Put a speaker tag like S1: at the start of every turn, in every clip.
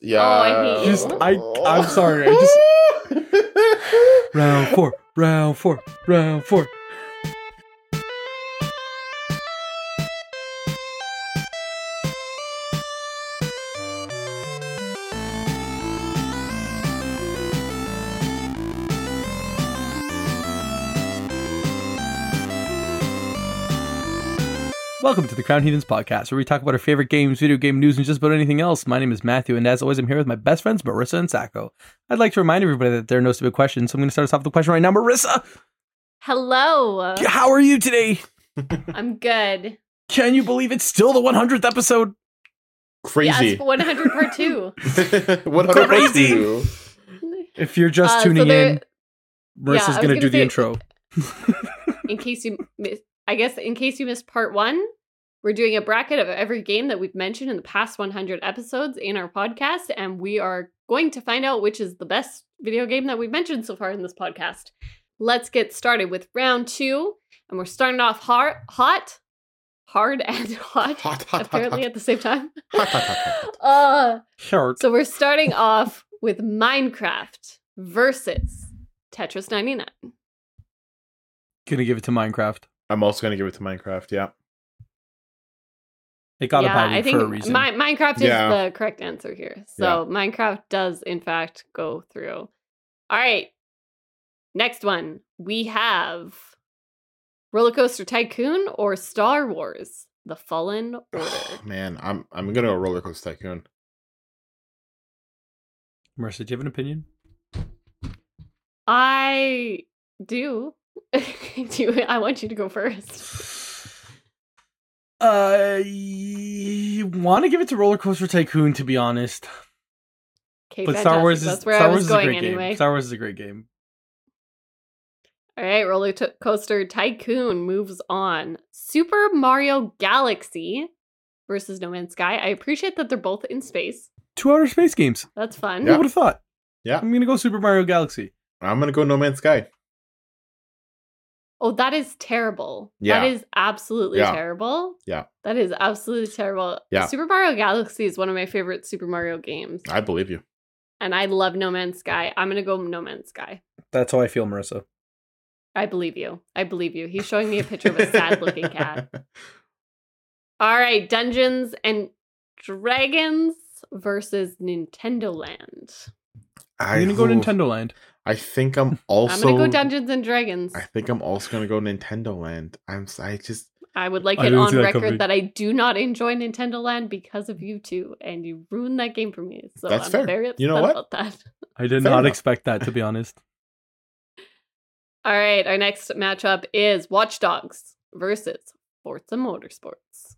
S1: Yeah.
S2: Oh, I hate you.
S3: Just I
S1: Oh.
S3: I'm sorry. I just round four, round four, round four. Welcome to the Crown Heathens podcast, where we talk about our favorite games, video game news, and just about anything else. My name is Matthew, and as always, I'm here with my best friends, Marissa and Sacco. I'd like to remind everybody that there are no stupid questions, so I'm going to start us off with a question right now. Marissa,
S2: Hello.
S3: how are you today?
S2: I'm good.
S3: Can you believe it's still the 100th episode?
S2: Yes,
S1: Crazy.
S2: for 100 part two.
S1: 100
S3: Crazy. If you're just
S2: Uh, so
S3: tuning
S2: there-
S3: in, Marissa's
S2: I was
S3: going to
S2: gonna
S3: do the
S2: say-
S3: intro.
S2: In case you, miss, I guess, in case you missed part one, we're doing a bracket of every game that we've mentioned in the past 100 episodes in our podcast, and we are going to find out which is the best video game that we've mentioned so far in this podcast. Let's get started with round two, and we're starting off hard, hot, hard, and hot,
S1: Hot, hot, hot,
S2: apparently
S1: hot.
S2: at the same time.
S1: Hot, hot, hot, hot,
S2: uh,
S3: Sure.
S2: So we're starting off with Minecraft versus Tetris 99.
S3: Going to give it to Minecraft.
S1: I'm also going to give it to Minecraft. Yeah.
S3: It got a bye
S2: I
S3: week
S2: think
S3: for a reason.
S2: Mi- Minecraft is
S1: Yeah.
S2: the correct answer here. So Minecraft does in fact go through. All right. Next one. We have Roller Coaster Tycoon or Star Wars: The Fallen Order.
S1: Man, I'm I'm going to go Roller Coaster Tycoon.
S3: Marissa, do you have an opinion?
S2: I do. do you- I want you to go first.
S3: Uh, you want to give it to Roller Coaster Tycoon, to be honest.
S2: Okay,
S3: but Star Wars
S2: fantastic. that's
S3: is
S2: where
S3: Star
S2: I
S3: Wars
S2: was
S3: is a
S2: going
S3: great
S2: anyway.
S3: game. Star Wars is a great game.
S2: All right, roller to- coaster tycoon moves on. Super Mario Galaxy versus No Man's Sky. I appreciate that they're both in space.
S3: Two outer space games.
S2: That's fun.
S3: Who would have thought?
S1: Yeah.
S3: I'm gonna go Super Mario Galaxy.
S1: I'm going to go No Man's Sky.
S2: Oh, that is terrible.
S1: Yeah.
S2: That is absolutely
S1: Yeah.
S2: terrible.
S1: Yeah.
S2: That is absolutely terrible.
S1: Yeah.
S2: Super Mario Galaxy is one of my favorite Super Mario games,
S1: I believe you.
S2: and I love No Man's Sky. I'm gonna go No Man's Sky.
S3: That's how I feel, Marissa.
S2: I believe you. I believe you. He's showing me a picture of a sad-looking cat. All right, Dungeons and Dragons versus Nintendo Land.
S1: I
S3: I'm gonna go
S1: ooh,
S3: Nintendo Land.
S1: I think I'm also
S2: I'm gonna go Dungeons and Dragons.
S1: I think I'm also going to go Nintendo Land. I'm s- I just
S2: I would like
S3: I
S2: it
S3: didn't
S2: on
S3: see that
S2: record
S3: coming.
S2: that I do not enjoy Nintendo Land because of you two, and you ruined that game for me. So
S1: That's
S2: I'm
S1: fair.
S2: very upset
S1: You know what?
S2: about that.
S3: I did
S1: Fair
S3: not
S1: enough.
S3: expect that, to be honest.
S2: All right, our next matchup is Watch Dogs versus Forza Motorsports.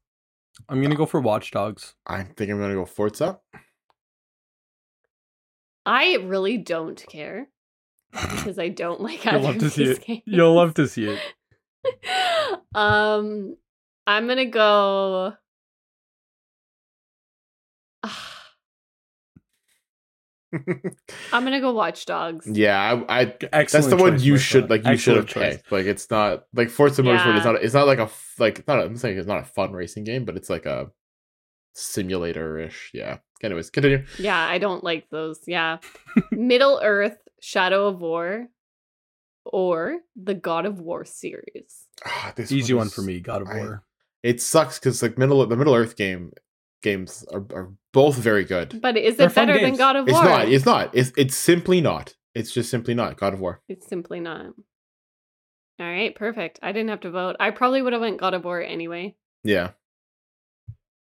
S3: I'm gonna go for Watch Dogs.
S1: I think I'm going to go Forza.
S2: I really don't care because I don't like either
S3: love
S2: of
S3: to see
S2: these games.
S3: You'll love to see it.
S2: um, I'm gonna go. I'm gonna go Watch Dogs.
S1: yeah, I, I
S3: Excellent.
S1: that's the one
S3: choice,
S1: you
S3: Marissa.
S1: should like you should have
S3: Excellent choice.
S1: picked. Like it's not like Forza Motorsport
S2: Yeah.
S1: is not it's not like a f- like it's not a, I'm saying it's not a fun racing game, but it's like a simulator ish. Yeah. Anyways, continue.
S2: Yeah, I don't like those. Yeah, Middle Earth, Shadow of War, or the God of War series.
S1: Ah, this
S3: Easy one
S1: is-
S3: for me. God of
S1: I-
S3: War.
S1: It sucks because like middle the Middle Earth game games are, are both very good.
S2: But is
S3: They're
S2: it
S3: fun
S2: better than
S3: games.
S2: God of
S1: It's
S2: War?
S1: not. It's not. It's it's simply not. It's just simply not. God of War.
S2: It's simply not. All right, perfect. I didn't have to vote. I probably would have went God of War anyway.
S1: Yeah.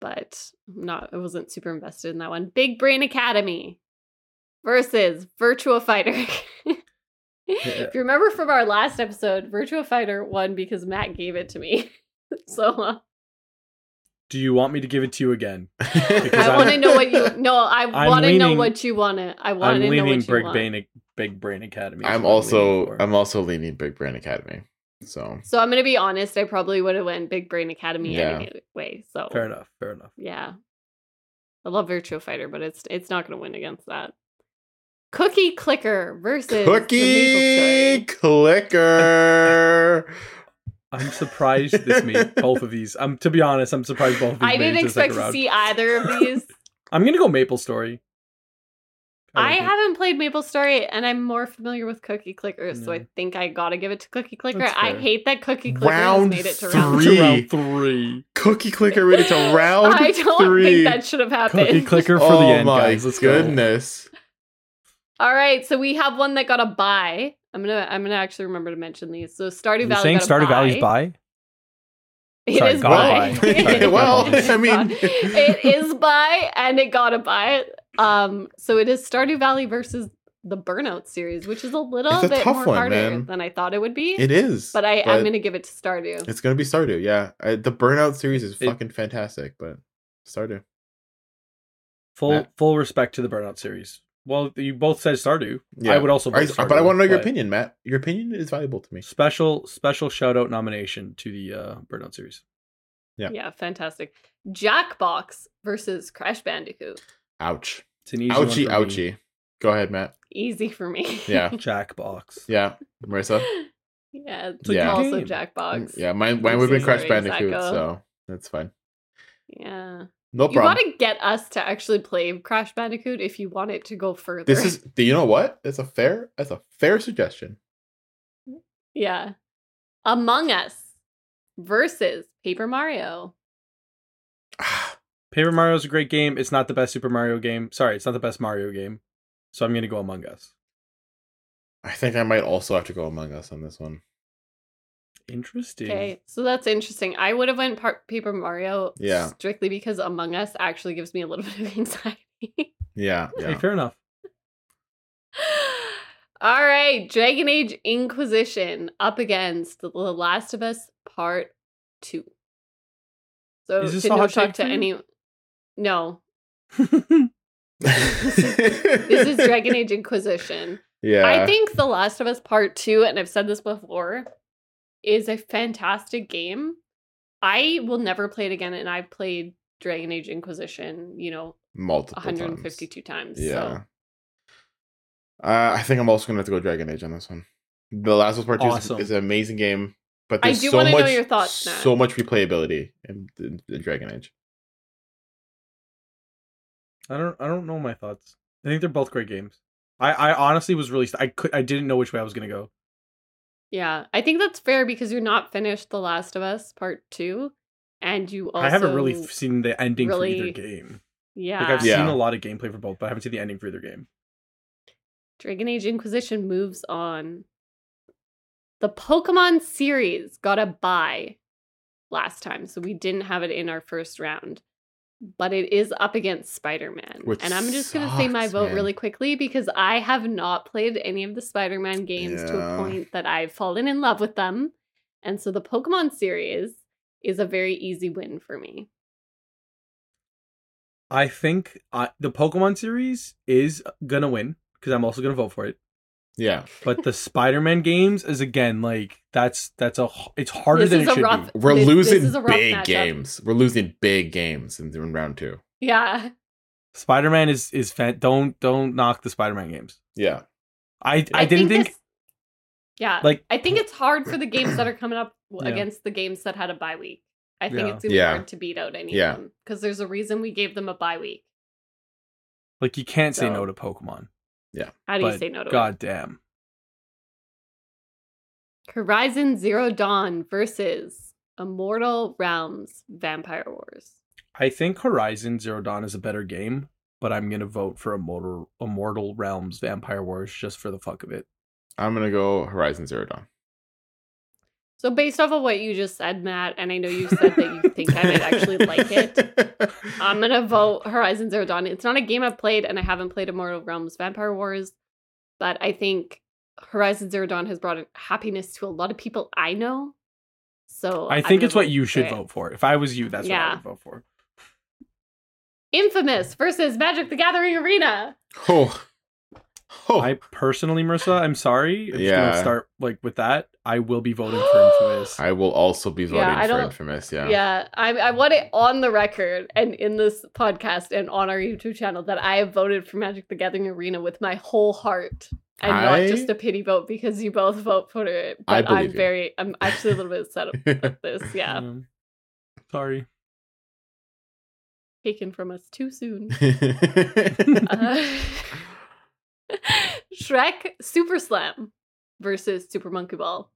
S2: but I'm not I wasn't super invested in that one. Big Brain Academy versus Virtua Fighter. if you remember from our last episode, Virtua Fighter won because Matt gave it to me. so uh,
S3: Do you want me to give it to you again?
S2: I
S3: I'm-
S2: want to know what you no, I
S3: I'm
S2: want to know
S3: leaning-
S2: what you want to I
S3: I'm
S2: want to know
S3: leaning
S2: what you
S3: Big
S2: want.
S3: Brain, Big Brain Academy. is
S1: I'm
S3: what leaning
S1: also
S3: for.
S1: I'm also leaning Big Brand Academy. So
S2: So I'm going to be honest, I probably would have went Big Brain Academy
S1: Yeah.
S2: anyway. So
S3: fair enough. Fair enough.
S2: Yeah. I love Virtua Fighter, but it's it's not going to win against that. Cookie Clicker versus
S1: Cookie
S2: The
S1: Clicker.
S3: I'm surprised this made both of these. I'm to be honest, I'm surprised both of
S2: Maple
S3: these.
S2: Story. I
S3: made it
S2: didn't
S3: the second
S2: expect to
S3: round.
S2: see either of these.
S3: I'm gonna go Maple Story.
S2: I haven't played Maple Story, and I'm more familiar with Cookie Clicker, so
S3: Yeah.
S2: I think I gotta give it to Cookie Clicker.
S3: That's
S2: I
S3: fair.
S2: hate that Cookie Clicker
S1: Round
S2: has made it to round
S3: round
S1: three.
S3: to round three.
S1: Cookie clicker made it to round
S2: I don't
S1: three.
S2: think that should have happened.
S3: Cookie clicker for
S1: oh
S3: the end,
S1: my
S3: guys. Let's go.
S1: goodness.
S2: All right, so we have one that got a buy. I'm gonna I'm gonna actually remember to mention these. So Stardew
S3: You're
S2: Valley.
S3: saying
S2: got a
S3: Stardew Valley's
S2: buy.
S3: buy?
S2: It is
S3: Sorry, got
S2: buy.
S3: a buy. Sorry,
S1: well,
S3: got a buy.
S1: I mean,
S2: it is buy and it got a buy. Um, so it is Stardew Valley versus the Burnout series, which is a little
S1: It's a
S2: bit
S1: tough
S2: more
S1: one,
S2: harder
S1: man.
S2: than I thought it would be.
S1: it is.
S2: but I I'm gonna give it to Stardew.
S1: It's gonna be Stardew. Yeah, I, the Burnout series is
S3: It-
S1: fucking fantastic, but Stardew.
S3: Full
S1: Matt?
S3: full respect to the Burnout series. Well, you both said Stardew.
S1: Yeah.
S3: I would also,
S1: I-
S3: vote Stardew,
S1: but I want to know your opinion, Matt. Your opinion is valuable to me.
S3: Special special shout out nomination to the uh, Burnout series.
S1: Yeah.
S2: Yeah. fantastic. Jackbox versus Crash Bandicoot.
S1: Ouch.
S3: It's an easy one
S1: Ouchie.
S3: for me.
S1: Ouchie. Go ahead, Matt.
S2: Easy for me.
S1: Yeah.
S3: Jackbox.
S1: Yeah. Marissa.
S2: yeah, it's
S1: a good
S2: also
S3: game. Mm,
S2: Jackbox.
S1: Yeah. Mine. Mine would have been
S2: Sorry,
S1: Crash Bandicoot,
S2: Zacko.
S1: so that's fine.
S2: Yeah.
S1: No
S2: You
S1: problem.
S2: gotta get us to actually play Crash Bandicoot if you want it to go further.
S1: This is. Do you know what? That's a fair. That's a fair suggestion.
S2: yeah. Among Us versus Paper Mario.
S1: Ah,
S3: Paper Mario's a great game. It's not the best Super Mario game. Sorry, it's not the best Mario game. So I'm gonna go Among Us.
S1: I think I might also have to go Among Us on this one.
S3: Interesting.
S2: Okay, so that's interesting. I would have went par- Paper Mario
S1: Yeah.
S2: strictly because Among Us actually gives me a little bit of anxiety.
S1: Yeah.
S3: Hey,
S1: Yeah.
S3: fair enough.
S2: All right, Dragon Age Inquisition up against The Last of Us Part 2. So,
S3: Is this
S2: did
S3: a
S2: no
S3: hot
S2: talk
S3: take
S2: to
S3: for you?
S2: any. No, this
S1: this
S2: is Dragon Age Inquisition.
S1: Yeah.
S2: I think The Last of Us Part 2, and I've said this before, is a fantastic game. I will never play it again, and I've played Dragon Age Inquisition, you know,
S1: multiple. times.
S2: 152 times.
S1: Yeah.
S2: So.
S1: Uh, I think I'm also gonna have to go Dragon Age on this one. The Last of Us Part Two is-
S3: Awesome.
S1: is, an amazing game, but
S2: I
S1: there's
S2: do
S1: so
S2: wanna know
S1: much,
S2: your thoughts, Matt.
S1: so much replayability in, in, in Dragon Age.
S3: I don't I don't know my thoughts. I think they're both great games. I, I honestly was really st- I could I didn't know which way I was gonna go.
S2: Yeah, I think that's fair because you're not finished The Last of Us Part Two, and you also
S3: I haven't really f- seen the ending for
S2: really-
S3: either game.
S2: yeah,
S3: Like I've
S1: Yeah.
S3: seen a lot of gameplay for both, but I haven't seen the ending for either game.
S2: Dragon Age Inquisition moves on. The Pokemon series got a buy last time, so we didn't have it in our first round. But it is up against Spider Man.
S1: Which
S2: And I'm just going to say my
S1: sucks,
S2: vote
S1: man.
S2: really quickly because I have not played any of the Spider Man games to
S1: Yeah.
S2: a point that I've fallen in love with them. And so the Pokemon series is a very easy win for me.
S3: I think I, the Pokemon series is gonna win because I'm also gonna vote for it.
S1: Yeah,
S3: But the Spider-Man games is again like that's that's a h- it's harder than it should be.
S1: we're
S2: this- this
S1: losing
S2: is a rough
S1: big
S2: matchup.
S1: games. We're losing big games in, in round two.
S2: Yeah.
S3: Spider-Man is is fan- don't don't knock the Spider-Man games.
S1: Yeah,
S3: I I, didn't think,
S2: this- uh, yeah.
S3: like
S2: I think it's hard for the games that are coming up
S3: Yeah.
S2: against the games that had a bye week. I think
S3: Yeah.
S2: it's gonna be
S1: Yeah.
S2: hard to beat out any
S1: Yeah.
S2: of them because there's a reason we gave them a bye week.
S3: like you can't say no
S2: So-
S3: to Pokemon.
S2: How do you
S3: But
S2: say no to it?
S3: God damn.
S2: Horizon Zero Dawn versus Immortal Realms Vampire Wars.
S3: I think Horizon Zero Dawn is a better game, but I'm gonna vote for Immortal Immortal Realms Vampire Wars just for the fuck of it.
S1: I'm gonna go Horizon Zero Dawn.
S2: So based off of what you just said, Matt, and I know you said that you think I might actually like it. I'm gonna vote Horizon Zero Dawn. It's not a game I've played, and I haven't played Immortal Realms Vampire Wars, but I think Horizon Zero Dawn has brought happiness to a lot of people I know. So
S3: I
S2: I'm
S3: think
S2: gonna
S3: it's what
S2: vote
S3: you should
S2: it.
S3: vote for. If I was you, that's what I
S2: Yeah.
S3: would vote for.
S2: Infamous versus Magic: The Gathering Arena.
S1: Oh, oh,
S3: I
S1: I,
S3: personally, Marissa, I'm sorry. I'm just
S1: Yeah.
S3: gonna start like with that. I will be voting for Infamous.
S1: will also be voting
S2: Yeah, I
S1: for
S2: don't-
S1: Infamous.
S2: Yeah,
S1: Yeah,
S2: I, I want it on the record and in this podcast and on our YouTube channel that I have voted for Magic: The Gathering Arena with my whole heart. And
S1: I-
S2: not just a pity vote because you both vote for it.
S1: I
S2: But
S1: believe
S2: I'm
S1: you.
S2: very, I'm actually a little bit upset about this. Yeah.
S3: Um, sorry.
S2: taken from us too soon. Uh, Shrek Super Slam versus Super Monkey Ball.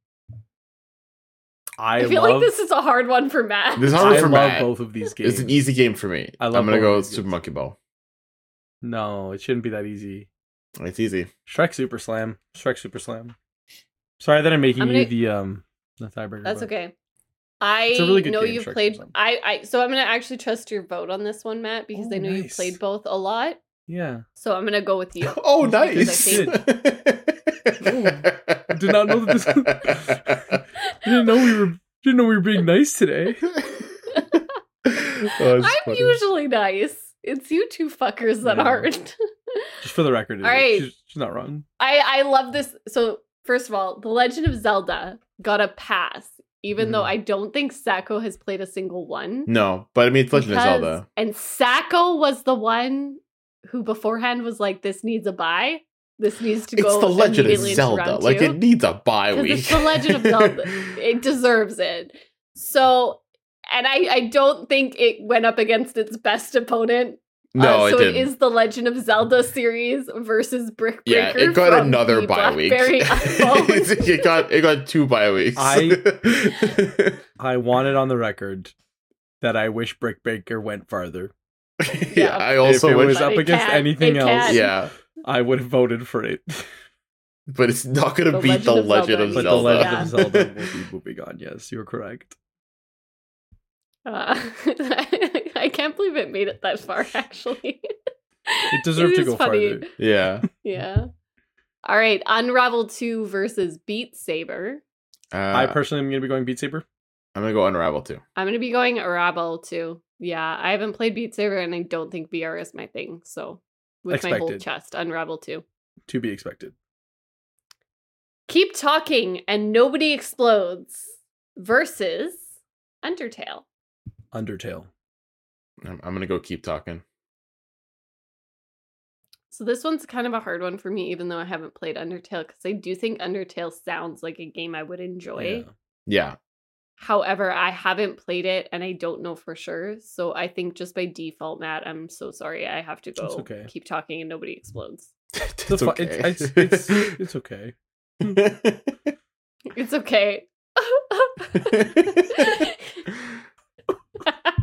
S3: I,
S2: I, feel
S3: love,
S2: like this is a hard one for Matt.
S1: This is hard
S3: I
S1: for
S3: love
S1: Matt.
S3: both of these games.
S1: It's an easy game for me.
S3: I
S1: I
S3: love
S1: am gonna
S3: both
S1: go
S3: of
S1: with
S3: these
S1: Super
S3: games.
S1: Monkey Ball.
S3: No, it shouldn't be that easy.
S1: It's easy.
S3: Shrek Super Slam. Shrek Super Slam. Sorry that I'm making
S2: I'm
S3: you
S2: gonna-
S3: the um the tiebreaker.
S2: That's
S3: but-
S2: okay. I
S3: It's a really good
S2: know
S3: game,
S2: you've
S3: Shrek
S2: played.
S3: Super Slam.
S2: I, I so I'm gonna actually trust your vote on this one, Matt, because
S3: Oh,
S2: I know you've
S3: nice.
S2: played both a lot.
S3: Yeah.
S2: So I'm gonna go with you.
S1: Oh,
S2: Because
S1: nice.
S2: I
S3: did not know that You didn't know we were. You didn't know we were being nice today.
S1: Oh,
S2: I'm
S1: it's funny.
S2: usually nice. It's you two fuckers that
S3: Yeah.
S2: aren't.
S3: Just for the record, it
S2: All
S3: is.
S2: right.
S3: she's, she's not wrong.
S2: I I love this. So first of all, The Legend of Zelda got a pass, even though
S1: Mm.
S3: Mhm.
S2: I don't think Sacco has played a single one.
S1: No, but I mean, it's Mm, Legend of
S2: Because-
S1: Zelda.
S2: And Sacco was the one who beforehand was like, "This needs a buy. This needs to go."
S1: It's the Legend of
S2: immediately into
S1: Zelda.
S2: round
S1: Like
S2: two."
S1: it needs a bye
S2: 'Cause
S1: week.
S2: it's The Legend of Zelda. it deserves it. So, and I I don't think it went up against its best opponent.
S1: no,
S2: Uh, so
S1: it didn't.
S2: it is the Legend of Zelda series versus Brick Breaker.
S1: yeah, it got
S2: from
S1: another
S2: the
S1: bye week.
S2: Blackberry iPhone.
S1: it got it got two bye weeks.
S3: I- I want it on the record that I wish Brick Baker went farther.
S1: yeah, I also
S3: if it
S1: wish-
S3: was
S2: But
S3: up
S2: it
S3: against
S2: can't.
S3: anything
S2: It
S3: else,
S2: can't.
S1: yeah,
S3: I would have voted for it.
S1: but it's not gonna
S2: The
S1: beat the Legend
S2: Legend
S1: of
S2: of
S3: but
S1: Zelda.
S3: the Legend of
S2: Yeah.
S3: Zelda will be moving on. Yes, you're correct.
S2: Uh, I can't believe it made it that far, actually.
S3: It deserved to
S2: is
S3: go
S2: funny.
S3: farther.
S1: yeah.
S2: Yeah. All right, Unravel 2 versus Beat Saber.
S1: Uh,
S3: I personally am going to be going Beat Saber.
S1: I'm gonna go Unravel too.
S2: I'm going to be going Unravel 2. Yeah, I haven't played Beat Saber and I don't think VR is my thing. So, with my whole
S3: Expected.
S2: chest, Unravel 2.
S3: To be expected.
S2: Keep talking and nobody explodes versus Undertale.
S3: Undertale.
S1: I'm, I'm gonna go keep talking.
S2: So this one's kind of a hard one for me, even though I haven't played Undertale, because I do think Undertale sounds like a game I would enjoy.
S3: Yeah.
S1: Yeah,
S2: However, I haven't played it and I don't know for sure. So I think just by default, Matt, I'm so sorry. I have to go
S3: It's okay.
S2: keep talking and nobody explodes.
S1: it's,
S3: It's, fu-
S1: okay.
S3: it's, it's, it's, it's okay.
S2: It's okay.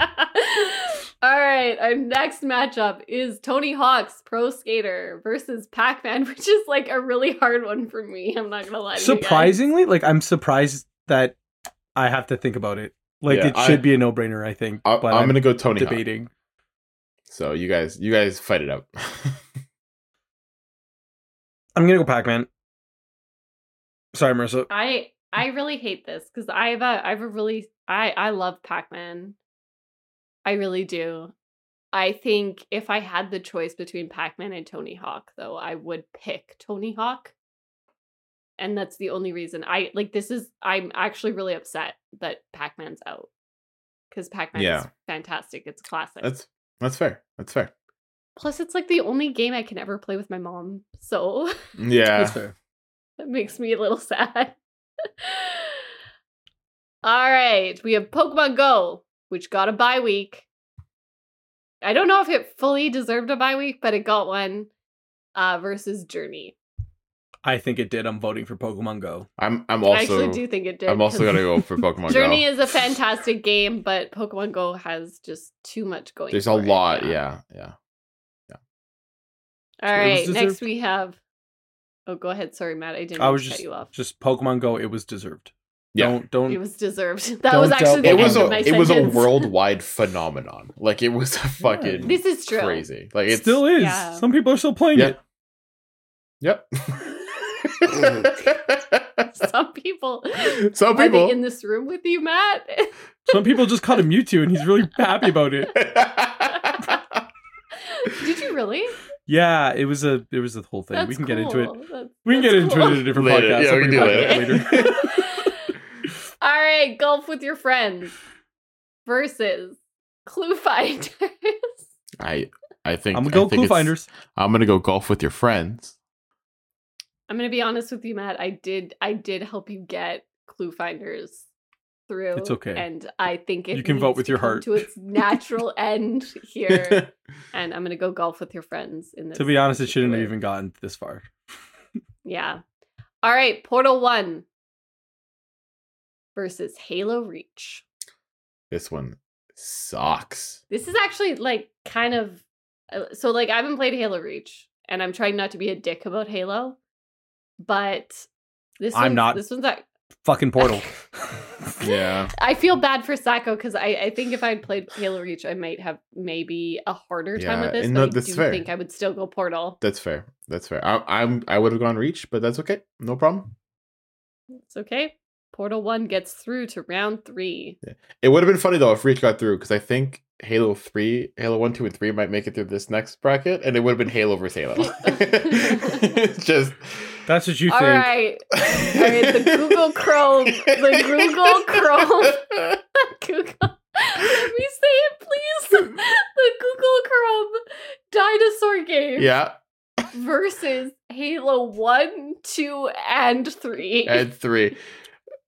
S2: All right, our next matchup is Tony Hawk's Pro Skater versus Pac Man, which is like a really hard one for me. I'm not gonna lie. to you guys.
S3: Surprisingly, like I'm surprised that I have to think about it. Like
S1: Yeah,
S3: it
S1: I-
S3: should be a no-brainer, I think.
S1: I,
S3: but
S1: I'm gonna go Tony Hawk.
S3: debating.
S1: So you guys, you guys fight it out.
S3: I'm gonna go Pac-Man. Sorry, Marissa.
S2: I I really hate this because I have a I have a really I I love Pac Man. I really do. I think if I had the choice between Pac Man and Tony Hawk, though, I would pick Tony Hawk. And that's the only reason I like this is I'm actually really upset that Pac Man's out because Pac Man is
S1: Yeah.
S2: fantastic. It's classic.
S1: that's that's fair. That's fair.
S2: Plus, it's like the only game I can ever play with my mom. So.
S1: Yeah.
S3: fair.
S2: That makes me a little sad. All right, we have Pokemon Go, which got a bye week. I don't know if it fully deserved a bye week, but it got one. Uh, versus Journey,
S3: I think it did. I'm voting for Pokemon Go.
S1: I'm I'm
S2: I actually
S1: also
S2: do think it did.
S1: I'm also
S2: 'cause
S1: gonna go for Pokemon
S2: Journey
S1: Go.
S2: is a fantastic game, but Pokemon Go has just too much going.
S1: There's a
S2: for it,
S1: lot. Yeah, yeah.
S2: All
S3: It was
S2: right. Next
S3: deserved.
S2: we have. Oh, go ahead. Sorry, Matt. I didn't
S3: I was
S2: mean to
S3: just
S2: cut you off.
S3: just Pokemon Go. It was deserved.
S1: Yeah.
S3: Don't don't.
S2: It was deserved. That
S3: Don't
S2: was actually
S3: doubt
S2: the
S1: It
S2: end
S1: was
S2: of
S1: a
S2: my
S1: it was a
S2: sentence.
S1: worldwide phenomenon. Like it was a fucking
S2: This is true.
S1: crazy. Like
S3: it
S1: it's
S3: still is.
S2: yeah.
S3: Some people are still playing
S1: Yeah.
S3: it.
S1: Yep.
S2: Some people
S1: Some
S2: Are
S1: people
S2: they in this room with you, Matt?
S3: Some people just caught a Mewtwo, and he's really happy about it.
S2: Did you really?
S3: Yeah, it was a it was a whole thing.
S2: That's
S3: we can get into it.
S2: cool. That's-
S3: We can get
S2: that's
S3: into it in a different
S1: Later.
S3: podcast.
S1: Yeah, we can
S3: I'll bring
S1: do
S3: it back
S1: later.
S3: up
S2: cool. All right, golf with your friends versus clue finders.
S1: I I think
S3: I'm gonna
S1: I
S3: go
S1: think
S3: Clue
S1: it's-
S3: Finders.
S1: I'm gonna go golf with your friends.
S2: I'm gonna be honest with you, Matt. I did I did help you get clue finders through.
S3: It's okay.
S2: And I think it
S3: You can vote
S2: needs
S3: with
S2: to
S3: your
S2: come
S3: heart.
S2: to its natural end here. and I'm gonna go golf with your friends in this.
S3: to be honest, it shouldn't have
S2: particular-
S3: even gotten this far.
S2: Yeah. All right, Portal One versus Halo Reach.
S1: this one sucks.
S2: This is actually like kind of uh, so like I haven't played Halo Reach, and I'm trying not to be a dick about Halo, but this
S3: I'm
S2: one's-
S3: not.
S2: This one's ac-
S3: Fucking Portal.
S1: Yeah.
S2: I feel bad for Sacco because I, I think if I had played Halo Reach, I might have maybe a harder time
S1: Yeah,
S2: with this.
S1: and
S2: But I
S1: no, that's
S2: do
S1: fair.
S2: think I would still go Portal.
S1: That's fair. That's fair. I, I'm I would have gone reach, but that's okay. No problem.
S2: It's okay. Portal One gets through to round three.
S1: It would have been funny though if Reach got through because I think Halo Three, Halo One, Two, and Three might make it through this next bracket, and it would have been Halo versus Halo. It's just
S3: That's what you
S2: All
S3: think.
S2: right, all right. The Google Chrome, the Google Chrome, Google. Let me say it, please. The Google Chrome dinosaur game
S1: Yeah,
S2: versus Halo One, Two, and Three.
S1: and three.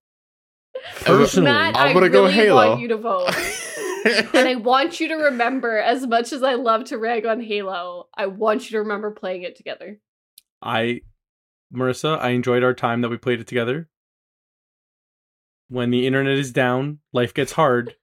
S3: Personally,
S2: Matt,
S1: I'm
S2: i
S1: gonna
S2: really
S1: go Halo.
S2: want you to vote. and I want you to remember, as much as I love to rag on Halo, I want you to remember playing it together.
S3: I, Marissa, I enjoyed our time that we played it together. When the internet is down, life gets hard.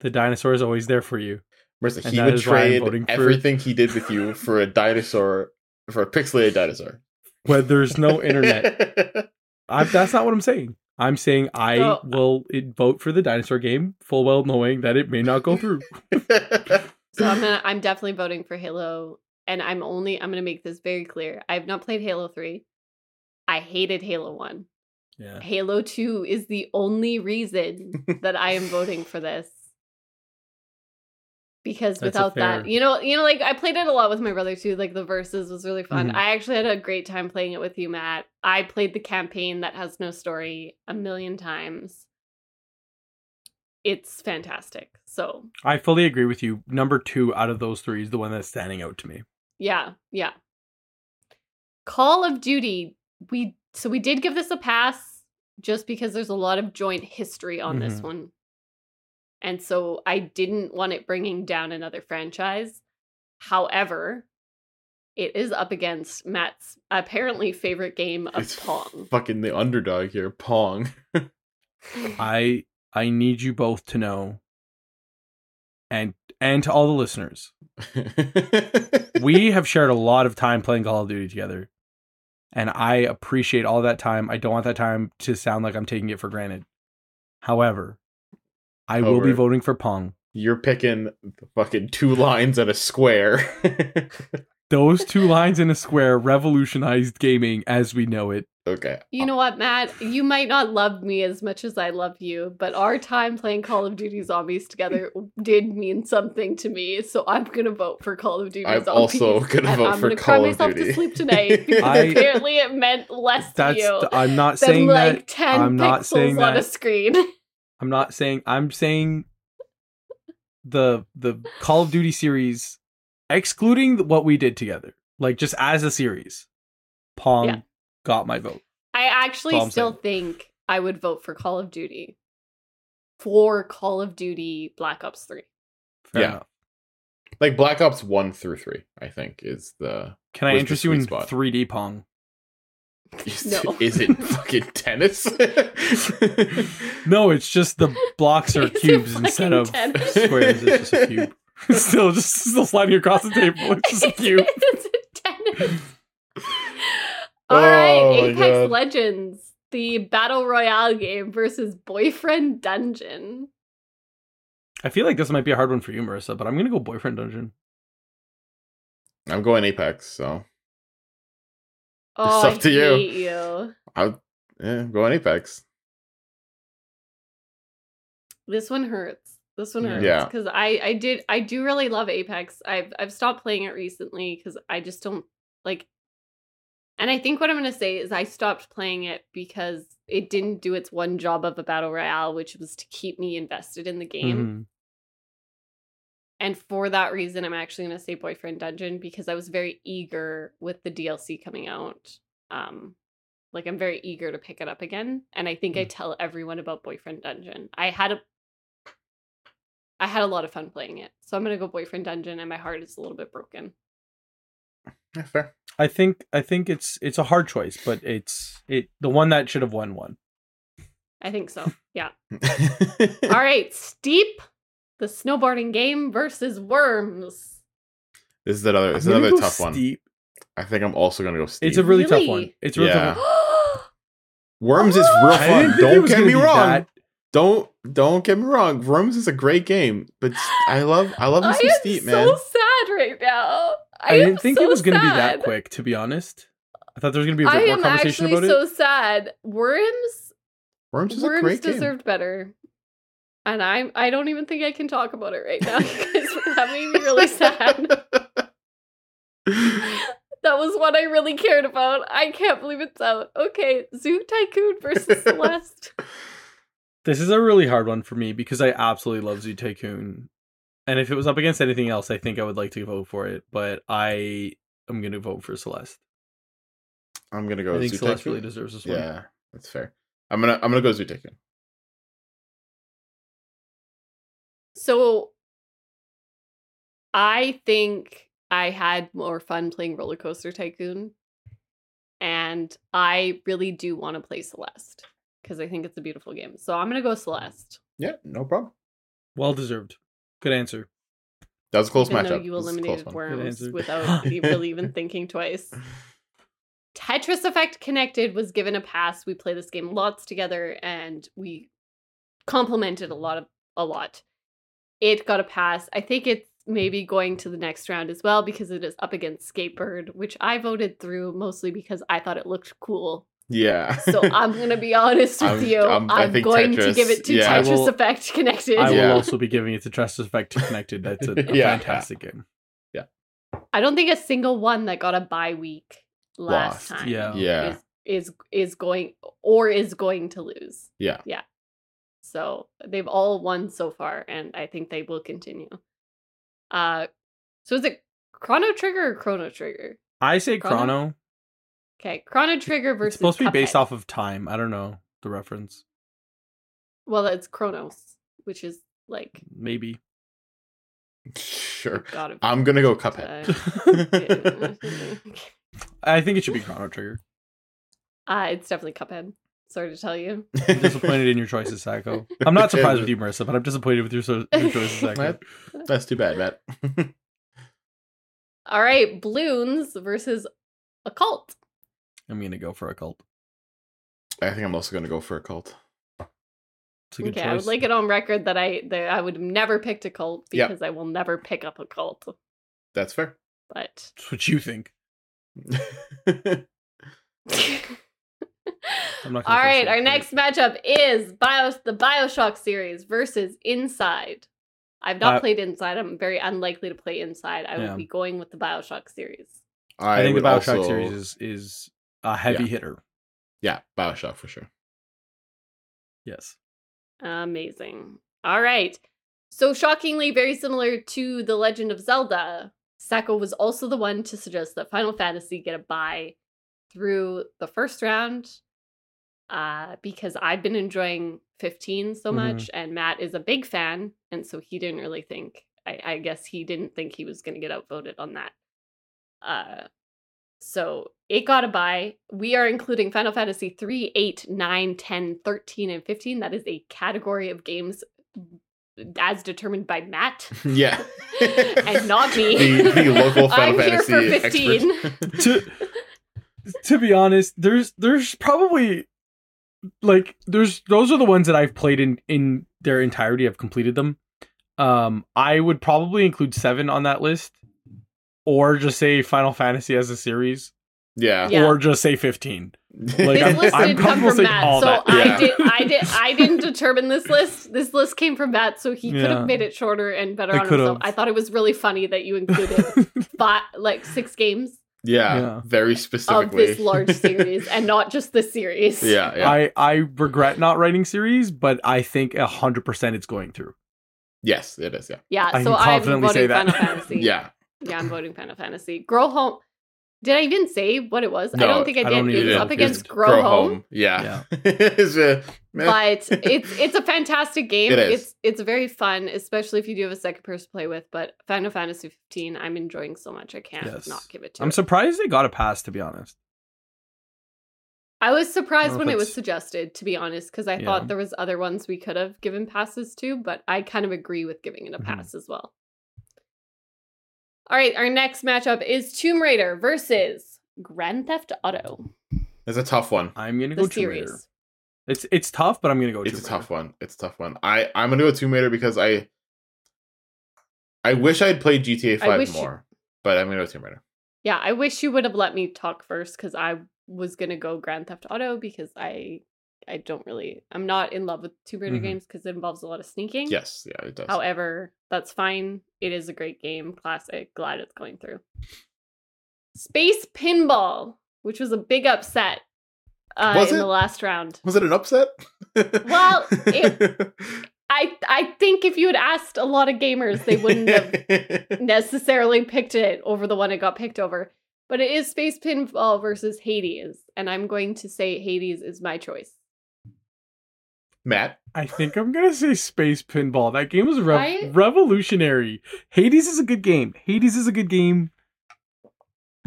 S3: the dinosaur is always there for you.
S1: Marissa,
S3: And
S1: he
S3: that
S1: would
S3: is why I'm
S1: trade
S3: voting for-
S1: everything he did with you for a dinosaur, for a pixelated dinosaur.
S3: When there's no internet, I, that's not what I'm saying. I'm saying I
S2: Oh.
S3: will it, vote for the dinosaur game, full well knowing that it may not go through.
S2: So I'm gonna, I'm definitely voting for Halo, and I'm only, I'm gonna make this very clear. I have not played Halo Three. I hated Halo One.
S3: Yeah.
S2: Halo Two is the only reason that I am voting for this. Because
S3: That's a
S2: without that,
S3: fair-
S2: you know, you know, like I played it a lot with my brother too. Like the verses was really fun.
S3: Mhm.
S2: I actually had a great time playing it with you, Matt. I played the campaign that has no story a million times. It's fantastic. So
S3: I fully agree with you. Number two out of those three is the one that's standing out to me.
S2: Yeah, yeah. Call of Duty, we so we did give this a pass just because there's a lot of joint history on this
S3: Mhm.
S2: one. And so I didn't want it bringing down another franchise. However, it is up against Matt's apparently favorite game of
S1: It's
S2: Pong.
S1: Fucking the underdog here, Pong.
S3: I I need you both to know and and to all the listeners we have shared a lot of time playing Call of Duty together. And I appreciate all that time. I don't want that time to sound like I'm taking it for granted. However, I will be
S1: Over.
S3: voting for Pong.
S1: You're picking the fucking two lines and a square.
S3: Those two lines in a square revolutionized gaming as we know it.
S1: okay.
S2: You know what, Matt? You might not love me as much as I love you, but our time playing Call of Duty Zombies together did mean something to me. So I'm gonna vote for Call of Duty
S1: I'm
S2: Zombies.
S1: also gonna
S2: and
S1: vote
S2: I'm
S1: for
S2: gonna
S1: Call
S2: cry
S1: of
S2: myself
S1: Duty.
S2: to sleep tonight because
S3: I-
S2: apparently it meant less
S3: That's
S2: to you
S3: the- I'm not
S2: than
S3: saying
S2: like
S3: that.
S2: ten
S3: I'm
S2: pixels
S3: not saying
S2: on a
S3: that.
S2: screen.
S3: I'm not saying I'm saying the the Call of Duty series excluding what we did together. Like just as a series. Pong
S2: Yeah.
S3: got my vote.
S2: I actually
S3: That's all I'm
S2: still think I would vote for Call of Duty for Call of Duty Black Ops Three.
S3: Fair
S1: Yeah.
S3: enough.
S1: Like Black Ops 1 through 3, I think, is the.
S3: Can I
S1: was the
S3: interest you in
S1: sweet spot.
S3: 3D Pong?
S1: Is,
S2: No.
S1: is it fucking tennis?
S3: No, it's just the blocks are
S2: Is it
S3: cubes
S2: fucking
S3: instead of
S2: tennis?
S3: squares. It's just a cube. It's still just still sliding across the table. It's just a cube.
S2: it's a tennis. All right,
S1: Oh my
S2: Apex
S1: God.
S2: Legends, the battle royale game versus Boyfriend Dungeon.
S3: I feel like this might be a hard one for you, Marissa, but I'm gonna go boyfriend dungeon.
S1: I'm going Apex, so
S2: Oh,
S1: up
S2: I
S1: to you.
S2: hate you.
S1: I'm, eh, I'm going Apex.
S2: This one hurts. This one hurts
S1: Yeah.
S2: because I I did I do really love Apex. I've I've stopped playing it recently because I just don't like. And I think what I'm gonna say is I stopped playing it because it didn't do its one job of a battle royale, which was to keep me invested in the game.
S3: Mhm.
S2: And for that reason, I'm actually going to say Boyfriend Dungeon because I was very eager with the DLC coming out. Um, Like I'm very eager to pick it up again, and I
S3: Mm.
S2: think I tell everyone about Boyfriend Dungeon. I had a I had a lot of fun playing it. So I'm going to go Boyfriend Dungeon and my heart is a little bit broken.
S1: Yeah, fair.
S3: I think I think it's it's a hard choice, but it's it the one that should have won one.
S2: I think so. Yeah. All right, Steep, the snowboarding game versus Worms.
S1: this is another. This is
S3: I'm gonna
S1: another
S3: go
S1: tough one.
S3: steep.
S1: I think I'm also gonna go steep.
S3: It's a really, tough
S2: Really?
S3: one. It's a really
S1: Yeah.
S3: tough one.
S1: Worms is real
S3: I didn't
S1: fun.
S3: think it
S1: Don't
S3: was
S1: get
S3: gonna
S1: me
S3: be
S1: wrong.
S3: that.
S1: Don't don't get me wrong. Worms is a great game, but s- I love I love me
S2: I
S1: some
S2: am
S1: steep, man.
S2: so sad right now. I,
S3: I, didn't think it was
S2: going
S3: gonna
S2: to
S3: be that quick, to be honest. I thought there was gonna be a
S2: I
S3: bit more
S2: am
S3: conversation
S2: actually
S3: about
S2: so
S3: it.
S2: sad. Worms,
S1: Worms is a
S2: Worms
S1: great
S2: deserved better. And I I don't even think I can talk about it right now because that made me really sad.
S1: game.
S2: That was what I really cared about. I can't believe it's out. Okay, Zoo Tycoon versus Celeste.
S3: This is a really hard one for me because I absolutely love Zoo Tycoon. And if it was up against anything else, I think I would like to vote for it. But I am gonna vote for Celeste.
S1: I'm gonna go.
S3: I think
S1: Zoo
S3: Celeste
S1: Tycoon.
S3: really deserves this one.
S1: Yeah, that's fair. I'm gonna I'm gonna go Zootaken.
S2: So I think I had more fun playing Roller Coaster Tycoon. And I really do want to play Celeste because I think it's a beautiful game. So I'm going to go Celeste.
S1: Yeah, no problem.
S3: Well deserved. Good answer.
S1: That was a close
S2: even though
S1: matchup.
S2: you
S1: This is a close
S2: eliminated
S1: one.
S3: Good
S2: worms
S3: answer.
S2: without e- really even thinking twice. Tetris Effect Connected was given a pass. We play this game lots together and we complimented a lot of a lot. It got a pass. I think it's maybe going to the next round as well because it is up against Skatebird, which I voted through mostly because I thought it looked cool.
S1: Yeah.
S2: So I'm gonna be honest with
S1: I'm-
S2: you. I'm,
S1: I'm- I think
S2: going to
S1: Tetris-
S2: give it to
S1: yeah.
S3: I
S2: Tetris
S3: will-
S2: Effect Connected.
S3: I
S1: Yeah.
S3: will also be giving it to Trust Effect Connected. That's a, a
S1: Yeah.
S3: fantastic game.
S2: I don't think a single one that got a bye week last
S1: Lost.
S2: time
S3: Yeah.
S1: yeah.
S2: is is going or is going to lose.
S1: Yeah.
S2: Yeah. So they've all won so far, and I think they will continue. Uh so is it Chrono Trigger or Chrono Trigger?
S3: I say
S2: Chrono?
S3: Chrono.
S2: Okay, Chrono Trigger versus
S3: It's supposed to be based
S2: Cuphead.
S3: off of time. I don't know the reference.
S2: Well, it's Chronos, which is like
S3: Maybe.
S1: Sure.
S2: God of
S1: I'm gonna go Cuphead.
S2: Yeah.
S3: I think it should be Chrono Trigger.
S2: uh, it's definitely Cuphead. Sorry to tell you.
S3: I'm disappointed in your choices, Sacco. I'm not surprised with you, Marissa, but I'm disappointed with your, so- your choices, Sacco.
S1: That- That's too bad, Matt.
S2: All right, Bloons versus Occult.
S3: I'm gonna go for a cult.
S1: I think I'm also gonna go for a cult.
S3: It's a good
S2: okay,
S3: choice.
S2: I would like it on record that I that I would never picked a cult
S1: Yep.
S2: because I will never pick up a cult.
S1: That's fair.
S2: But
S3: It's what you think. I'm not
S2: all
S3: gonna
S2: right,
S3: force
S2: our
S3: it.
S2: next matchup is Bios the Bioshock series versus Inside. I've not
S3: Bio-
S2: played Inside. I'm very unlikely to play Inside. I
S3: Yeah.
S2: will be going with the Bioshock series.
S1: I,
S3: I, think the
S1: would
S3: Bioshock
S1: also-
S3: series is is a heavy
S1: Yeah.
S3: hitter.
S1: yeah Bioshock for sure.
S3: Yes.
S2: Amazing. All right. So shockingly, very similar to The Legend of Zelda, Sacco was also the one to suggest that Final Fantasy get a bye through the first round. Uh, because I've been enjoying 15 so
S3: Mhm.
S2: much, and Matt is a big fan, and so he didn't really think. I, I guess he didn't think he was going to get outvoted on that. Uh, so it got a buy. We are including Final Fantasy 3, 8, 9, 10, 13, and 15. That is a category of games as determined by Matt
S1: Yeah.
S2: and not me.
S1: The, the local Final
S2: I'm
S1: Fantasy
S2: here for 15.
S1: expert.
S3: to to be honest, there's there's probably like there's those are the ones that I've played in in their entirety. I've completed them. Um, I would probably include seven on that list, or just say Final Fantasy as a series,
S1: yeah.
S2: Yeah.
S3: or just say fifteen. Like,
S2: This
S3: I'm-
S2: list
S3: I'm
S2: didn't come
S3: comfortable
S2: from
S3: saying
S2: Matt,
S3: all
S2: so
S3: that.
S2: I
S1: Yeah.
S2: did. I did. I didn't determine this list. This list came from Matt, so he could
S3: Yeah.
S2: have made it shorter and better
S3: I
S2: on
S3: could
S2: himself.
S3: have.
S2: I thought it was really funny that you included five, like six games
S1: yeah.
S3: Yeah.
S1: Very
S2: of
S1: specifically
S2: this large series and not just this series.
S1: yeah. Yeah.
S3: I I regret not writing series, but I think hundred percent it's going through.
S1: yes, it is. Yeah.
S2: Yeah,
S3: I
S2: so
S3: can
S2: I'm
S3: confidently
S2: voting
S3: say that.
S2: Final Fantasy.
S1: Yeah.
S2: Yeah, I'm voting Final Fantasy. Grow home Did I even say what it was? I
S1: No,
S2: don't think I
S3: I
S2: did.
S3: don't
S2: it
S3: either.
S2: was up
S3: It's
S2: against
S1: It's
S2: Grow, Home.
S1: Yeah. It's a-
S3: Eh.
S1: meh.
S2: But it's it's a fantastic game.
S1: It is.
S2: It's it's very fun, especially if you do have a second person to play with. But Final Fantasy 15, I'm enjoying so much. I can't
S3: Yes.
S2: not give it to.
S3: I'm
S2: it.
S3: surprised they got a pass, to be honest.
S2: I was
S3: I
S2: surprised
S3: don't know
S2: when
S3: if
S2: it was
S3: it's-
S2: suggested, to be honest, because I
S3: Yeah.
S2: thought there was other ones we could have given passes to, but I kind of agree with giving it a
S3: Mhm.
S2: pass as well. All right, our next matchup is Tomb Raider versus Grand Theft Auto,
S1: it's a tough one.
S3: I'm gonna
S2: the
S3: go Tomb Raider.
S2: series.
S3: It's it's tough, but I'm gonna go.
S1: It's a
S3: Tomb
S1: tough one. It's a tough one. I I'm gonna go Tomb Raider because I I wish I'd played GTA
S2: I
S1: Five
S2: wish you-
S1: more, but I'm gonna go Tomb Raider.
S2: Yeah, I wish you would have let me talk first because I was gonna go Grand Theft Auto because I I don't really I'm not in love with Tomb Raider
S3: Mhm.
S2: games because it involves a lot of sneaking.
S1: Mm-hmm. Yes, yeah, it does.
S2: However, that's fine. It is a great game, classic. Glad it's going through. Space Pinball, which was a big upset uh,
S1: Was
S2: in
S1: it?
S2: the last round.
S1: Was it an upset?
S2: Well, I I think if you had asked a lot of gamers, they wouldn't have necessarily picked it over the one it got picked over. But it is Space Pinball versus Hades, and I'm going to say Hades is my choice.
S1: Matt.
S3: I think I'm gonna say Space Pinball. That game was rev-
S2: I-
S3: revolutionary. Hades is a good game. Hades is a good game.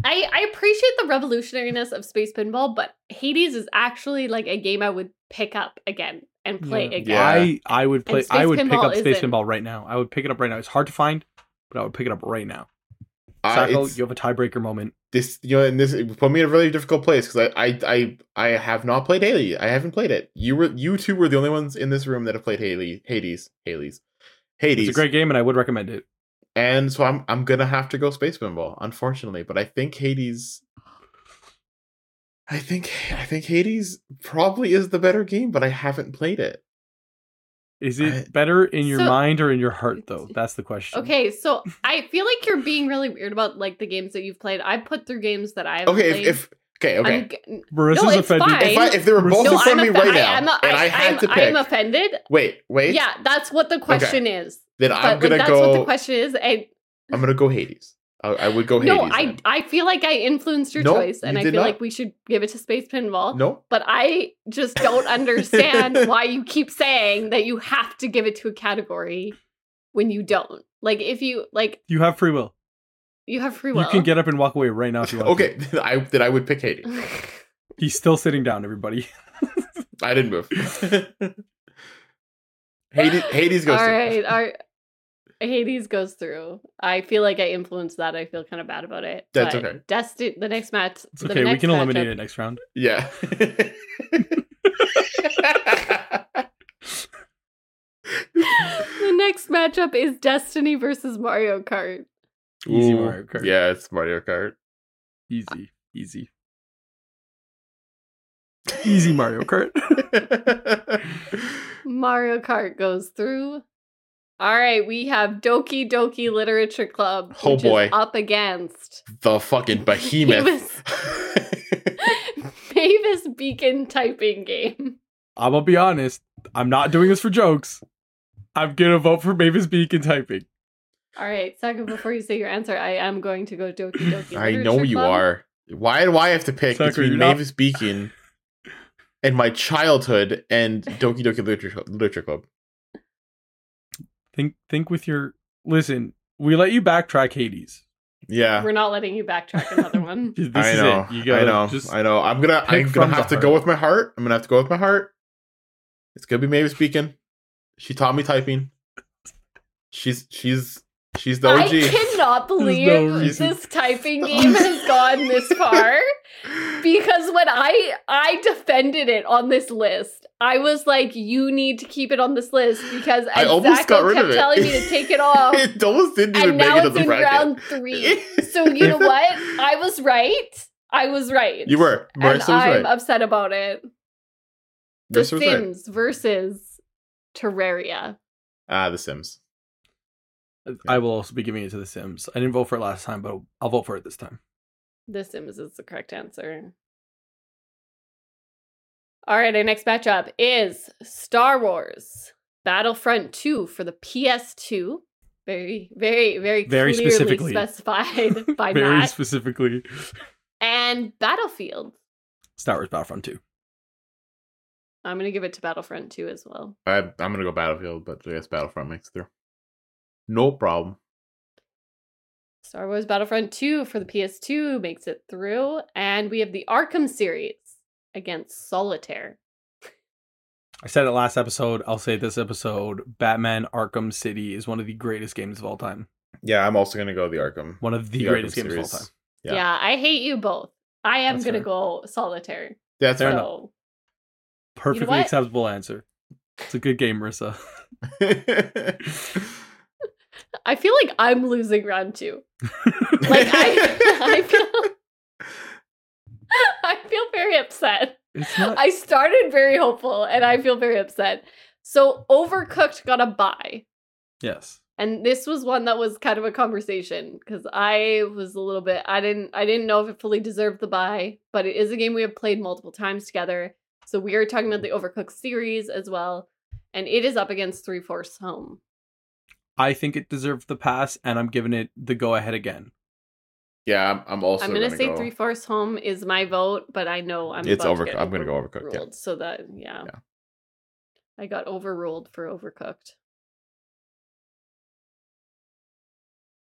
S2: I, I appreciate the revolutionariness of Space Pinball, but Hades is actually like a game I would pick up again and play
S3: Yeah.
S2: again.
S1: Yeah.
S3: I I would play.
S2: Space
S3: I would pick
S2: Pinball
S3: up Space
S2: isn't.
S3: Pinball right now. I would pick it up right now. It's hard to find, but I would pick it up right now.
S1: I,
S3: Sacco,
S1: it's-
S3: you have a tiebreaker moment.
S1: this you know, and this it put me in a really difficult place because I, I I I have not played Haley. I haven't played it. You were you two were the only ones in this room that have played Haley, Hades, Haley's, Hades.
S3: It's a great game, and I would recommend it.
S1: And so I'm I'm gonna have to go Space Pinball, unfortunately. But I think Hades. I think I think Hades probably is the better game, but I haven't played it.
S3: Is it
S1: I-
S3: better in your
S2: So-
S3: mind or in your heart, though? That's the question.
S2: Okay, so I feel like you're being really weird about like the games that you've played. I put through games that I haven't
S1: Okay,
S2: played.
S1: if, if okay, okay.
S2: I'm g-
S3: Marissa's
S2: No, it's
S3: offended.
S2: fine.
S1: if I if they were both
S3: No,
S1: in
S2: no,
S1: front
S2: I'm
S1: of me
S2: off-
S1: right
S2: I
S1: now,
S2: am- I,
S1: and I had
S2: am
S1: to pick,
S2: I'm offended.
S1: wait, wait,
S2: Yeah, that's what the question is.
S1: then
S2: But
S1: I'm
S2: like,
S1: gonna
S2: that's
S1: go.
S2: what the question is. And
S1: I'm gonna go Hades. I, I would go Hades.
S2: no, I
S1: then.
S2: I feel like I influenced your
S1: No,
S2: choice, and
S1: you
S2: I
S1: did
S2: feel
S1: not.
S2: like we should give it to Space Pinball.
S1: no.
S2: But I just don't understand why you keep saying that you have to give it to a category when you don't. Like if you like
S3: You have free will.
S2: you have free will.
S3: You can get up and walk away right now if you want.
S1: Okay, then I then I would pick Hades.
S3: To. He's still sitting down, everybody.
S1: I didn't move. Hades, Hades goes.
S2: all
S1: through.
S2: right, all right. Hades goes through. I feel like I influenced that. I feel kind of bad about it.
S1: That's
S2: But
S1: okay.
S2: Desti- the next match.
S3: It's
S2: the
S3: okay. We
S2: next
S3: can eliminate
S2: matchup-
S3: it next round.
S1: Yeah.
S2: the next matchup is Destiny versus Mario Kart.
S3: Easy
S1: Ooh,
S3: Mario Kart.
S1: Yeah, it's Mario Kart.
S3: Easy. Easy. Easy Mario Kart.
S2: Mario Kart goes through. All right, we have Doki Doki Literature Club.
S1: Oh,
S2: which is
S1: boy.
S2: up against
S1: the fucking behemoth.
S2: Mavis, Mavis Beacon typing game.
S3: I'm gonna be honest. I'm not doing this for jokes. I'm gonna vote for Mavis Beacon typing.
S2: All right, Saka, before you say your answer, I am going to go Doki Doki.
S1: I
S2: Literature
S1: know you
S2: Club.
S1: are. Why do I have to pick
S3: Sucker,
S1: between
S3: you're not-
S1: Mavis Beacon and my childhood and Doki Doki Literature, Literature Club?
S3: Think think with your listen, we let you backtrack Hades.
S1: Yeah.
S2: We're not letting you backtrack another one.
S3: This
S1: I
S3: is
S1: know.
S3: it. You gotta
S1: I know.
S3: just
S1: I know. I'm gonna.
S3: pick
S1: I'm gonna
S3: from
S1: have to
S3: the
S1: go
S3: heart.
S1: with my heart. I'm gonna have to go with my heart. It's gonna be Mavis Beacon. She taught me typing. She's she's she's the
S2: I
S1: OG.
S2: cannot believe
S3: reason.
S2: this typing game has gone this far. because when i i defended it on this list i was like you need to keep it on this list because
S1: I almost got
S2: Exacto
S1: rid
S2: kept
S1: of it.
S2: telling me to take it off
S1: it almost didn't even
S2: and
S1: make
S2: now
S1: it to
S2: it's
S1: the
S2: in
S1: bracket.
S2: round three so you know what i was right i was right
S1: you were. Marissa
S2: and
S1: was
S2: i'm
S1: right.
S2: upset about it the
S1: Marissa was right.
S2: sims versus terraria
S1: Ah, The Sims.
S3: I will also be giving it to The Sims. I didn't vote for it last time, but I'll vote for it this time.
S2: The Sims is the correct answer. All right, our next matchup is Star Wars Battlefront 2 for the PS2. Very, very, very,
S3: Very
S2: clearly
S3: specifically.
S2: specified by
S3: Very
S2: Matt.
S3: specifically.
S2: and Battlefield.
S3: Star Wars Battlefront 2.
S2: I'm gonna give it to Battlefront 2 as well.
S1: I, I'm gonna go Battlefield, but I guess Battlefront makes it through. No problem.
S2: Star Wars Battlefront 2 for the PS2 makes it through. And we have the Arkham series against Solitaire.
S3: I said it last episode. I'll say this episode Batman Arkham City is one of the greatest games of all time.
S1: Yeah, I'm also gonna go the Arkham.
S3: One of the,
S1: The Arkham
S3: greatest games
S1: series.
S3: of all time.
S1: Yeah.
S2: Yeah, I hate you both. I am
S3: That's
S2: gonna
S3: fair.
S2: go solitaire.
S1: Yeah, it's
S3: Fair
S1: fair.
S3: enough.
S2: so
S3: Perfectly
S2: what?
S3: acceptable answer. It's a good game, Marissa.
S2: I feel like I'm losing round two. Like I, I feel, I feel very upset.
S3: It's not.
S2: I started very hopeful, and I feel very upset. So overcooked got a buy.
S3: yes.
S2: and this was one that was kind of a conversation because i was a little bit i didn't i didn't know if it fully deserved the buy but it is a game we have played multiple times together so we are talking about the overcooked series as well and it is up against three fourths home
S3: I think it deserved the pass, and I'm giving it the go ahead again.
S1: yeah, I'm, I'm also
S2: i'm gonna, say
S1: go-
S2: three fourths home is my vote but i know i'm
S1: It's
S2: about
S1: over.
S2: to get
S1: I'm gonna go overcooked. Yeah.
S2: overruled so that yeah.
S1: Yeah.
S2: i got overruled for overcooked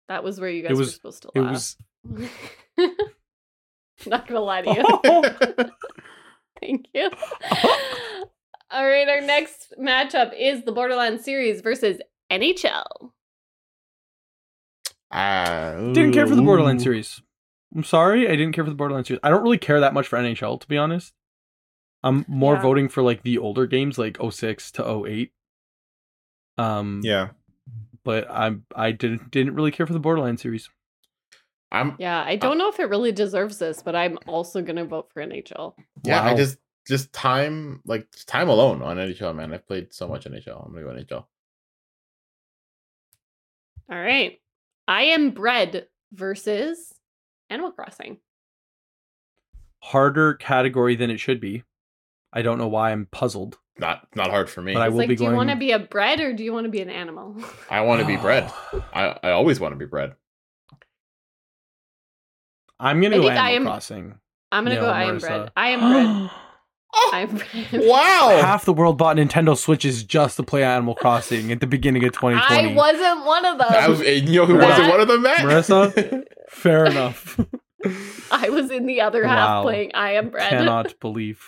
S2: that was where you guys
S3: was-
S2: were supposed to
S3: It
S2: laugh.
S3: was.
S2: Not gonna lie to you. Thank you. All right, our next matchup is the Borderlands series versus NHL.
S1: Ah,
S3: Didn't care for the
S1: ooh.
S3: Borderlands series. I'm sorry, I didn't care for the Borderlands series. I don't really care that much for NHL, to be honest. I'm more
S2: Yeah.
S3: voting for like the older games, like 06 to 08. Um,
S1: Yeah,
S3: but I I didn't didn't really care for the Borderlands series.
S1: I'm.
S2: Yeah, I don't know if it really deserves this, but I'm also gonna vote for NHL.
S1: Yeah, I
S3: Wow.
S1: just just time like just time alone on NHL. Man, I've played so much NHL. I'm gonna go NHL.
S2: All right. I am bread versus Animal Crossing.
S3: Harder category than it should be. I don't know why I'm puzzled.
S1: Not not hard for me.
S3: But I
S1: I,
S2: It's
S3: will
S2: like,
S3: be
S2: do you want to
S3: going-
S2: be a bread or do you want to be an animal?
S1: want to be bread. I I always want to be bread.
S3: I'm gonna
S2: I
S3: go
S2: think
S3: Animal
S2: I am-
S3: Crossing.
S2: I'm gonna
S3: No,
S2: go. I am
S3: Marissa.
S2: bread. I am bread. I am bread.
S1: wow.
S3: Oh. Half the world bought Nintendo Switches just to play Animal Crossing at the beginning of 2020.
S2: I wasn't one of those.
S1: That was, and you know who
S3: Matt-
S1: wasn't one of them, Matt?
S3: Marissa? Fair enough.
S2: I was in the other
S3: Wow.
S2: half playing I Am Bread.
S3: Cannot believe.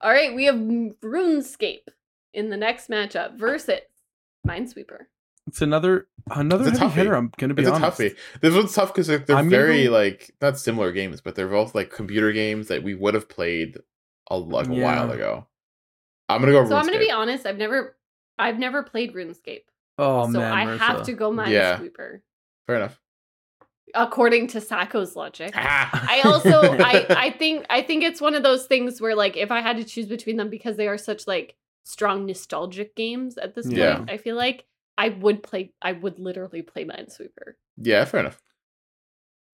S2: All right, we have RuneScape in the next matchup versus Minesweeper.
S3: It's another another
S1: It's a
S3: heavy
S1: toughie.
S3: hitter. I'm gonna be
S1: it's a
S3: honest.
S1: toughie. This one's tough because they're, they're
S3: I'm gonna
S1: very
S3: go-
S1: like not similar games, but they're both like computer games that we would have played a like a while
S3: Yeah.
S1: ago. I'm gonna
S3: Oh,
S1: go.
S2: So I'm going to be
S1: RuneScape.
S2: honest, I've never I've never played RuneScape.
S3: Oh
S2: so
S3: man,
S2: I
S3: Marissa.
S2: have to go
S1: Yeah.
S2: Minesweeper
S1: Fair enough.
S2: according to Sacco's logic.
S1: Ah.
S2: I also I I think I think it's one of those things where like if I had to choose between them because they are such like strong nostalgic games at this point,
S1: Yeah.
S2: I feel like I would play I would literally play Minesweeper.
S1: yeah, fair enough.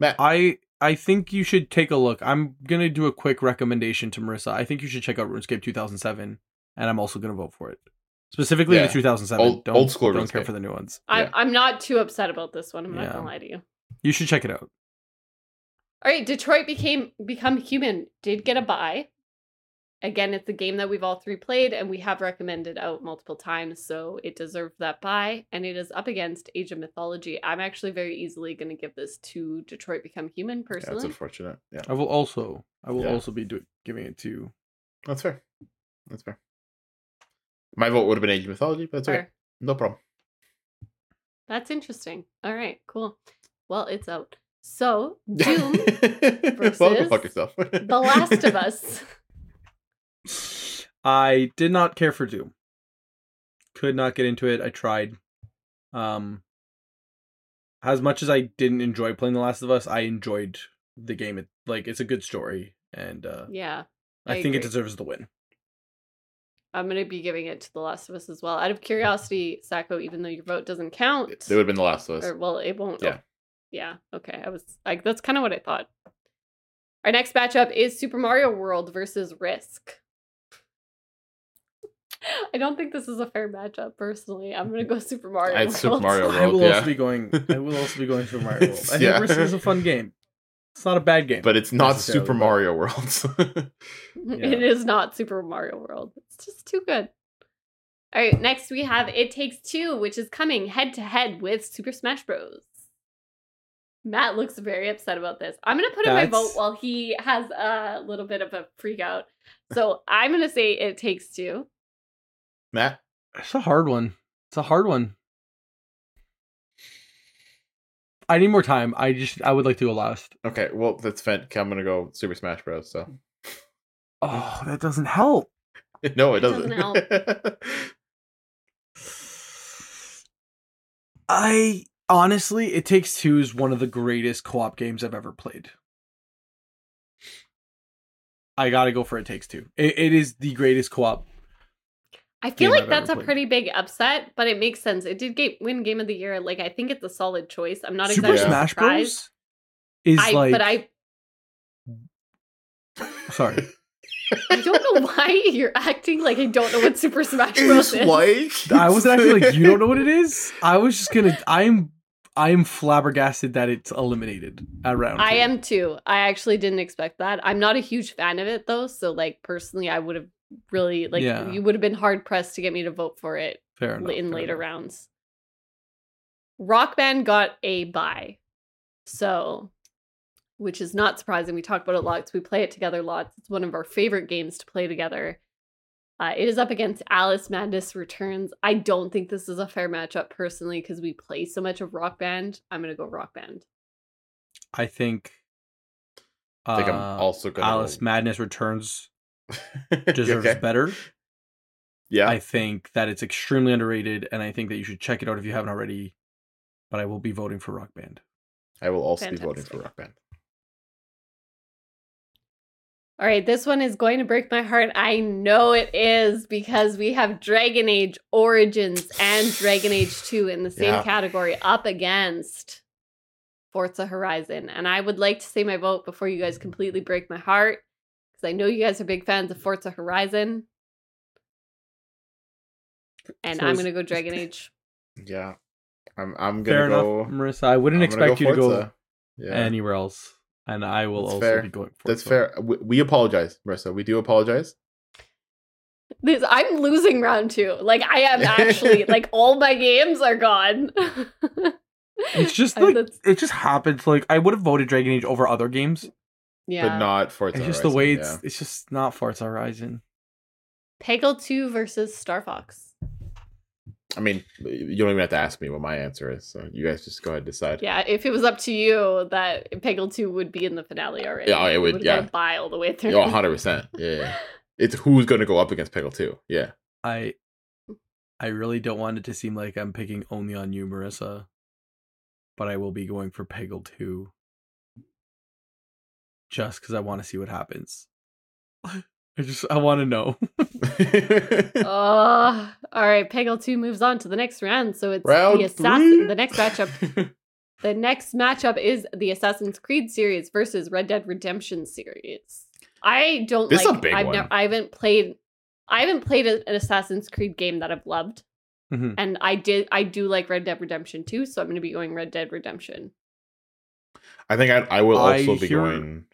S1: Matt,
S3: I I think you should take a look. I'm gonna do a quick recommendation to Marissa. I think you should check out RuneScape 2007, and I'm also gonna vote for it. Specifically
S1: Yeah.
S3: the 2007.
S1: Old-
S3: don't,
S1: old school
S3: Don't care
S1: RuneScape.
S3: for the new ones.
S1: Yeah.
S2: I, I'm not too upset about this one. I'm
S3: Yeah.
S2: not gonna lie to you.
S3: You should check it out.
S2: All right, Detroit became become human. Did get a buy. Again, it's a game that we've all three played and we have recommended out multiple times, so it deserved that buy. And it is up against Age of Mythology. I'm actually very easily going to give this to Detroit Become Human
S1: yeah, that's
S2: personally.
S1: unfortunate. Yeah,
S3: I will also I will
S1: Yeah.
S3: also be do- giving it to.
S1: that's fair. That's fair. My vote would have been Age of Mythology, but that's okay.
S2: Or-
S1: No problem.
S2: That's interesting. All right, cool. Well, it's out. So Doom,
S1: well, go
S2: versus
S1: fuck yourself.
S2: The Last of Us.
S3: I did not care for Doom. Could not get into it. I tried. Um, as much as I didn't enjoy playing The Last of Us, I enjoyed the game. It like it's a good story, and uh,
S2: Yeah,
S3: I,
S2: I
S3: think it
S2: agree.
S3: deserves the win.
S2: I'm going to be giving it to The Last of Us as well. Out of curiosity, Sacco, even though your vote doesn't count,
S1: it would have been The Last of Us.
S2: Or well, it won't.
S1: Yeah.
S2: Yeah. Okay. I was like, that's kind of what I thought. Our next matchup is Super Mario World versus Risk. I don't think this is a fair matchup. Personally, I'm gonna go Super Mario.
S1: I'd Super
S2: World.
S1: Mario
S3: I
S1: World,
S3: will
S1: yeah.
S3: also be going. I will also be going for Mario World. I think
S1: Yeah.
S3: Risk is a fun game. It's not a bad game.
S1: but it's not
S3: Necessarily,
S1: Super
S3: but-
S1: Mario World. so-
S2: It is not Super Mario World. It's just too good. All right, next we have It Takes Two, which is coming head to head with Super Smash Bros. Matt looks very upset about this. I'm going to put in my
S3: That's-
S2: vote while he has a little bit of a freak out. So I'm going to say It Takes Two.
S1: Matt,
S3: It's a hard one. It's a hard one. I need more time. I just I would like to go last.
S1: okay, well that's fine. Okay, I'm gonna go Super Smash Bros.
S2: Hmm.
S1: So
S3: Oh, that doesn't help.
S1: no, it
S2: It doesn't
S1: doesn't.
S3: I honestly, It Takes Two is one of the greatest co-op games I've ever played. I gotta go for It Takes Two. It, it is the greatest co-op.
S2: I feel
S3: Game
S2: like
S3: I've
S2: that's a
S3: ever played.
S2: pretty big upset, but it makes sense. It did ga- win Game of the Year. Like, I think it's a solid choice. I'm not
S3: Super
S2: exactly
S3: Smash
S2: surprised.
S3: Bros. is
S2: I,
S3: like.
S2: but I,
S3: sorry.
S2: I don't know why you're acting like I don't know what Super Smash Bros.
S1: It's
S2: is.
S1: like
S3: I was actually like, you don't know what it is. I was just gonna. I'm. I'm flabbergasted that it's eliminated at round.
S2: I
S3: two.
S2: am too. I actually didn't expect that. I'm not a huge fan of it though, so like personally, I would have really like
S3: Yeah.
S2: you would have been hard pressed to get me to vote for it
S3: fair
S2: l-
S3: enough,
S2: in
S3: fair
S2: later
S3: enough.
S2: rounds. Rock Band got a bye, so which is not surprising. We talk about it lots. We play it together lots. It's one of our favorite games to play together. Uh, it is up against Alice Madness Returns. I don't think this is a fair matchup personally because we play so much of Rock Band. I'm gonna go Rock Band.
S3: I think.
S1: I think
S3: uh,
S1: I'm also gonna
S3: Alice Madness Returns
S1: You
S3: deserves
S1: okay?
S3: better.
S1: Yeah.
S3: I think that it's extremely underrated, and I think that you should check it out if you haven't already. But I will be voting for Rock Band.
S1: I will also be voting
S2: Fantastic.
S1: for Rock Band.
S2: All right, this one is going to break my heart. I know it is because we have Dragon Age Origins and Dragon Age 2 in the same
S1: Yeah.
S2: category up against Forza Horizon. And I would like to say my vote before you guys completely break my heart because I know you guys are big fans of Forza Horizon. And
S3: So
S2: I'm
S3: is-
S2: going to go Dragon Age.
S1: Yeah. I'm I'm gonna
S3: Fair enough,
S1: go
S3: Marissa. I wouldn't
S1: I'm gonna
S3: expect you to
S1: Forza.
S3: go
S1: Yeah.
S3: anywhere else, and I will
S1: That's
S3: also
S1: fair.
S3: be going. for
S1: That's fair. We, we apologize, Marissa. We do apologize.
S2: This, I'm losing round two. Like, I am actually, like, all my games are gone.
S3: It's just
S2: I-
S3: like
S2: that's-
S3: it just happens. Like I would have voted Dragon Age over other games.
S2: yeah.
S1: But not Forza.
S3: it's just
S1: Horizon,
S3: the way
S1: yeah.
S3: it's. It's just not Forza Horizon.
S2: Peggle 2 versus Star Fox.
S1: I mean, you don't even have to ask me what my answer is. So you guys just go ahead and decide.
S2: Yeah, if it was up to you, that Peggle 2 would be in the finale already.
S1: Yeah, it would,
S2: would've
S1: yeah.
S2: gone by all the way through.
S1: Oh, 100%. Yeah, Yeah. It's who's going to go up against Pickle 2. Yeah.
S3: I, I really don't want it to seem like I'm picking only on you, Marissa. But I will be going for Peggle Two. Just because I want to see what happens. I just I want to know.
S2: Oh, all right. Peggle 2 moves on to the next round. So it's
S1: Round
S2: the assassin.
S1: three.
S2: The next matchup. The next matchup is the Assassin's Creed series versus Red Dead Redemption series. I don't
S1: This is a
S2: like.
S1: big
S2: I've
S1: one.
S2: never. I haven't played. I haven't played a- an Assassin's Creed game that I've loved,
S3: Mhm.
S2: and I did. I do like Red Dead Redemption 2, so I'm going to be going Red Dead Redemption.
S1: I think I, I will
S3: I
S1: also be
S3: hear-
S1: going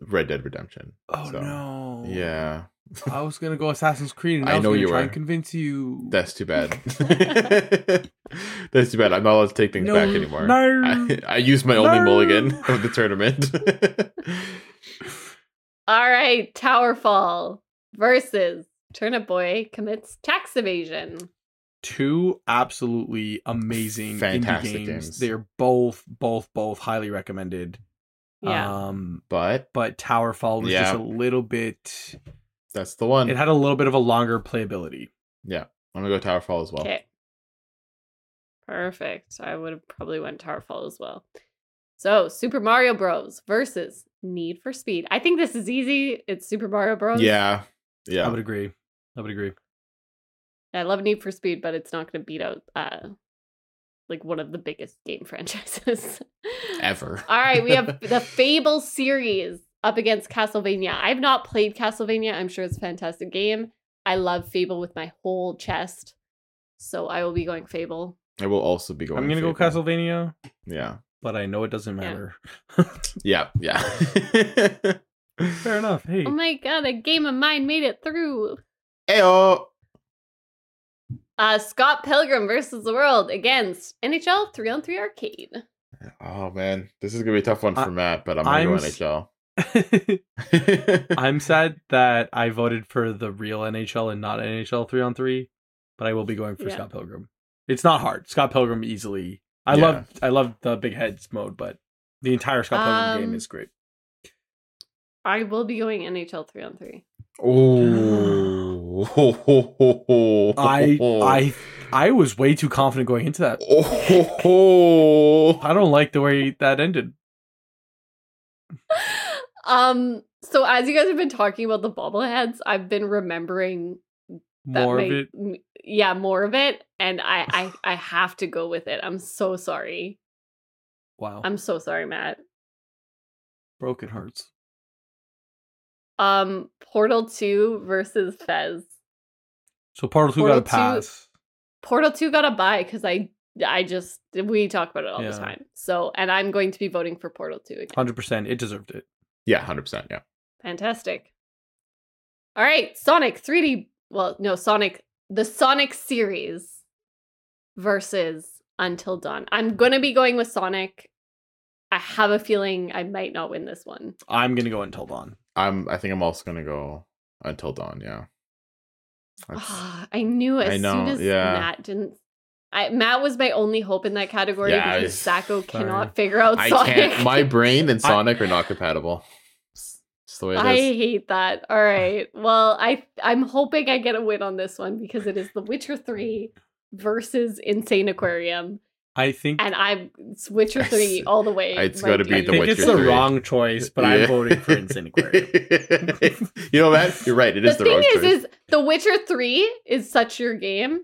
S1: Red Dead Redemption.
S3: Oh
S1: So,
S3: no!
S1: Yeah.
S3: I was gonna go Assassin's Creed, and I,
S1: I
S3: was
S1: know
S3: gonna
S1: you
S3: try
S1: were.
S3: and convince you.
S1: That's too bad. That's too bad. I'm not allowed to take things
S3: No,
S1: back anymore.
S3: no,
S1: I, I used my only
S3: no.
S1: mulligan of the tournament.
S2: All right, Towerfall versus Turnip Boy commits tax evasion.
S3: two absolutely amazing
S1: Fantastic
S3: indie games.
S1: games.
S3: They're both both both highly recommended.
S2: Yeah,
S1: Ah,
S3: Um
S1: but
S3: but Towerfall was just
S1: Yeah.
S3: a little bit
S1: that's the one.
S3: it had a little bit of a longer playability.
S1: I'm going to go Towerfall as well.
S2: Okay. Perfect. I would have probably went Towerfall as well. So Super Mario Bros. versus Need for Speed. I think this is easy. It's Super Mario Bros.
S1: Yeah.
S3: I
S1: Yeah.
S3: would agree. I would agree.
S2: I love Need for Speed, but it's not going to beat out uh like one of the biggest game franchises
S1: Ever.
S2: All right, we have the Fable series up against Castlevania. I've not played Castlevania. I'm sure it's a fantastic game. I love Fable with my whole chest. So I will be going Fable.
S1: I will also be going.
S3: I'm gonna go
S1: Fable.
S3: Castlevania.
S1: Yeah.
S3: but I know it doesn't matter.
S1: Yeah, yeah.
S3: Fair enough. Hey,
S2: Oh my god, a game of mine made it through.
S1: Ayo.
S2: Uh, Scott Pilgrim versus the World against NHL 3 on 3 Arcade.
S1: Oh man, this is gonna be a tough one for
S3: I-
S1: Matt, but I'm gonna
S3: I'm
S1: go
S3: s-
S1: NHL.
S3: I'm sad that I voted for the real NHL and not NHL three on three, but I will be going for
S2: Yeah.
S3: Scott Pilgrim. It's not hard. Scott Pilgrim easily. I
S1: Yeah.
S3: love I love the big heads mode, but the entire Scott Pilgrim
S2: Um,
S3: game is great.
S2: I will be going NHL 3 on 3.
S1: oh,
S3: I I I was way too confident going into that.
S1: Oh,
S3: I don't like the way that ended.
S2: Um, so as you guys have been talking about the bobbleheads, I've been remembering that
S3: More of
S2: my-
S3: it.
S2: m- Yeah, more of it, and I, I I have to go with it. I'm so sorry.
S3: Wow.
S2: I'm so sorry, Matt.
S3: Broken hearts.
S2: Um, Portal 2 versus Fez.
S3: So Portal Two got
S2: Portal
S3: a
S2: two-
S3: pass.
S2: Portal 2 got a buy because I I just we talk about it all the
S3: Yeah.
S2: time. So and I'm going to be voting for Portal 2 again.
S3: Hundred percent. It deserved it.
S1: yeah, hundred percent. Yeah,
S2: Fantastic. All right, Sonic 3D. Well, no, Sonic the Sonic series versus Until Dawn. I'm gonna be going with Sonic. I have a feeling I might not win this one.
S3: I'm gonna go until dawn.
S1: I'm. I think I'm also gonna go until dawn. Yeah. That's-
S2: Ah, I knew as
S1: I
S2: soon
S1: know,
S2: as
S1: yeah.
S2: Matt didn't. I, Matt was my only hope in that category
S1: Yeah, I
S2: because
S1: was-
S2: Sacco
S3: sorry.
S2: cannot figure out
S1: I
S2: Sonic.
S1: can't. My brain and
S3: I-
S1: Sonic are not compatible. It's just the way
S2: I
S1: it is.
S2: hate that. All right. Well, I I'm hoping I get a win on this one because it is The Witcher 3 versus Insane Aquarium.
S3: I think
S2: And I'm it's Witcher 3 all the way.
S1: It's
S2: my
S1: gotta
S3: I
S1: be
S2: dude.
S1: The
S3: think
S1: Witcher
S3: it's the
S1: 3.
S3: wrong choice, but
S1: Yeah.
S3: I'm voting for Insane Aquarium.
S1: you know, Matt, you're right. It
S2: The
S1: is the,
S2: thing
S1: wrong
S2: is,
S1: choice.
S2: is The Witcher 3 is such your game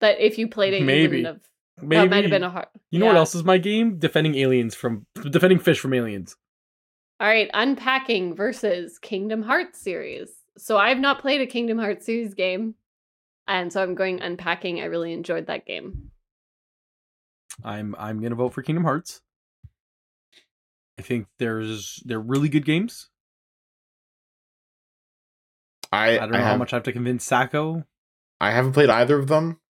S2: that if you played it, you
S3: Maybe.
S2: wouldn't have.
S3: Maybe
S2: That might have been a hard.
S3: you know what
S2: yeah.
S3: else is my game? Defending aliens from defending fish from aliens.
S2: All right, unpacking versus Kingdom Hearts series. So I've not played a Kingdom Hearts series game, and so I'm going unpacking. I really enjoyed that game.
S3: I'm I'm gonna vote for Kingdom Hearts. I think there's they're really good games.
S1: I,
S3: I don't know how
S1: have-
S3: much I have to convince Sacco.
S1: I haven't played either of them.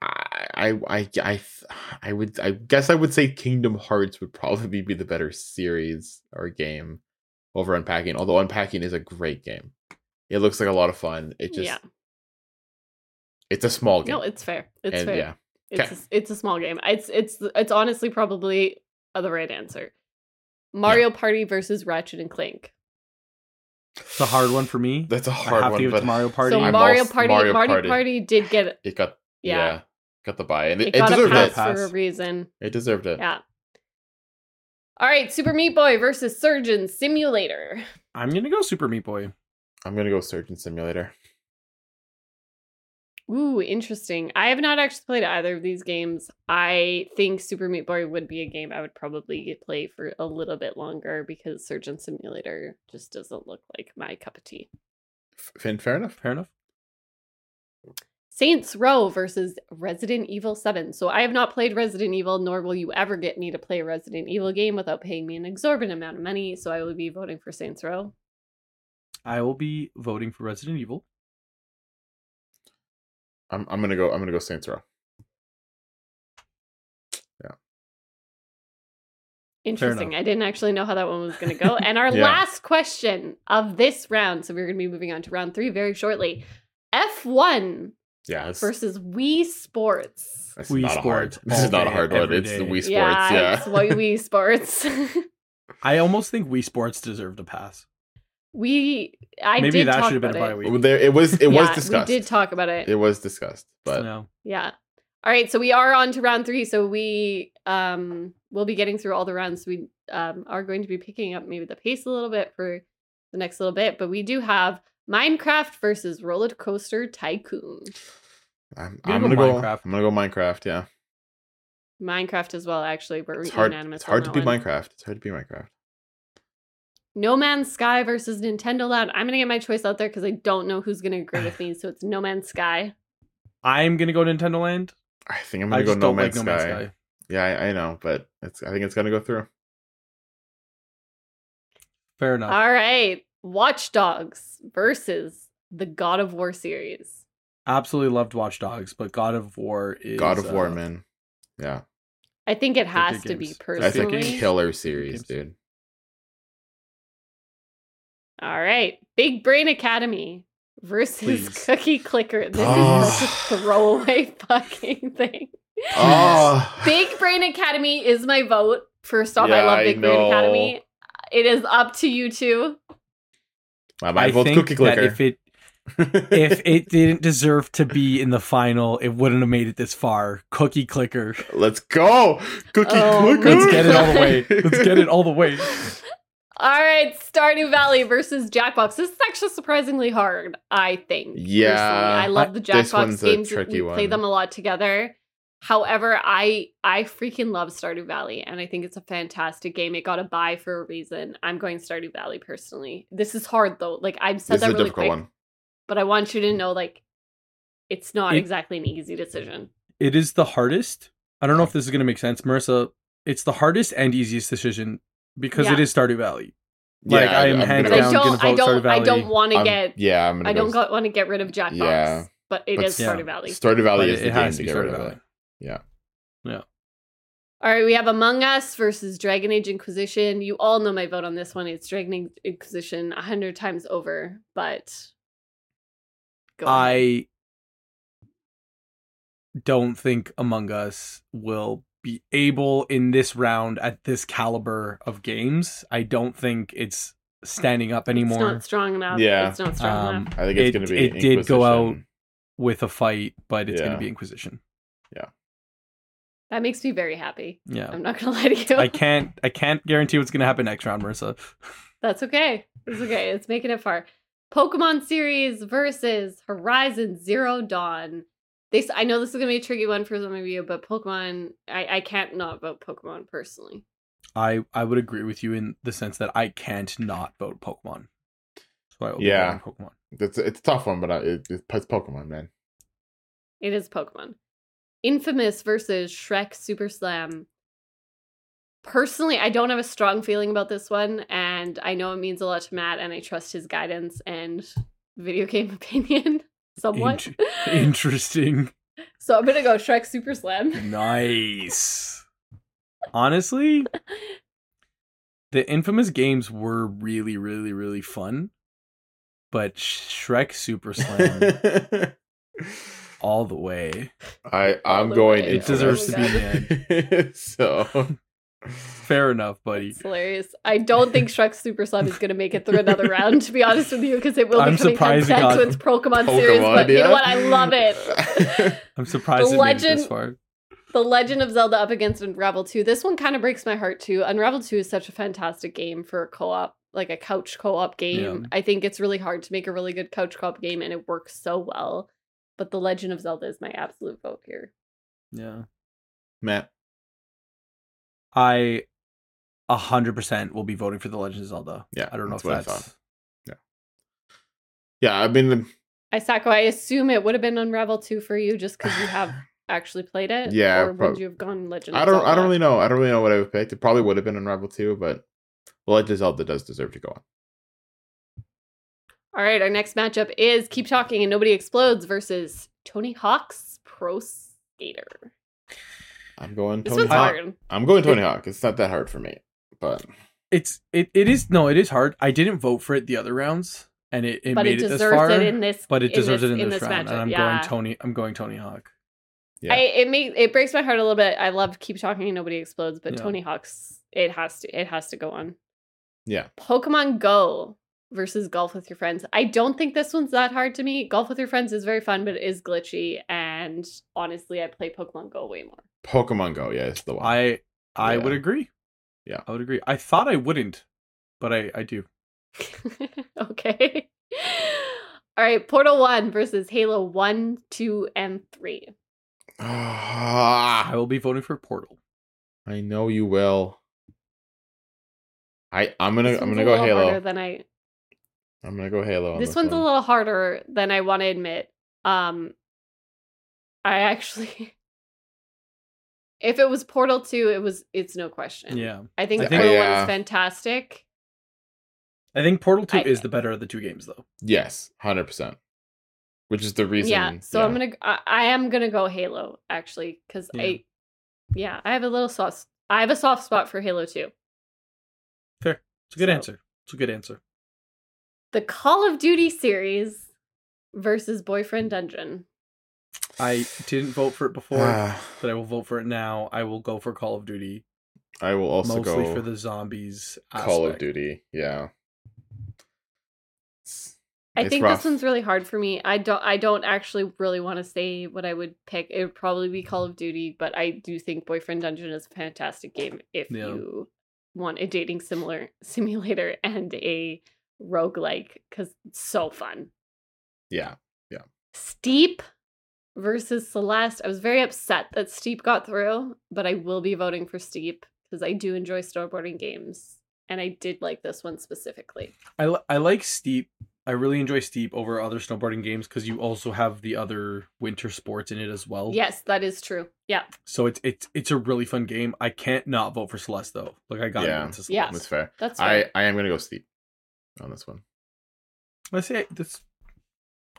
S1: I I I I, th- I would I guess I would say Kingdom Hearts would probably be the better series or game over Unpacking. Although Unpacking is a great game, it looks like a lot of fun. It just
S2: yeah,
S1: it's a small game.
S2: no, it's fair. It's
S1: and
S2: fair.
S1: yeah,
S2: It's
S1: Okay.
S2: a, it's a small game. It's it's it's honestly probably the right answer. Mario Party versus Ratchet and Clank.
S3: It's a hard one for me.
S1: that's a
S3: I
S1: hard
S3: have to
S1: one.
S3: give it
S1: But
S3: to Mario Party.
S2: So
S1: I'm
S2: Mario
S1: also-
S2: Party,
S1: Mario
S2: Mario
S1: Party.
S2: Party, did get
S1: it got yeah.
S2: yeah,
S1: got the buy and
S2: it,
S1: it, it,
S2: got a
S1: deserved
S2: pass,
S1: it.
S2: for a
S3: Pass.
S2: reason.
S1: It deserved it.
S2: Yeah. All right, Super Meat Boy versus Surgeon Simulator.
S3: I'm gonna go Super Meat Boy.
S1: I'm gonna go Surgeon Simulator.
S2: Ooh, interesting. I have not actually played either of these games. I think Super Meat Boy would be a game I would probably play for a little bit longer because Surgeon Simulator just doesn't look like my cup of tea.
S1: F- Finn, fair enough.
S3: Fair enough.
S2: Saints Row versus Resident Evil 7. So I have not played Resident Evil, nor will you ever get me to play a Resident Evil game without paying me an exorbitant amount of money. So I will be voting for Saints Row.
S3: I will be voting for Resident Evil.
S1: I'm I'm gonna go. I'm gonna go Saints Row.
S2: Interesting.
S3: enough.
S2: I didn't actually know how that one was going to go. And our
S1: Yeah.
S2: last question of this round. So we're going to be moving on to round three very shortly. F1
S1: Yeah, it's,
S2: versus Wii Sports.
S1: it's
S3: Wii
S1: not a hard.
S3: Sports
S1: This is
S3: all
S1: not a
S3: day,
S1: hard one.
S3: every
S1: It's the
S3: day.
S1: Wii Sports.
S2: yeah, it's
S1: yeah.
S2: Wii Wii Sports.
S3: I almost think Wii Sports deserved a pass.
S2: we, I
S3: Maybe
S2: did
S3: that
S2: talk
S3: should have been a
S2: about
S3: bye
S2: it.
S3: week.
S1: Well, There, it was. It was
S2: Yeah,
S1: discussed.
S2: We did talk about it.
S1: It was discussed, but
S3: no.
S2: Yeah. All right, so we are on to round three. So we um will be getting through all the rounds. We um are going to be picking up maybe the pace a little bit for the next little bit, but we do have Minecraft versus Roller Coaster Tycoon.
S1: I'm,
S3: Gonna
S1: I'm
S3: go
S1: gonna go.
S3: Minecraft.
S1: I'm gonna go Minecraft. Yeah,
S2: Minecraft as well, actually. We're
S1: it's hard.
S2: unanimous.
S1: It's hard to
S2: on
S1: be
S2: that one.
S1: Minecraft. It's hard to be Minecraft.
S2: No Man's Sky versus Nintendo Land. I'm gonna get my choice out there because I don't know who's gonna agree with me. So it's No Man's Sky.
S3: I'm gonna go Nintendo Land.
S1: I think I'm
S3: I
S1: gonna go
S3: just
S1: No
S3: don't
S1: Man's,
S3: like No Man's
S1: Sky.
S3: Sky.
S1: Yeah, I, I know, but it's. I think it's gonna go through.
S3: Fair
S1: Uh.
S3: enough.
S2: All right. Watch Dogs versus the God of War series.
S3: Absolutely loved Watch Dogs, but God of War is
S1: God of War,
S3: uh,
S1: man. Yeah,
S2: I think it has
S3: good
S2: to be
S3: games. They're
S1: that's a
S3: good games.
S2: personally.
S1: killer series,
S3: games.
S1: dude.
S2: All right. Big Brain Academy versus
S3: Please.
S2: Cookie Clicker. This is such
S1: Oh.
S2: a throwaway fucking thing.
S1: Oh,
S2: Big Brain Academy is my vote. First off, I
S1: Yeah,
S2: love
S1: I
S2: Big Brain
S1: know.
S2: Academy. It is up to you two.
S1: I
S3: I
S1: might vote
S3: think
S1: Cookie
S3: that
S1: Clicker.
S3: if it if it didn't deserve to be in the final, it wouldn't have made it this far. Cookie Clicker.
S1: Let's go, Cookie
S2: Oh
S1: Clicker.
S2: my
S3: Let's get it all the way. Let's get it all the way.
S2: All right, Stardew Valley versus Jackbox. This is actually surprisingly hard, I think.
S1: Yeah.
S2: personally. I love the
S1: This
S2: Jackbox
S1: one's a
S2: games.
S1: tricky
S2: we play
S1: one.
S2: them a lot together. However, I I freaking love Stardew Valley, and I think it's a fantastic game. It got a buy for a reason. I'm going Stardew Valley personally. This is hard though. Like I've said
S1: This is
S2: that
S1: a
S2: really
S1: difficult
S2: quick,
S1: one. Mm.
S2: but I want you to know, like, it's not
S3: It-
S2: exactly an easy decision.
S3: It is the hardest. I don't know if this is gonna make sense, Marissa. It's the hardest and easiest decision because it
S2: Yeah.
S3: is Stardew Valley. Like, I am
S1: I'm
S3: hands
S2: But
S1: gonna
S2: I
S3: down
S1: go-
S2: don't,
S3: gonna
S2: I
S3: vote Stardew
S2: don't, I
S3: Valley.
S2: don't want to
S1: I'm-
S2: get,
S1: Yeah, I'm gonna.
S2: I don't
S1: go,
S2: go, want to get rid of Jackbox,
S1: Yeah.
S2: but it
S1: But
S2: is
S3: yeah.
S2: Stardew Valley.
S1: Stardew
S3: But
S1: Valley
S3: it,
S1: is the
S3: it
S1: game
S3: has
S1: to
S3: to be
S1: get rid
S3: Stardew
S1: of
S3: Valley.
S1: it. Yeah.
S2: All right, we have Among Us versus Dragon Age Inquisition. You all know my vote on this one. It's Dragon Age Inquisition a hundred times over, but go on.
S3: I don't think Among Us will be able in this round at this caliber of games. I don't think it's standing up
S2: it's
S3: anymore
S2: not strong enough.
S1: Yeah.
S2: it's not strong
S3: um,
S2: enough.
S1: I think it's
S3: It-
S1: gonna be.
S3: it did go out.
S1: Inquisition.
S3: with a fight, but it's going
S1: Yeah.
S3: to be Inquisition.
S2: That makes me very happy.
S3: Yeah.
S2: I'm not gonna lie to you.
S3: oh. I can't I can't guarantee what's going to happen next round, Marissa.
S2: That's okay. It's okay. It's making it far. Pokemon series versus Horizon Zero Dawn. This I know this is gonna be a tricky one for some of you, but Pokemon. I I can't not vote Pokemon personally.
S3: I I would agree with you in the sense that I can't not vote Pokemon. So I will be
S1: Yeah.
S3: voting Pokemon.
S1: It's it's a tough one, but I, it, it's Pokemon, man.
S2: It is Pokemon. Infamous versus Shrek Super Slam. Personally, I don't have a strong feeling about this one, and I know it means a lot to Matt, and I trust his guidance and video game opinion somewhat.
S3: Interesting.
S2: so I'm gonna go Shrek Super Slam.
S3: nice. Honestly, the infamous games were really really really fun, but Shrek Super Slam all the way.
S1: I
S2: All
S1: I'm
S2: the
S1: going.
S2: way.
S3: It deserves to be
S1: be. so
S3: Fair enough, buddy.
S2: It's hilarious. I don't think Shrek Super Slam is gonna make it through another round, to be honest with you, because it will be
S3: I'm
S2: coming
S3: surprised it
S2: to
S3: got
S2: its Pokemon, series. But you
S1: yeah.
S2: know what? I love it.
S3: I'm surprised
S2: The
S3: it made it this
S2: legend-
S3: far.
S2: The Legend of Zelda up against Unravel 2. This one kind of breaks my heart too. Unravel 2 is such a fantastic game for a co-op, like a couch co-op game.
S3: Yeah.
S2: I think it's really hard to make a really good couch co-op game and it works so well. But The Legend of Zelda is my absolute vote here.
S3: Yeah.
S1: Matt.
S3: I a hundred percent will be voting for the Legend of Zelda.
S1: Yeah,
S3: I don't know
S1: that's
S3: if
S1: what I
S3: that's
S1: Yeah, I mean,
S2: Isako, I assume it would have been Unravel 2 for you just because you have actually played it.
S1: Yeah,
S2: Or would
S1: prob-
S2: you have gone Legend
S1: I
S2: of
S1: don't I
S2: Zelda?
S1: don't really know. I don't really know what I would pick. It probably would have been Unravel two, but Legend of Zelda does deserve to go on.
S2: All right, our next matchup is Keep Talking and Nobody Explodes versus Tony Hawk's Pro Skater.
S1: I'm going
S2: This
S1: Tony
S2: one's
S1: Hawk.
S2: hard.
S1: I'm going Tony Hawk. It's not that hard for me, but
S3: it's it, it is no, it is hard. I didn't vote for it the other rounds and it, it
S2: but
S3: made
S2: it
S3: it this
S2: deserves
S3: far.
S2: it in this.
S3: but it deserves
S2: this,
S3: it in this, round.
S2: matchup,
S3: and I'm
S2: yeah.
S3: going Tony I'm going Tony Hawk.
S1: Yeah.
S2: I, it makes it breaks my heart a little bit. I love keep talking and nobody explodes, but
S3: Yeah.
S2: Tony Hawk's it has to it has to go on.
S1: yeah,
S2: Pokemon Go versus Golf with Your Friends. I don't think this one's that hard to me. Golf with Your Friends is very fun, but it is glitchy. And honestly, I play Pokemon Go way more.
S1: Pokemon Go. Yeah, it's the one.
S3: I I
S1: Yeah.
S3: would agree.
S1: Yeah.
S3: I would agree. I thought I wouldn't, but I, I do.
S2: okay. All right, Portal 1 versus Halo 1, 2, and 3.
S1: Ah,
S3: I will be voting for Portal.
S1: I know you will. I I'm gonna
S2: This
S1: I'm
S2: one's
S1: gonna
S2: a
S1: go
S2: little
S1: Halo.
S2: harder than I
S1: I'm gonna go Halo. On
S2: this one's
S1: one.
S2: a little harder than I want to admit. Um, I actually, If it was Portal 2, it was it's no question.
S3: Yeah.
S2: I think
S3: I think-
S2: Portal
S1: Yeah.
S2: 1 is fantastic.
S3: I think Portal 2
S2: I-
S3: is the better of the two games, though.
S1: Yes, hundred percent. Which is the reason.
S2: yeah. So I'm gonna I, I am gonna go Halo actually because
S3: Yeah.
S2: I yeah I have a little soft I have a soft spot for Halo 2.
S3: It's a good
S2: So-
S3: answer. It's a good answer.
S2: The Call of Duty series versus Boyfriend Dungeon.
S3: I didn't vote for it before,
S1: Ah,
S3: but I will vote for it now. I will go for Call of Duty,
S1: I will also
S3: mostly
S1: go
S3: for the zombies.
S1: Call of
S3: aspect.
S1: Duty. Yeah.
S2: I
S1: It's
S2: think
S1: rough.
S2: this one's really hard for me. I don't I don't actually really want to say what I would pick. It would probably be Call of Duty, but I do think Boyfriend Dungeon is a fantastic game if
S3: Yeah.
S2: you want a dating similar simulator and a roguelike cuz it's so fun.
S1: Yeah.
S2: Steep versus Celeste. I was very upset that Steep got through, but I will be voting for Steep cuz I do enjoy snowboarding games and I did like this one specifically.
S3: I, li- I like steep. I really enjoy steep over other snowboarding games because you also have the other winter sports in it as
S1: Oh.
S3: well.
S2: Yes, that is true. Yeah.
S3: So it's it's it's a really fun game. I can't not vote for Celeste though. Like I got
S1: Yeah.
S3: into Celeste.
S2: Yeah.
S1: That's fair.
S2: That's
S1: I
S2: fair.
S1: I am gonna go steep on this one.
S3: Let's say this.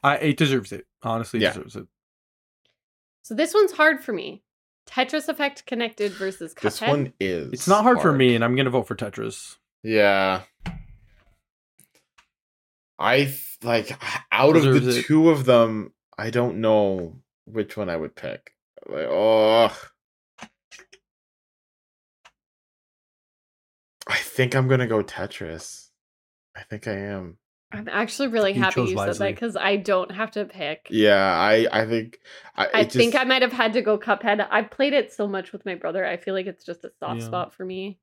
S3: I it deserves it. Honestly, it
S1: Yeah.
S3: deserves it.
S2: So this one's hard for me. Tetris Effect connected versus Cuphead.
S1: This one is.
S3: It's not hard, for me, and I'm gonna vote for Tetris.
S1: Yeah. I th- like out of
S3: Deserves
S1: the
S3: it.
S1: two of them, I don't know which one I would pick. Like, oh. I think I'm gonna go Tetris. I think I am.
S2: I'm actually really
S3: You
S2: happy
S3: chose
S2: you said
S3: wisely.
S2: that because I don't have to pick.
S1: Yeah, I I think I,
S2: I
S1: it just-
S2: think I might have had to go Cuphead. I've played it so much with my brother. I feel like it's just a soft
S3: Yeah.
S2: spot for me.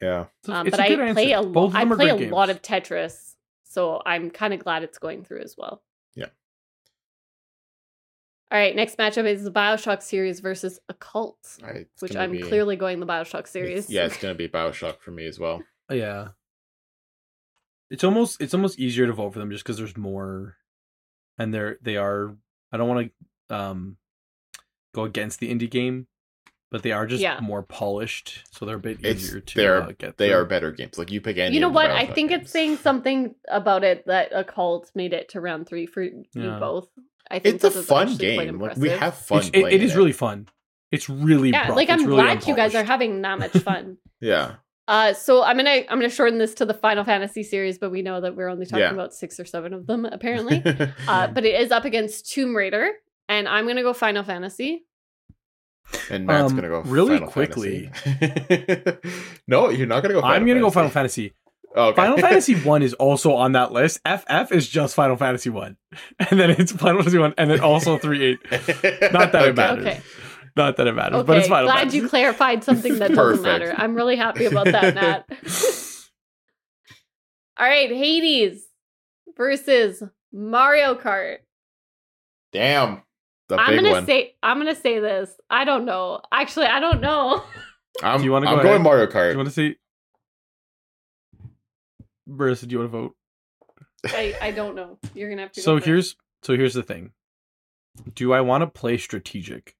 S1: Yeah,
S3: It's a-
S2: Um,
S3: it's
S2: but
S3: a
S2: I
S3: good
S2: play
S3: answer.
S2: a
S3: Both
S2: lot.
S3: of
S2: I
S3: them are
S2: play a
S3: good games.
S2: lot of Tetris, so I'm kind of glad it's going through as well.
S1: Yeah.
S2: All right. Next matchup is the Bioshock series versus Occult,
S1: I, it's
S2: which
S1: gonna
S2: I'm
S1: be-
S2: clearly going the Bioshock series.
S1: it's- Yeah, it's gonna be Bioshock for me as well.
S3: Yeah. It's almost it's almost easier to vote for them just because there's more, and they're they are. I don't want to um go against the indie game, but they are just
S2: Yeah.
S3: more polished, so they're a bit
S1: It's-
S3: easier to
S1: they're-
S3: uh, get.
S1: They
S3: through.
S1: are better games. Like you pick any.
S2: you know
S1: of the
S2: what? I
S1: Bioshock
S2: think it's
S1: games.
S2: saying something about it that occult made it to round three for you
S3: Yeah.
S2: both. I think
S1: It's a
S2: this is
S1: fun
S2: actually quite
S1: game. Like we
S2: impressive.
S1: have fun.
S3: It's, it, it
S1: playing
S3: is really fun. It's really
S2: yeah.
S3: rough.
S2: Like
S3: It's
S2: I'm
S3: really
S2: glad you guys are
S3: unpolished.
S2: having that much fun.
S1: Yeah.
S2: uh, so I'm gonna I'm gonna shorten this to the Final Fantasy series, but we know that we're only talking
S1: Yeah.
S2: about six or seven of them apparently. uh, but it is up against Tomb Raider, and I'm gonna go Final Fantasy.
S1: And Matt's
S3: Um,
S1: gonna go
S3: really
S1: Final Fantasy. no, you're not gonna go. Final
S3: I'm gonna go Final
S1: Fantasy.
S3: Fantasy.
S1: Oh, okay.
S3: Final Fantasy One is also on that list. FF is just Final Fantasy One, and then it's Final Fantasy One, and then also three eight. Not that it matters.
S2: Okay.
S3: Not that it matters,
S2: Okay,
S3: but it's Final
S2: glad
S3: Fantasy.
S2: you clarified something that doesn't
S1: Perfect.
S2: matter. I'm really happy about that, Matt. All right, Hades versus Mario Kart.
S1: Damn, the
S2: I'm
S1: big
S2: gonna
S1: one.
S2: say I'm gonna say this. I don't know. Actually, I don't know.
S1: I'm,
S3: Do you wanna
S1: I'm
S3: go
S1: going
S3: ahead?
S1: Mario
S3: Do
S1: Kart.
S3: you want to see? Marissa, do you want to vote?
S2: I, I don't know. You're gonna have to.
S3: So
S2: go first.
S3: here's so here's the thing. Do I want to play strategic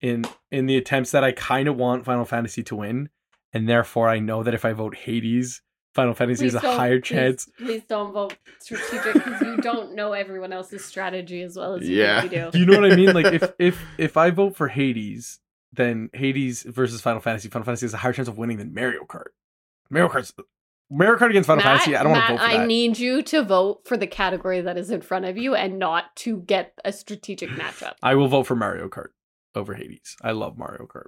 S3: in in the attempts that I kind of want Final Fantasy to win, and therefore I know that if I vote Hades, Final Fantasy
S2: Please
S3: has a
S2: don't-
S3: higher
S2: please-
S3: chance.
S2: Please don't vote strategic because you don't know everyone else's strategy as well as you
S1: Yeah.
S2: think you do.
S3: You know what I mean? Like if if if I vote for Hades, then Hades versus Final Fantasy, Final Fantasy has a higher chance of winning than Mario Kart. Mario Kart's Mario Kart against Final
S2: Matt,
S3: Fantasy. I don't want
S2: Matt,
S3: to vote for
S2: I
S3: that.
S2: need you to vote for the category that is in front of you and not to get a strategic matchup.
S3: I will vote for Mario Kart over Hades. I love Mario Kart.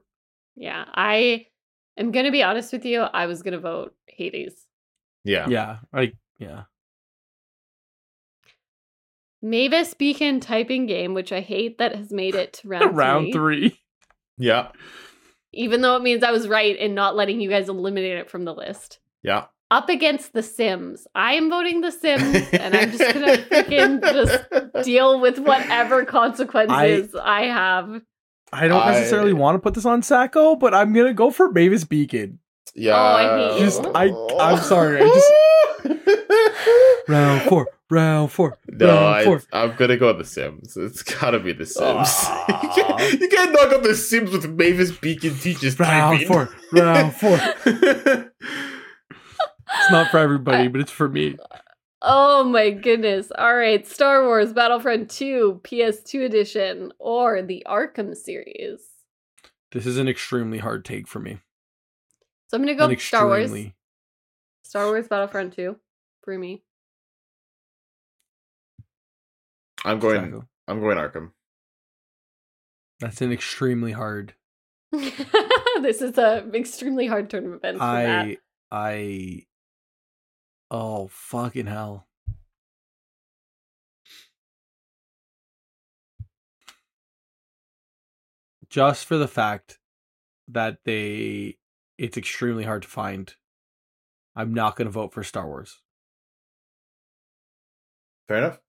S2: Yeah, I am gonna be honest with you. I was gonna vote Hades.
S1: yeah.
S3: Yeah, like yeah.
S2: Mavis Beacon typing game, which I hate that has made it to round,
S3: Round
S2: three,
S3: three.
S1: yeah,
S2: Even though it means I was right in not letting you guys eliminate it from the list.
S1: yeah,
S2: Up against The Sims. I am voting The Sims, and I'm just gonna freaking just deal with whatever consequences I, have.
S3: I don't
S1: I-
S3: necessarily want to put this on Sacco, but I'm gonna go for Mavis Beacon.
S1: Yeah.
S2: Oh, I hate you.
S3: Just- I- I'm sorry, I
S1: just
S3: Round four. round four.
S1: No,
S3: round
S1: I,
S3: four.
S1: I'm gonna go with The Sims. It's gotta be The Sims. you,
S3: Aw.
S1: can't, you can't knock out The Sims with Mavis Beacon teaches
S3: Round
S1: typing.
S3: four. Round four. It's not for everybody, but it's for me.
S2: Oh my goodness. All right. Star Wars Battlefront 2 PS2 edition or the Arkham series.
S3: This is an extremely hard take for me.
S2: So I'm going to
S3: An
S2: go Star Wars.
S3: extremely.
S2: Star Wars Battlefront 2 for me.
S1: I'm going. I'm going Arkham.
S3: That's an extremely hard.
S2: this is a extremely hard turn of events. for that.
S3: I I Oh fucking hell. Just for the fact that they it's extremely hard to find. I'm not going to vote for Star Wars.
S1: Fair enough.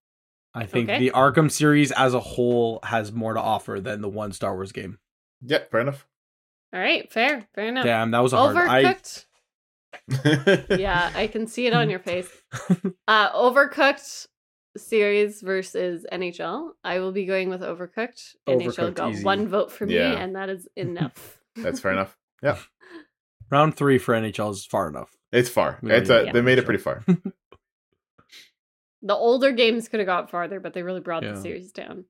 S3: I think
S2: Okay.
S3: the Arkham series as a whole has more to offer than the one Star Wars game.
S1: Yeah, fair enough.
S2: All right. Fair. Fair enough.
S3: Damn, that was a hard. I
S2: Overcooked. yeah, I can see it on your face. Uh, Overcooked series versus NHL. I will be going with Overcooked. NHL
S3: Overcooked,
S2: got
S3: easy.
S2: one vote for me,
S1: Yeah.
S2: and that is enough.
S1: That's fair enough.
S3: round 3 for NHL is far enough.
S1: It's far.
S3: We
S1: It's
S3: already
S1: uh
S3: did
S1: They made it
S3: NHL.
S1: pretty far.
S2: The older games could have got farther, but they really brought
S3: Yeah.
S2: the series down.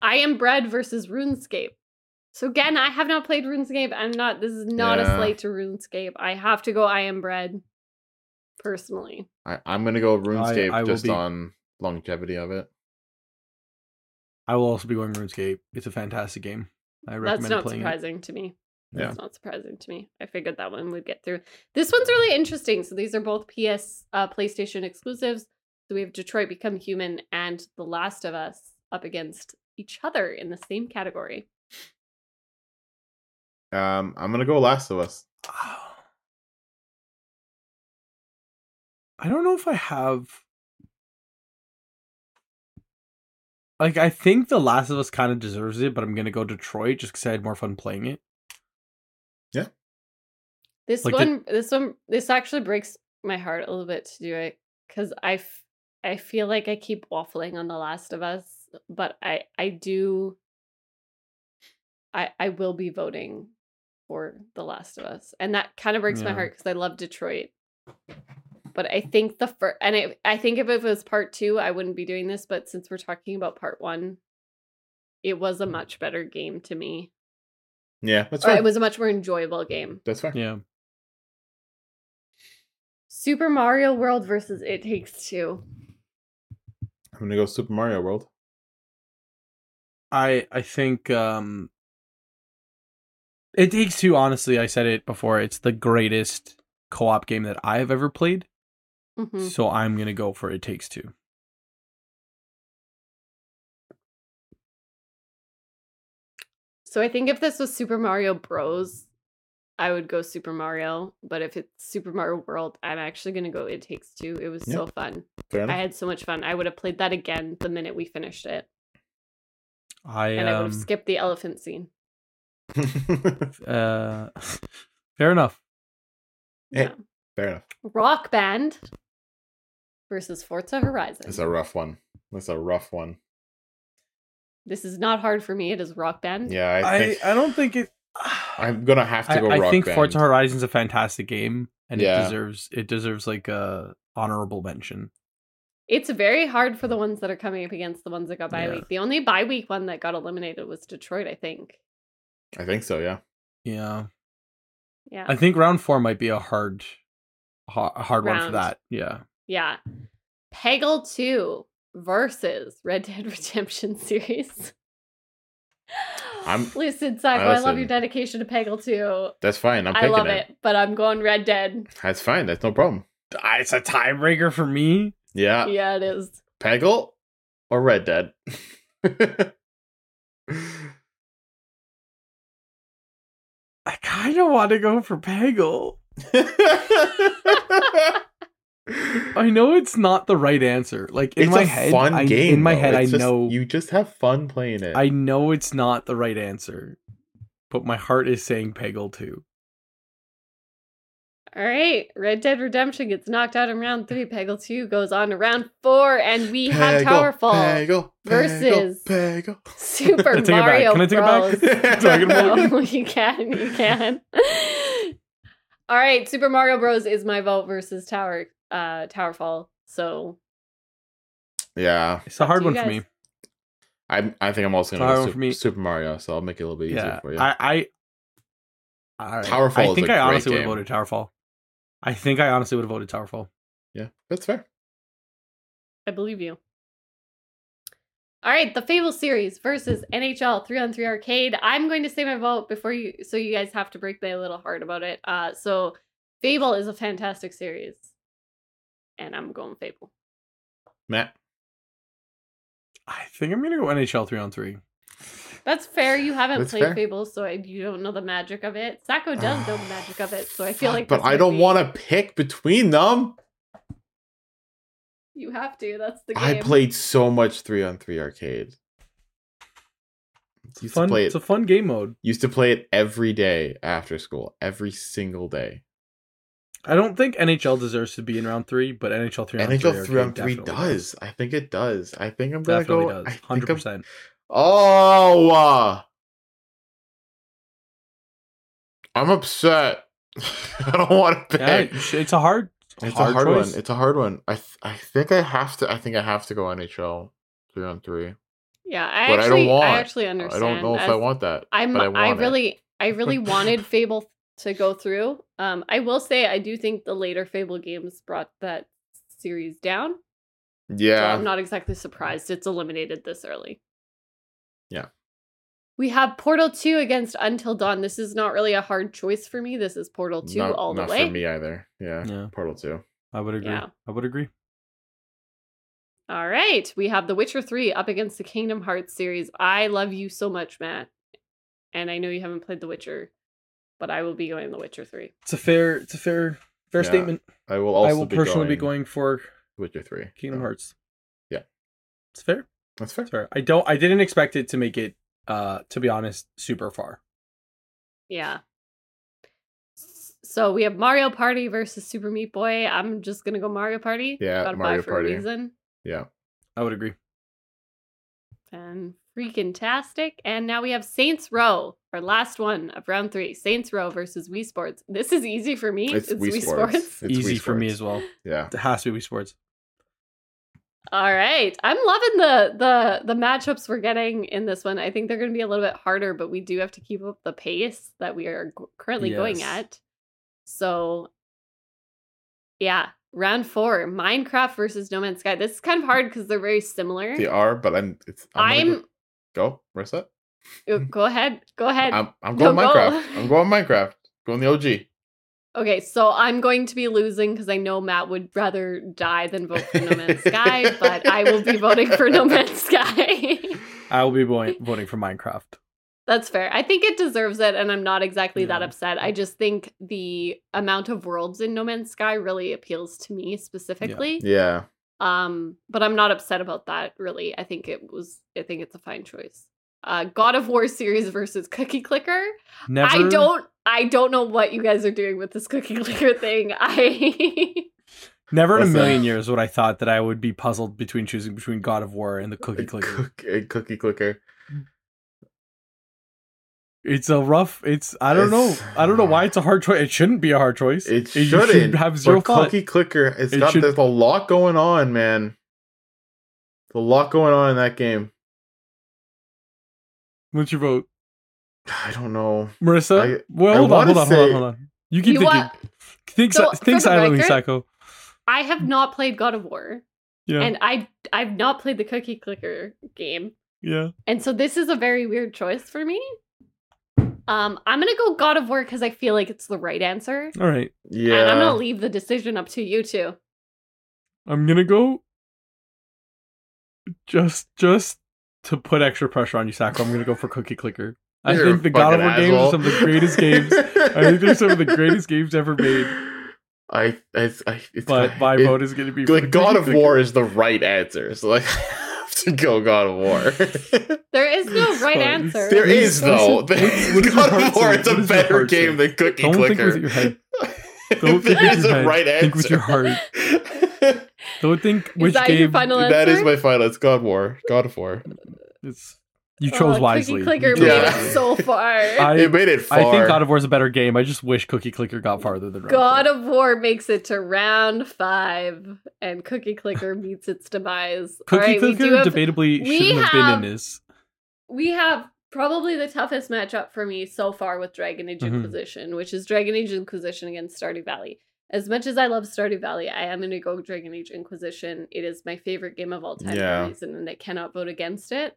S2: I am Bread versus RuneScape. So again, I have not played RuneScape. I'm not. This is not
S1: Yeah.
S2: a slate to RuneScape. I have to go. I am Bread. Personally,
S1: I, I'm gonna go RuneScape
S3: I will
S1: just
S3: be-
S1: on longevity of it.
S3: I will also be going RuneScape. It's a fantastic game. I recommend
S2: that's not
S3: playing it.
S2: surprising to me.
S1: Yeah.
S2: That's not surprising to me. I figured that one would get through. This one's really interesting. So these are both PS, uh, PlayStation exclusives. So we have Detroit Become Human and The Last of Us up against each other in the same category.
S1: Um, I'm gonna go Last of Us.
S3: I don't know if I have. Like, I think The Last of Us kind of deserves it, but I'm going to go Detroit just because I had more fun playing it.
S2: This
S3: Like the-
S2: one, this one, this actually breaks my heart a little bit to do it because I, f- I feel like I keep waffling on The Last of Us, but I, I do, I, I will be voting for The Last of Us, and that kind of breaks my
S3: Yeah.
S2: heart because I love Detroit. But I think the first, and I, I think if it was part two, I wouldn't be doing this. But since we're talking about part one, it was a much better game to me.
S1: Yeah, that's
S2: Or
S1: fair.
S2: it was a much more enjoyable game.
S1: that's fair.
S3: Yeah.
S2: Super Mario World versus It Takes Two.
S1: I'm gonna go Super Mario World.
S3: I I think um It Takes Two, honestly, I said it before, it's the greatest co op game that I have ever played.
S2: Mhm.
S3: So I'm gonna go for It Takes Two.
S2: So I think if this was Super Mario Bros, I would go Super Mario. But if it's Super Mario World, I'm actually gonna go It Takes Two. It was so fun.
S1: Fair
S2: I
S1: enough.
S2: had so much fun. I would have played that again the minute we finished it,
S3: I
S2: and I would have
S3: um,
S2: skipped the elephant scene.
S3: uh fair enough.
S2: Yeah.
S1: fair enough.
S2: Rock Band versus Forza Horizon.
S1: It's a rough one. That's a rough one.
S2: this is not hard for me. It is Rock Band.
S1: Yeah, I,
S3: I,
S1: think
S3: I don't think it
S1: I'm gonna have to
S3: I,
S1: go.
S3: I
S1: rock
S3: think
S1: band.
S3: Forza Horizon's a fantastic game and
S1: Yeah.
S3: it deserves it deserves like a honorable mention.
S2: It's very hard for the ones that are coming up against the ones that got bye
S3: Yeah.
S2: week. The only bye week one that got eliminated was Detroit, I think.
S1: I think so. Yeah.
S3: Yeah.
S2: Yeah.
S3: I think round four might be a hard ha- a hard one for
S2: Round.
S3: that. Yeah.
S2: Yeah. Peggle 2 versus Red Dead Redemption series.
S1: I'm-
S2: listen, Psycho, I love your
S1: listen.
S2: dedication to Peggle 2.
S1: That's fine. I'm
S2: I
S1: picking
S2: love
S1: it.
S2: it. but I'm going Red Dead.
S1: That's fine. That's no problem.
S3: It's a tiebreaker for me. Uh
S1: Yeah.
S2: yeah, it is.
S1: Peggle or Red Dead.
S3: I kind of want to go for Peggle. I know it's not the right answer. Like in
S1: it's
S3: my
S1: a
S3: head,
S1: fun
S3: I,
S1: game.
S3: in my
S1: though.
S3: head,
S1: It's
S3: I
S1: just-
S3: know
S1: you just have fun playing it.
S3: I know it's not the right answer, but my heart is saying Peggle too.
S2: All right, Red Dead Redemption gets knocked out in round three. Peggle 2 goes on to round four, and we have
S1: Peggle,
S2: Towerfall
S1: Peggle,
S2: versus-
S1: Peggle.
S2: Super
S3: Can I take it back?
S2: Mario
S3: Can I take it back?
S2: Bros.
S3: Dragon Ball.
S2: No, you can, you can. All right, Super Mario Bros. is my vote versus Tower uh Towerfall. So
S1: yeah,
S3: It's a hard
S2: Do you
S3: one for
S2: guys-
S3: me.
S1: I I think I'm also
S3: Sorry,
S1: gonna go
S3: one for me.
S1: Super, Super Mario, so I'll make it a little bit easier
S3: Yeah,
S1: for you.
S3: I, I, all right.
S1: Towerfall is
S3: I
S1: a
S3: think I
S1: great
S3: honestly would
S1: game.
S3: have voted Towerfall. I think I honestly would have voted Towerfall.
S1: yeah, that's fair.
S2: I believe you. All right, the Fable series versus NHL 3 on 3 arcade. I'm going to say my vote before you so you guys have to break me a little hard about it. Uh so Fable is a fantastic series. And I'm going Fable.
S1: Matt,
S3: I think I'm gonna go NHL three on three.
S2: That's fair. You haven't
S1: That's
S2: played
S1: fair.
S2: Fable, so I, you don't know the magic of it. Sacco does know the magic of it, so I feel
S1: fuck,
S2: like.
S1: but
S2: this
S1: I
S2: would
S1: don't
S2: be-
S1: want to pick between them.
S2: You have to. That's the game.
S1: I played so much three on three arcade. Used
S3: Fun.
S1: to play
S3: It's
S1: it.
S3: a fun game mode.
S1: used to play it every day after school, every single day.
S3: I don't think NHL deserves to be in round three, but NHL three on
S1: NHL
S3: three
S1: three
S3: arcade
S1: on three
S3: definitely
S1: does. I think it does. I think I'm gonna
S3: Definitely
S1: go.
S3: does.
S1: I
S3: Hundred
S1: think I'm-
S3: percent.
S1: Oh, uh, I'm upset. I don't want to
S3: Yeah,
S1: pick.
S3: it's it's a hard,
S1: It's
S3: hard
S1: a hard
S3: choice.
S1: one. It's a hard one. I th- I think I have to. I think I have to go NHL three on three.
S2: yeah, I
S1: But I don't
S2: actually, I,
S1: want-
S2: actually understand.
S1: I don't know if I
S2: As-
S1: want that.
S2: I'm.
S1: but I
S2: I,
S1: want it.
S2: really, I really wanted Fable to go through. Um, I will say I do think the later Fable games brought that series down. So
S1: Yeah.
S2: I'm not exactly surprised it's eliminated this early.
S1: Yeah.
S2: We have Portal 2 against Until Dawn. This is not really a hard choice for me. This is Portal 2
S1: not,
S2: all the
S1: not
S2: way.
S1: for me either. Yeah.
S3: Yeah,
S1: Portal two.
S3: I would agree.
S2: Yeah.
S3: I would agree.
S2: All right. We have The Witcher 3 up against the Kingdom Hearts series. I love you so much, Matt. And I know you haven't played The Witcher, but I will be going The Witcher 3.
S3: It's a fair. It's a fair. Fair
S1: Yeah.
S3: statement.
S1: I will also.
S3: I will
S1: be
S3: personally
S1: going
S3: be going for
S1: Witcher three.
S3: Kingdom
S1: So,
S3: Hearts.
S1: Yeah.
S3: it's fair.
S1: That's fair.
S3: It's fair. I don't. I didn't expect it to make it. Uh, to be honest, super far.
S2: Yeah. S- So we have Mario Party versus Super Meat Boy. I'm just going to go Mario Party.
S1: Yeah,
S2: Gotta buy
S1: Mario
S2: for
S1: Party.
S2: a reason.
S1: Yeah.
S3: I would agree.
S2: And freaking tastic. And now we have Saints Row, our last one of round three. Saints Row versus Wii Sports. This is easy for me.
S1: It's, Wii, Sports. It's
S3: Easy
S1: Wii
S3: for me
S1: Sports.
S3: as well.
S1: Yeah.
S3: It has to be Wii Sports.
S2: All right. I'm loving the the the matchups we're getting in this one. I think they're going to be a little bit harder, but we do have to keep up the pace that we are g- currently going
S3: Yes.
S2: at. So yeah, round 4, Minecraft versus No Man's Sky. This is kind of hard cuz they're very similar.
S1: They are, but I'm. It's. I'm. gonna
S2: I'm oh,
S1: Go, go Marissa.
S2: go, ahead. Go ahead.
S1: I'm. I'm
S2: No,
S1: going
S2: go.
S1: Minecraft. I'm going Minecraft. Going the OG.
S2: Okay, so I'm going to be losing because I know Matt would rather die than vote for No Man's Sky, but I will be voting for No Man's Sky.
S3: I will be boi- voting for Minecraft.
S2: That's fair. I think it deserves it, and I'm not exactly that
S3: Yeah.
S2: upset. I just think the amount of worlds in No Man's Sky really appeals to me specifically.
S1: Yeah.
S2: Um, but I'm not upset about that really. I think it was. I think it's a fine choice. Uh, God of War series versus Cookie Clicker.
S3: Never.
S2: I don't. I don't know what you guys are doing with this Cookie Clicker thing. I.
S3: Never in a
S1: Listen.
S3: million years would I thought that I would be puzzled between choosing between God of War and the Cookie
S1: A
S3: Clicker.
S1: cook- a cookie clicker.
S3: It's a rough. It's I don't know.
S1: It's-
S3: I don't know why it's a hard choice. It shouldn't be a hard choice.
S1: It
S3: you
S1: shouldn't
S3: should have zero
S1: but
S3: thought.
S1: cookie clicker. It's
S3: It
S1: got
S3: should-
S1: there's a lot going on, man. There's a lot going on in that game.
S3: What's your vote,
S1: I don't know.
S3: Marissa?
S1: I-
S3: well,
S1: I
S3: hold on,
S1: wanna
S3: hold on, hold on,
S1: say-
S3: hold on. You keep
S2: You
S3: thinking.
S2: wa-
S3: think
S2: So,
S3: so,
S2: for the
S3: think silently,
S2: record-
S3: Psycho.
S2: I have not played God of War,
S3: Yeah,
S2: and I I've not played the Cookie Clicker game,
S3: yeah.
S2: and so this is a very weird choice for me. Um, I'm gonna go God of War because I feel like it's the right answer,
S3: All right,
S1: Yeah.
S2: and I'm gonna leave the decision up to you two.
S3: I'm gonna go. Just, just to put extra pressure on you, Sacco, I'm gonna go for Cookie Clicker. I
S1: You're
S3: think the
S1: a
S3: God of War
S1: fucking
S3: games are
S1: asshole.
S3: some of the greatest games. I think they're some of the greatest games ever made.
S1: I, I, I it's,
S3: But my
S1: it-
S3: vote is gonna be for
S1: like God
S3: Cookie
S1: of
S3: Clicker.
S1: War is the right answer. So like I have to go God of War.
S2: There is no
S3: It's
S2: right
S3: fine.
S2: answer.
S1: there
S3: What
S1: is
S3: is- what is
S1: though.
S3: it- what- what is your
S1: God
S3: heart
S1: of War
S3: saying?
S1: it's a
S3: What is your
S1: better
S3: heart
S1: game than Cookie
S3: Don't think with
S1: Clicker.
S3: your head. Don't think
S1: There
S3: with
S1: is
S3: your
S1: a
S3: head.
S1: right answer.
S3: Think with your heart. Don't think
S2: Is
S3: which
S2: that your
S3: game
S2: final answer?
S1: that is my final. It's God War. God of War.
S3: it's, you chose
S2: oh,
S3: wisely.
S2: Cookie clicker
S3: You
S2: made
S3: chose
S1: Yeah.
S2: it
S3: wisely.
S2: so far.
S3: I-
S1: it made it far.
S3: I think God of War is a better game. I just wish Cookie Clicker got farther than Round
S2: God
S3: Four.
S2: of War makes it to round five, and Cookie Clicker meets its demise. All
S3: Cookie
S2: right, we do
S3: Clicker
S2: have
S3: debatably
S2: we
S3: shouldn't have,
S2: have-
S3: been in this.
S2: we have probably the toughest matchup for me so far with Dragon Age
S1: Mm-hmm.
S3: Mhm.
S2: Inquisition, which is Dragon Age Inquisition against Stardew Valley. As much as I love Stardew Valley, I am going to go Dragon Age Inquisition. It is my favorite game of all time for
S1: Yeah.
S2: a reason, and I cannot vote against it.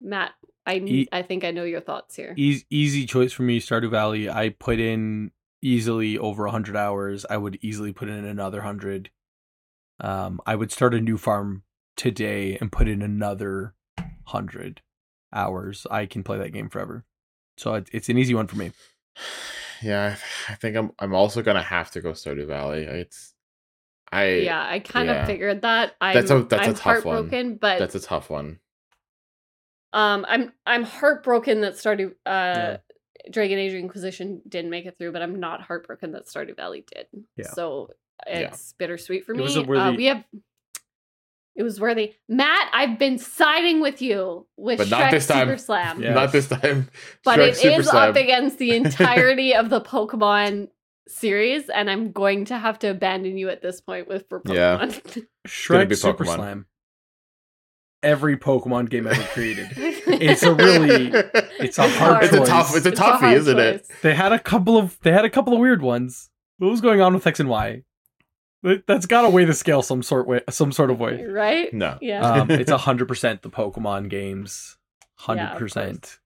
S2: Matt, I
S3: E-
S2: I think I know your thoughts here.
S1: E
S3: Easy, easy choice for me, Stardew Valley. I put in easily over 100 hours. I would easily put in another 100. Um, I would start a new farm today and put in another 100 hours. I can play that game forever. So it, it's an easy one for me.
S1: Yeah, I- I think I'm. I'm also gonna have to go Stardew Valley. It's. I.
S2: yeah, I kind of
S1: yeah.
S2: figured that. I'm,
S1: That's a- that's a
S2: I'm
S1: tough one.
S2: heartbroken, but
S1: That's a tough one.
S2: Um, I'm I'm heartbroken that Stardew uh,
S3: Yeah.
S2: Dragon Age Inquisition didn't make it through, but I'm not heartbroken that Stardew Valley did.
S3: Yeah.
S2: So
S1: Yeah.
S2: it's bittersweet for
S3: It
S2: me.
S3: was a
S2: uh,
S3: worthy-
S2: we have it was worthy. Matt, I've been siding with you with
S1: But
S2: Shrek
S1: not this time.
S2: Super Slam.
S3: Yeah.
S1: Not this time.
S2: But
S1: Shrek
S2: it is
S1: Super Slam.
S2: up against the entirety of the Pokemon series, and I'm going to have to abandon you at this point with for
S1: Yeah.
S2: Pokemon.
S1: gonna
S3: Shrek
S1: be
S3: Super
S1: Pokemon.
S3: Slam. Every Pokemon game ever created. It's a really- it's a hard
S1: It's a
S3: choice.
S1: tough. It's a toughie,
S2: hard
S1: isn't it?
S2: choice.
S3: They had a couple of they had a couple of weird ones. What was going on with X and Y? That- That's got to weigh the scale some sort way, some sort of way.
S2: Right?
S1: No.
S2: Yeah.
S3: Um, it's hundred percent the Pokemon games,
S2: Yeah,
S3: hundred
S2: of
S3: percent.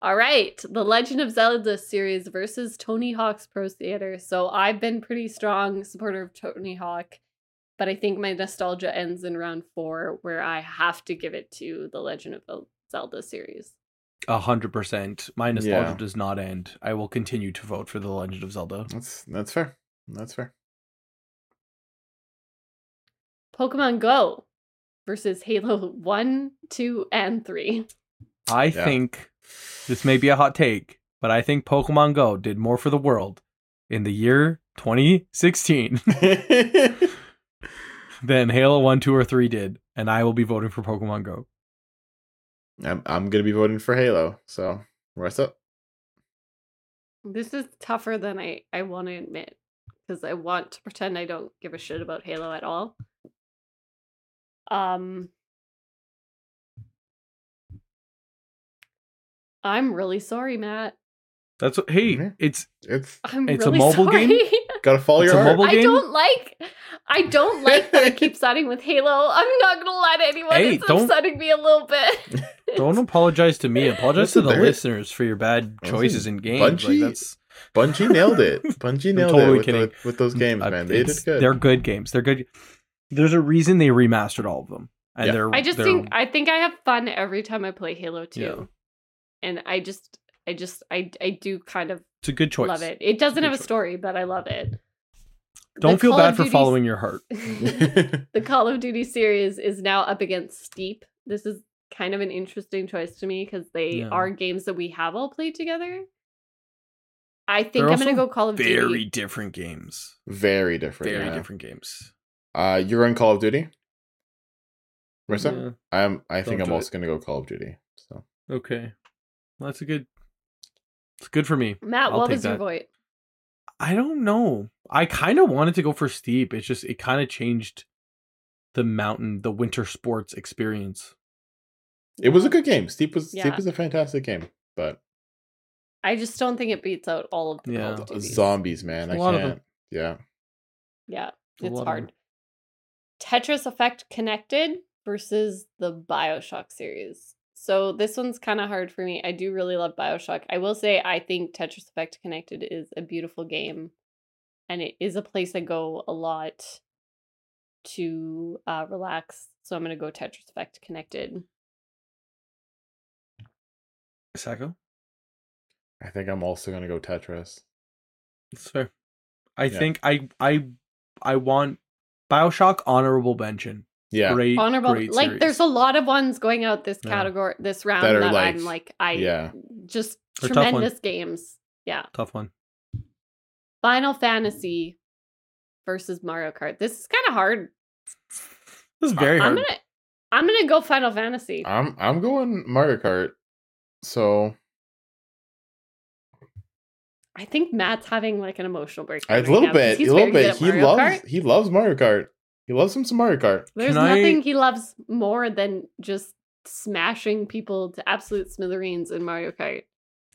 S2: All right, The Legend of Zelda series versus Tony Hawk's Pro Skater. So I've been pretty strong supporter of Tony Hawk, but I think my nostalgia ends in round four, where I have to give it to The Legend of Zelda series.
S3: hundred percent. My nostalgia
S1: Yeah.
S3: does not end. I will continue to vote for The Legend of Zelda.
S1: That's that's fair. That's fair.
S2: Pokemon Go versus Halo 1, 2, and 3.
S3: I
S1: Yeah.
S3: think this may be a hot take, but I think Pokemon Go did more for the world in the year 2016 than Halo One, Two, or Three did, and I will be voting for Pokemon Go.
S1: I'm I'm gonna be voting for Halo. So rest up.
S2: This is tougher than I, I want to admit because I want to pretend I don't give a shit about Halo at all. Um, I'm really sorry, Matt.
S3: That's what, hey,
S1: Mhm.
S3: it's
S1: It's
S2: I'm
S3: It's a
S2: really
S3: mobile
S2: sorry.
S3: game?
S1: gotta follow
S3: It's
S1: your
S3: a
S1: heart.
S3: mobile-
S2: I
S3: game?
S2: don't like. I don't like that I keep siding with Halo. I'm not gonna lie to anyone.
S3: Hey,
S2: it's
S3: don't-
S2: upsetting me a little bit.
S3: don't apologize to me. Apologize to
S1: Listen,
S3: the
S1: there-
S3: listeners for your bad
S1: Listen,
S3: choices in games. Like
S1: Bungie-
S3: that's
S1: Bungie nailed it. Bungie nailed
S3: totally
S1: it with,
S3: kidding.
S1: with, with those games,
S3: uh,
S1: man. They
S3: it's-
S1: did good.
S3: They're good games. They're good. There's a reason they remastered all of them, and
S1: Yeah.
S3: they're.
S2: I just
S3: they're-
S2: think I think I have fun every time I play Halo 2.
S3: Yeah.
S2: And I just I just I I do kind of
S3: it's a good choice.
S2: love it. It doesn't
S3: Good
S2: have a
S3: choice.
S2: story, but I love it.
S3: Don't
S2: The
S3: feel
S2: Call
S3: bad
S2: of
S3: for
S2: Duty-
S3: following your heart.
S2: the Call of Duty series is now up against Steep. This is kind of an interesting choice to me because they
S3: Yeah.
S2: are games that we have all played together. I think
S3: They're
S2: I'm gonna
S3: also
S2: go Call of
S3: Very
S2: Duty.
S3: different games.
S1: Very different.
S3: Very
S1: yeah.
S3: different games.
S1: Uh, you're on Call of Duty. Marissa,
S3: Yeah.
S1: I'm. I think
S3: Don't
S1: I'm
S3: do
S1: also
S3: it.
S1: gonna go Call of Duty. So
S3: Okay, well, that's a good. It's good for me.
S2: Matt,
S3: I'll
S2: what
S3: take
S2: was your
S3: that.
S2: vote?
S3: I don't know. I kind of wanted to go for steep. It's just it kind of changed the mountain, the winter sports experience.
S1: it was a good game. Steep was
S2: Yeah.
S1: Steep is a fantastic game, but
S2: I just don't think it beats out all of the Call
S3: Yeah.
S2: of Duty.
S1: zombies, man,
S3: A
S1: I
S3: lot of
S1: can't. Yeah,
S2: Yeah,
S3: A lot
S2: it's
S3: of
S2: hard. Tetris Effect Connected versus the Bioshock series. So this one's kind of hard for me. I do really love Bioshock. I will say I think Tetris Effect Connected is a beautiful game, and it is a place I go a lot to uh, relax. So I'm gonna go Tetris Effect Connected.
S3: Sacco,
S1: I think I'm also gonna go Tetris.
S3: that's fair. I
S1: Yeah.
S3: think I I I want Bioshock honorable mention.
S1: Yeah,
S3: Great,
S2: Honorable,
S3: great
S2: like
S3: series.
S2: there's a lot of ones going out this
S3: Yeah.
S2: category this round
S1: That
S2: that,
S1: are like-
S2: I'm like I
S1: yeah.
S2: just
S3: They're tough ones.
S2: tremendous games. Yeah.
S3: tough one.
S2: Final Fantasy versus Mario Kart. This is kind of hard.
S3: This is very
S2: I'm
S3: hard.
S2: gonna I'm gonna go Final Fantasy.
S1: I'm I'm going Mario Kart. So
S2: I think Matt's having like an emotional breakdown.
S1: a
S2: right
S1: little
S2: now because
S1: bit, a
S2: he's
S1: little
S2: very good
S1: bit.
S2: at
S1: He
S2: Mario
S1: loves
S2: Kart.
S1: he loves Mario Kart. He loves him some Mario Kart.
S2: There's
S3: Can I-
S2: nothing he loves more than just smashing people to absolute smithereens in Mario Kart.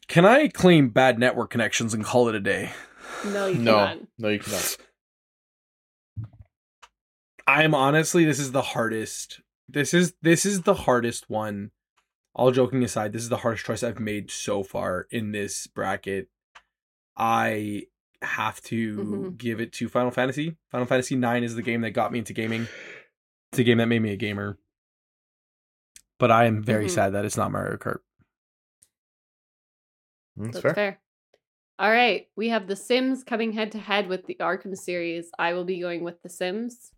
S3: Can I claim bad network connections and call it a day?
S2: No, you
S1: No,
S2: cannot.
S1: no, you cannot.
S3: I'm honestly this is the hardest. This is this is the hardest one. All joking aside, this is the hardest choice I've made so far in this bracket. I have to
S2: Mhm.
S3: give it to Final Fantasy. Final Fantasy 9 is the game that got me into gaming. It's a game that made me a gamer. But I am very
S2: Mhm.
S3: sad that it's not Mario Kart.
S1: That's
S2: That's
S1: fair.
S2: fair. All right, we have The Sims coming head to head with the Arkham series. I will be going with The Sims.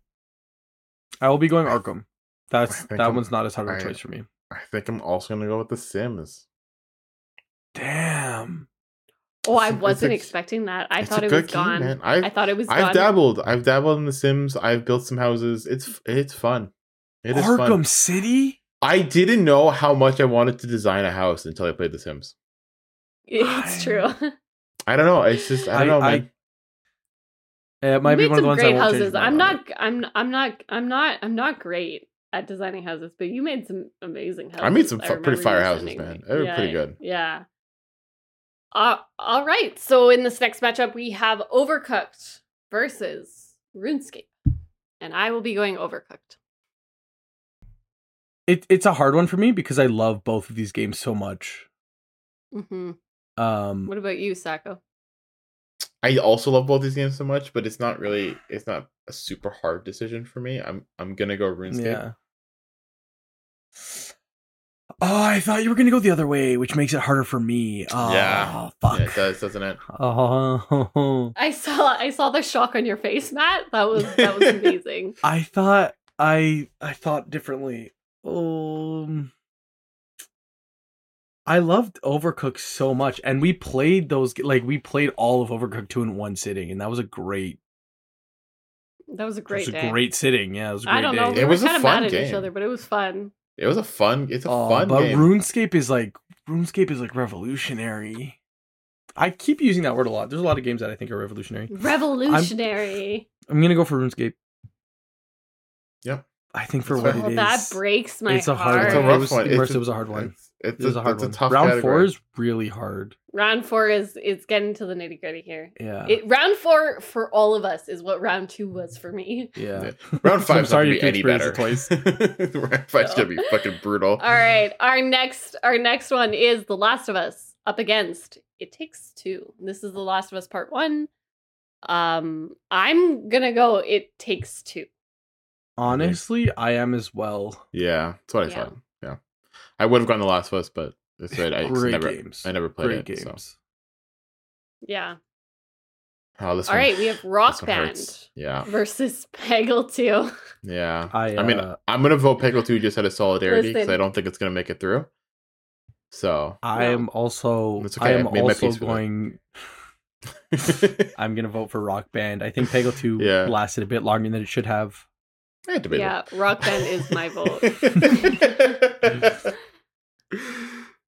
S3: I will be going
S1: I-
S3: Arkham. That's
S1: I think
S3: that
S1: I'm-
S3: one's not as hard of a
S1: I-
S3: choice for me.
S1: I think I'm also gonna go with The Sims.
S3: Damn.
S2: Oh,
S1: It's
S2: I
S1: a- it's
S2: wasn't
S1: a-
S2: expecting that. I
S1: it's
S2: thought
S1: a
S2: it was
S1: good game,
S2: gone.
S1: man. I've-
S2: I thought it was gone.
S1: I've dabbled. I've dabbled in The Sims. I've built some houses. It's it's fun. It is
S3: Arkham
S1: fun.
S3: City?
S1: I didn't know how much I wanted to design a house until I played The Sims.
S2: It's true.
S1: I don't know. It's just I don't know,
S3: I- I-
S1: man.
S3: Eh, It might
S2: You
S3: be
S2: made
S3: one of the
S2: some
S3: ones I
S2: great
S3: won't change
S2: houses.
S3: my
S2: I'm
S3: mind on.
S2: not. I'm. I'm not. I'm not. I'm not great at designing houses, but you made some amazing houses.
S1: I made some fu-
S2: remember
S1: pretty
S2: you
S1: fire houses,
S2: sending
S1: man.
S2: me.
S1: They were pretty
S2: Yeah,
S1: good.
S2: Yeah. Uh, all right. So in this next matchup, we have Overcooked versus RuneScape, and I will be going Overcooked.
S3: it, it's a hard one for me because I love both of these games so much.
S2: hmm
S3: Um,
S2: What about you, Sacco?
S1: I also love both these games so much, but it's not really it's not a super hard decision for me. I'm I'm gonna go RuneScape.
S3: yeah. Oh, I thought you were gonna go the other way, which makes it harder for me. Oh,
S1: Yeah.
S3: fuck.
S1: Yeah, it does, doesn't it?
S3: Oh,
S2: I saw. I saw the shock on your face, Matt. That was. That was amazing.
S3: I thought I I thought differently. Um, I loved Overcooked so much, and we played those like we played all of Overcooked two in one sitting, and that was a great,
S2: That was a
S3: great,
S2: great
S3: was a
S2: day.
S3: great sitting. Yeah, it was a great
S2: I don't
S3: day.
S2: know. We
S1: It
S2: were
S1: was a
S2: kind of
S1: fun
S2: mad at each
S1: game.
S2: other, but it was fun.
S1: It was a fun. It's a
S3: Oh,
S1: fun
S3: but
S1: game.
S3: RuneScape is like RuneScape is like revolutionary. I keep using that word a lot. There's a lot of games that I think are revolutionary.
S2: Revolutionary.
S3: I'm gonna go for RuneScape.
S1: Yep.
S3: I think for
S1: That's
S3: what
S1: fair.
S3: it
S2: well,
S3: is,
S2: Oh, that breaks my
S3: it's a hard
S2: heart.
S1: it's a
S3: It
S1: rough
S3: was-
S1: one.
S3: it
S1: It's
S3: was a hard one.
S1: It's, it's
S3: it is a hard
S1: it's
S3: one.
S1: A tough
S3: round four
S1: category.
S3: is really hard.
S2: Round four is is getting to the nitty gritty here.
S3: Yeah,
S2: It, round four for all of us is what round two was for me.
S3: yeah.
S1: round
S3: So I'm
S1: five.
S3: sorry
S1: Sorry,
S3: you
S1: be any
S3: experienced
S1: better.
S3: it twice.
S1: round five's gonna be fucking brutal.
S2: All right, our next our next one is The Last of Us up against It Takes Two. This is The Last of Us Part One. Um, I'm gonna go. It takes two.
S3: Honestly, I am as well.
S1: Yeah, that's what I
S2: Yeah.
S1: thought. Yeah, I would have gone the Last of Us, but that's right. I just
S3: Great
S1: never,
S3: games.
S1: I never played
S3: Great
S1: it.
S3: games.
S1: So.
S2: Yeah.
S1: Oh, this
S2: All
S1: one-
S2: right, we have
S1: this
S2: Rock
S1: one
S2: Band
S1: hurts. Yeah,
S2: versus Peggle Two.
S1: yeah.
S3: I,
S1: I mean,
S3: uh,
S1: I'm gonna vote Pickle Two just out of solidarity because
S2: Listen.
S1: I don't think it's gonna make it through. So
S3: I
S2: No.
S3: am also.
S1: That's
S3: I
S1: okay,
S3: am
S1: I made my
S3: also
S1: peace with it.
S3: going.
S1: I
S3: I'm gonna vote for Rock Band. I think Peggle Two
S1: Yeah.
S3: lasted a bit longer than it should have.
S1: had to be.
S2: Yeah, Rock Band is my vote.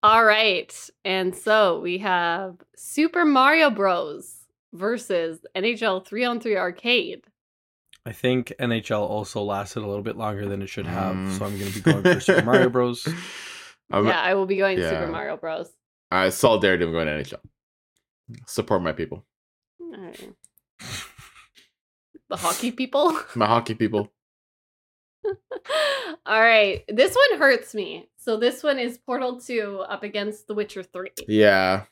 S2: All right. And so we have Super Mario Bros. versus NHL 3 on 3 Arcade.
S3: I think NHL also lasted a little bit longer than it should have,
S1: Mm.
S3: so I'm going to be going for Super Mario Bros.
S1: I'm,
S2: yeah, I will be going
S1: yeah.
S2: Super Mario Bros.
S1: I solidarity. I'm going to NHL. Support my people,
S2: All right. The hockey people.
S1: my hockey people.
S2: All right. This one hurts me. So this one is Portal 2 up against The Witcher 3.
S1: Yeah.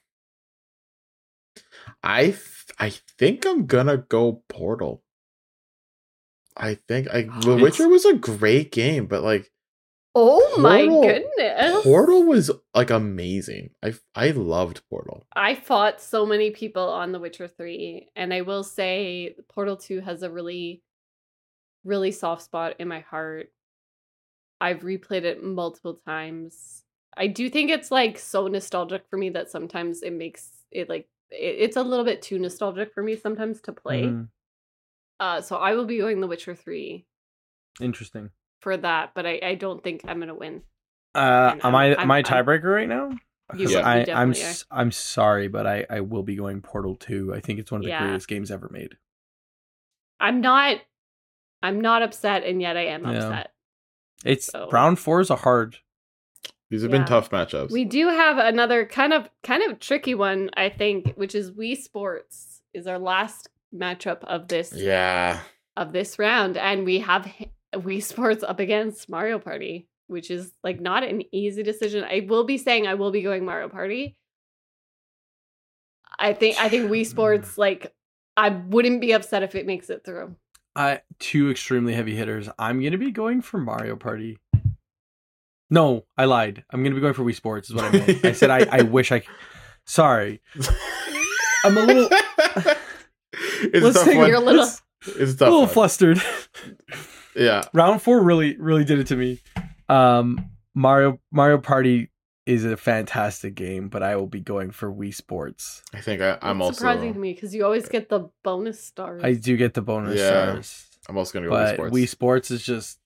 S1: I th- I think I'm gonna go Portal. I think I The
S2: It's-
S1: Witcher was a great game, but like
S2: Oh my
S1: Portal-
S2: goodness.
S1: Portal was like amazing. I I loved Portal.
S2: I fought so many people on The Witcher 3, and I will say Portal 2 has a really, really soft spot in my heart. I've replayed it multiple times. I do think it's like so nostalgic for me that sometimes it makes it like it, it's a little bit too nostalgic for me sometimes to play.
S3: Mhm.
S2: Uh, so I will be going The Witcher Three
S3: Interesting.
S2: for that, but I, I don't think I'm gonna win.
S3: Uh,
S2: And I'm-
S3: am I am
S2: I'm-
S3: I a
S2: I'm-
S3: tiebreaker right now?
S2: You-
S3: Because
S1: you
S3: I, I'm
S2: definitely
S3: s- I'm sorry, but I, I will be going Portal Two. I think it's one of the
S2: Yeah.
S3: greatest games ever made.
S2: I'm not. I'm not upset, and yet I am
S3: Yeah.
S2: upset.
S3: It's
S2: So-
S3: round four is a hard.
S1: These have
S2: Yeah.
S1: been tough matchups.
S2: We do have another kind of kind of tricky one, I think, which is Wii Sports is our last matchup of this
S1: yeah.
S2: of this round, and we have H- Wii Sports up against Mario Party, which is like not an easy decision. I will be saying I will be going Mario Party. I think I think Wii Sports like I wouldn't be upset if it makes it through.
S3: I uh, two extremely heavy hitters. I'm gonna be going for Mario Party. No, I lied. I'm gonna be going for Wii Sports. Is what I meant. I said I, I wish I. c- Sorry, I'm a little.
S1: it's a
S3: let's
S1: tough
S3: take-
S1: one.
S2: You're a little-
S3: let's-
S1: It's a
S3: a
S1: tough
S3: little
S1: one.
S3: flustered.
S1: yeah.
S3: round four really really did it to me um mario mario party is a fantastic game but i will be going for wii sports
S1: I think I, I'm
S2: It's
S1: also uh,
S2: surprising to me because you always get the bonus stars.
S3: i do get the bonus
S1: Yeah,
S3: stars
S1: I'm also gonna go
S3: but
S1: with
S3: wii
S1: Wii Sports.
S3: sports is just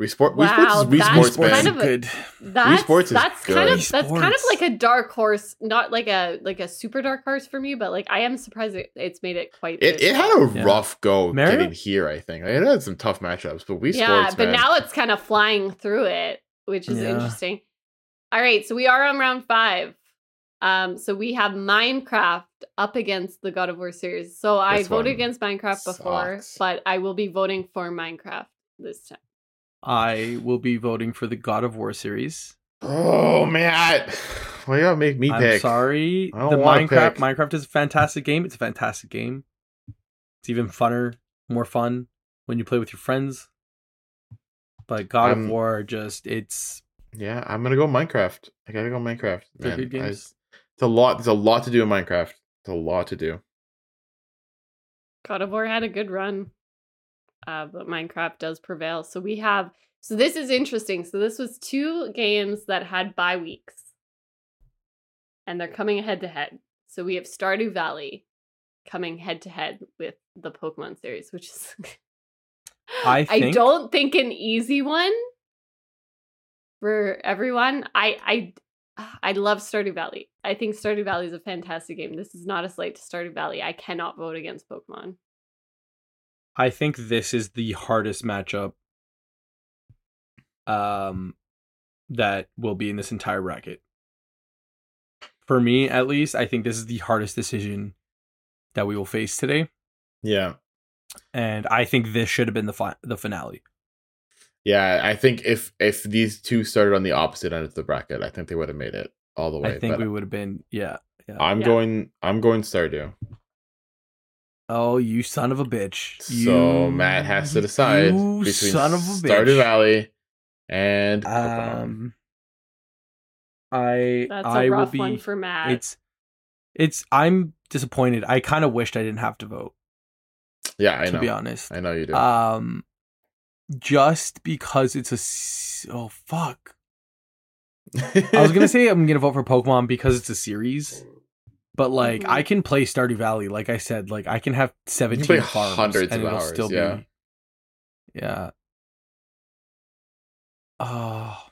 S1: Wii Sport Wii Sports
S2: Wow,
S1: is Wii
S2: that's
S1: Sports
S2: kind
S1: man.
S2: of a-
S3: good
S2: That's
S1: Sports is
S2: that's kind
S1: good.
S2: of that's kind of
S3: Sports.
S2: like a dark horse, not like a like a super dark horse for me, but like I am surprised it, it's made it quite.
S1: It,
S2: this
S1: it had a
S3: Yeah.
S1: rough go
S3: Mario?
S1: getting here, I think. It had some tough matchups, but Wii
S2: yeah,
S1: Sports,
S2: but
S1: man.
S2: now it's kind of flying through it, which is
S3: Yeah.
S2: interesting. All right, so we are on round five. Um, so we have Minecraft up against the God of War series. So I
S1: This
S2: voted
S1: one
S2: against Minecraft before,
S1: sucks.
S2: but I will be voting for Minecraft this time.
S3: i will be voting for the god of war series
S1: oh man, why you gotta make me
S3: i'm
S1: pick?
S3: sorry
S1: I don't
S3: the
S1: wanna
S3: minecraft
S1: pick.
S3: minecraft is a fantastic game it's a fantastic game it's even funner more fun when you play with your friends but god
S1: I'm-
S3: of war just it's
S1: Yeah, I'm gonna go Minecraft. I gotta go Minecraft.
S3: They're
S1: Man.
S3: good
S1: I-
S3: games.
S1: it's a lot. There's a lot to do in Minecraft. There's a lot to do.
S2: God of War had a good run, uh, but Minecraft does prevail. So we have. So this is interesting. So this was two games that had bye weeks, and they're coming head to head. So we have Stardew Valley coming head to head with the Pokemon series, which is.
S3: I think-
S2: don't think an easy one for everyone. I I I love Stardew Valley. I think Stardew Valley is a fantastic game. This is not a slate to Stardew Valley. I cannot vote against Pokemon.
S3: I think this is the hardest matchup um that will be in this entire bracket. For me at least, I think this is the hardest decision that we will face today
S1: Yeah,
S3: and I think this should have been the fi- the finale.
S1: yeah. I think if if these two started on the opposite end of the bracket, I think they would have made it all the way.
S3: I think
S1: but
S3: we would have been yeah.
S1: I'm
S2: Yeah.
S1: going. I'm going Stardew.
S3: Oh, you son of a bitch.
S1: so
S3: You-
S1: Matt has to decide
S3: You
S1: between
S3: son of a
S1: Stardew
S3: bitch.
S1: Valley and Pokemon.
S3: Um I
S2: That's a
S3: I will
S2: rough
S3: be
S2: one for Matt.
S3: it's it's i'm disappointed i kind of wished i didn't have to vote
S1: yeah, I
S3: to be
S1: know.
S3: honest
S1: I know you do.
S3: um just because it's a s- oh fuck i was gonna say i'm gonna vote for pokemon because it's a series but like
S2: Mhm.
S3: i can play stardew valley like i said like i can have 17
S1: Mm-hmm. play
S3: farms
S1: hundreds
S3: and
S1: of
S3: it'll
S1: hours,
S3: still
S1: yeah.
S3: be yeah oh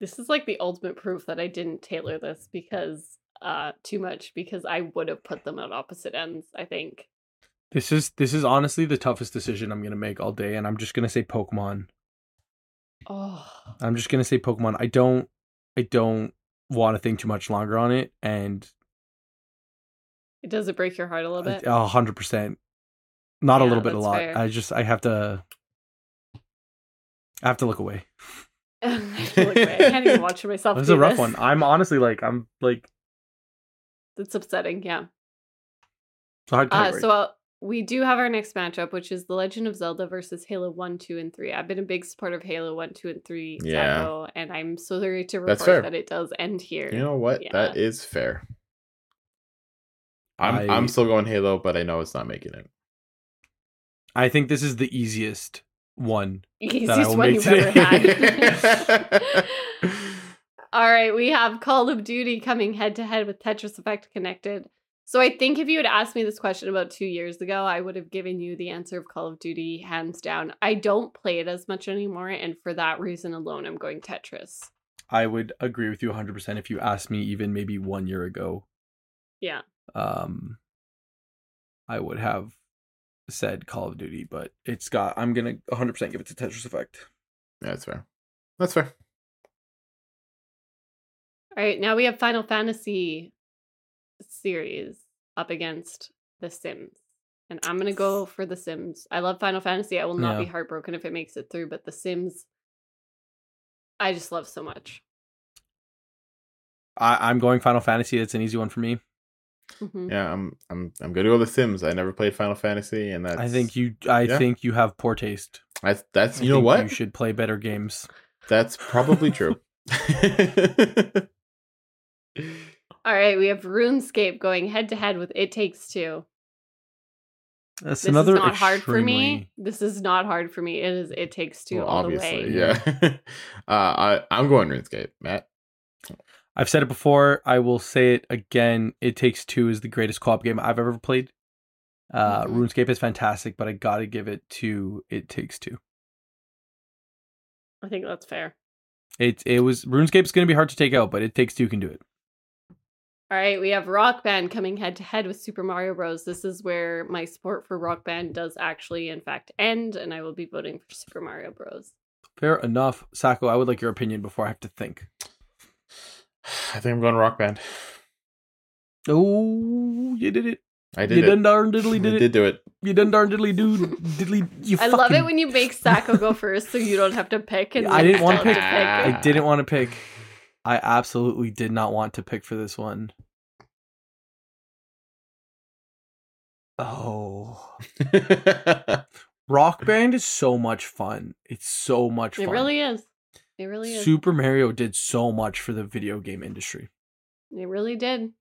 S2: this is like the ultimate proof that I didn't tailor this because uh too much because I would have put them at opposite ends, I think.
S3: this is this is honestly the toughest decision i'm gonna make all day and i'm just gonna say pokemon
S2: Oh.
S3: I'm just gonna say Pokemon. I don't I don't want to think too much longer on it and
S2: It does it break your heart a little bit?
S3: a hundred percent. Not a
S2: Yeah,
S3: little bit a
S2: that's
S3: lot.
S2: fair.
S3: I just I have to I have to look away.
S1: uh,
S2: I feel like I can't even watch myself.
S3: This is
S2: do
S3: a rough
S2: this.
S3: one. I'm honestly like I'm like
S2: It's upsetting, yeah.
S3: it's a hard
S2: Uh,
S3: category.
S2: so uh, we do have our next matchup, which is The Legend of Zelda versus Halo 1, 2, and 3. I've been a big supporter of Halo 1, 2, and 3.
S1: Yeah.
S2: Sabo, and I'm so sorry to
S1: That's fair.
S2: report that it does end here.
S1: You know what?
S2: Yeah.
S1: That is fair. I'm
S3: I-
S1: I'm still going Halo, but I know it's not making it.
S3: I think this is the easiest one.
S2: Easiest
S3: that I will
S2: one
S3: make
S2: you've ever
S3: today.
S2: had. All right, we have Call of Duty coming head to head with Tetris Effect connected. So I think if you had asked me this question about two years ago, I would have given you the answer of Call of Duty hands down. I don't play it as much anymore, and for that reason alone, I'm going Tetris.
S3: I would agree with you 100% if you asked me even maybe 1 year ago.
S2: Yeah.
S3: Um I would have said Call of Duty, but it's got I'm going to 100% give it to Tetris Effect.
S1: Yeah, that's fair. That's fair.
S2: All right, now we have Final Fantasy series up against The Sims. And I'm going to go for The Sims. I love Final Fantasy. I will not
S3: Yeah.
S2: be heartbroken if it makes it through, but The Sims, I just love so much.
S3: I I'm going Final Fantasy. It's an easy one for me.
S2: Mhm.
S1: Yeah, I'm I'm I'm gonna go with The Sims. I never played Final Fantasy, and that's
S3: I think you I
S1: yeah.
S3: think you have poor taste.
S1: that's that's
S3: I
S1: you know
S3: think
S1: what
S3: You should play better games.
S1: that's probably true.
S2: All right, we have RuneScape going head to head with It Takes Two.
S3: That's
S2: This
S3: another
S2: is not hard for
S3: extremely-
S2: me. This is not hard for me. It is It Takes Two
S1: Well,
S2: all the way.
S1: obviously, yeah. uh, I I'm going RuneScape, Matt.
S3: I've said it before. I will say it again. It Takes Two is the greatest co-op game I've ever played. Uh,
S2: Mhm.
S3: RuneScape is fantastic, but I gotta give it to It Takes Two.
S2: I think that's fair.
S3: It it was RuneScape's gonna be hard to take out, but It Takes Two can do it.
S2: All right, we have Rock Band coming head to head with Super Mario Bros. This is where my support for Rock Band does actually, in fact, end, and I will be voting for Super Mario Bros.
S3: Fair enough, Sako. I would like your opinion before I have to think.
S1: I think I'm going Rock Band.
S3: Oh, you did it!
S1: I did
S3: You
S1: it.
S3: done darn diddly
S1: I
S3: did
S1: did
S3: it!
S1: do it.
S3: You done darn diddly dude diddly. You.
S2: I love it
S3: fucking-
S2: when you make Sacco go first, so you don't have to pick. And
S3: I
S2: then
S3: didn't
S2: you
S3: wanna
S2: don't have
S3: pick. I didn't want to pick. I absolutely did not want to pick for this one. Oh, Rock Band is so much fun. It's so much
S2: It
S3: fun.
S2: really is. It really is.
S3: Super Mario did so much for the video game industry.
S2: It really did.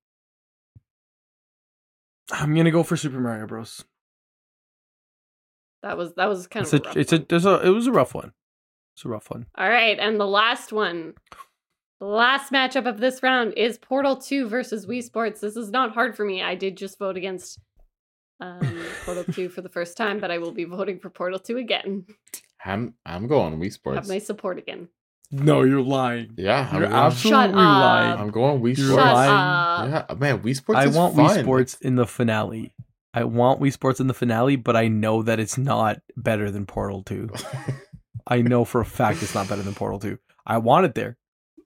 S3: I'm gonna go for Super Mario Bros.
S2: That was that was kind
S3: It's
S2: of.
S3: a,
S2: a rough
S3: it's a,
S2: one.
S3: there's a, it was a rough one. It's a rough one.
S2: All right, and the last one. The last matchup of this round is Portal 2 versus Wii Sports. This is not hard for me. I did just vote against um, Portal 2 for the first time, but I will be voting for Portal 2 again.
S1: I'm I'm going Wii
S2: Have
S1: Sports.
S2: my support again.
S3: No, you're lying.
S1: Yeah, I'm
S3: You're
S1: going,
S3: absolutely
S2: Shut
S3: lying.
S2: up.
S1: I'm going Wii
S3: You're
S1: Sports.
S3: lying.
S1: Yeah, man, Wii Sports.
S3: I
S1: is
S3: want
S1: fun.
S3: Wii Sports in the finale. I want Wii Sports in the finale, but I know that it's not better than Portal 2. I know for a fact it's not better than Portal 2. I want it there.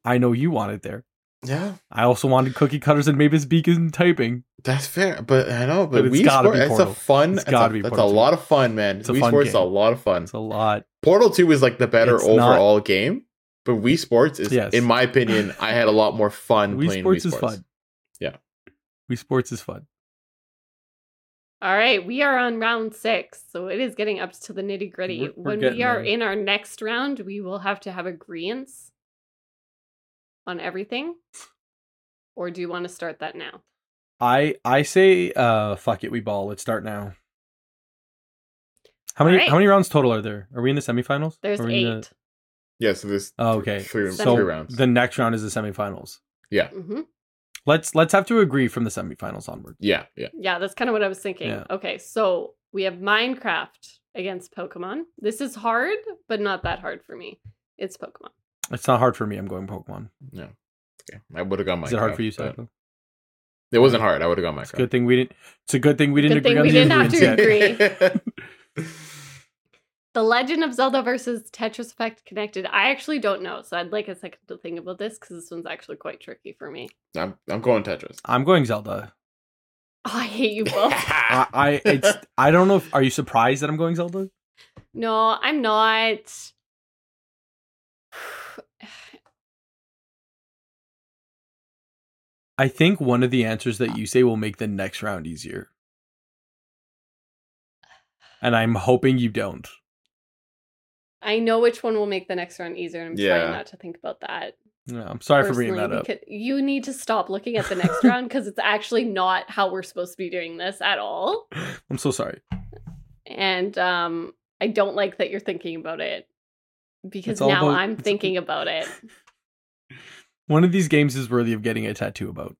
S3: I know you want it there.
S1: yeah,
S3: I also wanted cookie cutters and Mavis Beacon typing.
S1: that's fair. But I know, but,
S3: But it's
S1: Wii
S3: gotta
S1: Sports.
S3: be
S1: That's a
S3: Portal.
S1: fun.
S3: It's
S1: that's
S3: gotta
S1: a,
S3: be
S1: That's
S3: Portal
S1: a
S3: two.
S1: lot of fun, man.
S3: It's a
S1: Wii
S3: fun
S1: Sports is a
S3: game.
S1: lot of fun.
S3: It's a lot.
S1: Portal Two is like the better
S3: It's not-
S1: overall game, but Wii Sports is,
S3: Yes.
S1: in my opinion, I had a lot more fun
S3: Wii
S1: playing
S3: Sports
S1: Wii
S3: is
S1: Sports.
S3: fun.
S1: Yeah.
S3: Wii Sports is fun.
S2: All right, we are on round six, so it is getting up to the nitty gritty.
S3: We're- we're
S2: when we
S3: getting
S2: are
S3: there.
S2: in our next round, we will have to have agreements on everything. Or do you want to start that now?
S3: I I say uh fuck it, we ball. Let's start now. How many
S2: Alright.
S3: how many rounds total are there? Are we in the semifinals?
S2: There's
S3: Are we
S2: eight.
S3: in the-
S1: Yeah, so there's
S3: Oh, okay.
S1: three,
S3: so
S1: three rounds.
S3: the next round is the semifinals.
S2: Mm-hmm.
S3: Let's let's have to agree from the semifinals onward.
S1: yeah, yeah.
S2: Yeah, that's kind of what I was thinking.
S3: Yeah.
S2: Okay, so we have Minecraft against Pokemon. This is hard, but not that hard for me. It's Pokemon.
S3: It's not hard for me. I'm going Pokemon.
S1: No. Okay. I would have gone Minecraft.
S3: Is it hard for you,
S1: but-
S3: Psycho?
S1: It wasn't hard. I would have gone
S3: It's a
S1: Minecraft.
S3: good thing we didn't. It's a good thing we didn't
S2: Good thing
S3: agree
S2: we
S3: on
S2: didn't
S3: the
S2: have to
S3: ingredients yet.
S2: The Legend of Zelda versus Tetris Effect Connected. I actually don't know, so I'd like a second to think about this because this one's actually quite tricky for me.
S1: I'm I'm going Tetris.
S3: I'm going Zelda.
S2: Oh, I hate you both.
S3: I, I it's I don't know. if Are you surprised that I'm going Zelda?
S2: no, I'm not.
S3: I think one of the answers that you say will make the next round easier, and I'm hoping you don't.
S2: I know which one will make the next round easier. and I'm
S1: Yeah.
S2: trying not to think about that.
S3: No, I'm sorry for bringing
S2: personally,
S3: that up.
S2: because You need to stop looking at the next round because it's actually not how we're supposed to be doing this at all.
S3: I'm so sorry.
S2: And um, I don't like that you're thinking about it because
S3: It's all
S2: now
S3: about-
S2: I'm
S3: it's-
S2: thinking about it.
S3: One of these games is worthy of getting a tattoo about.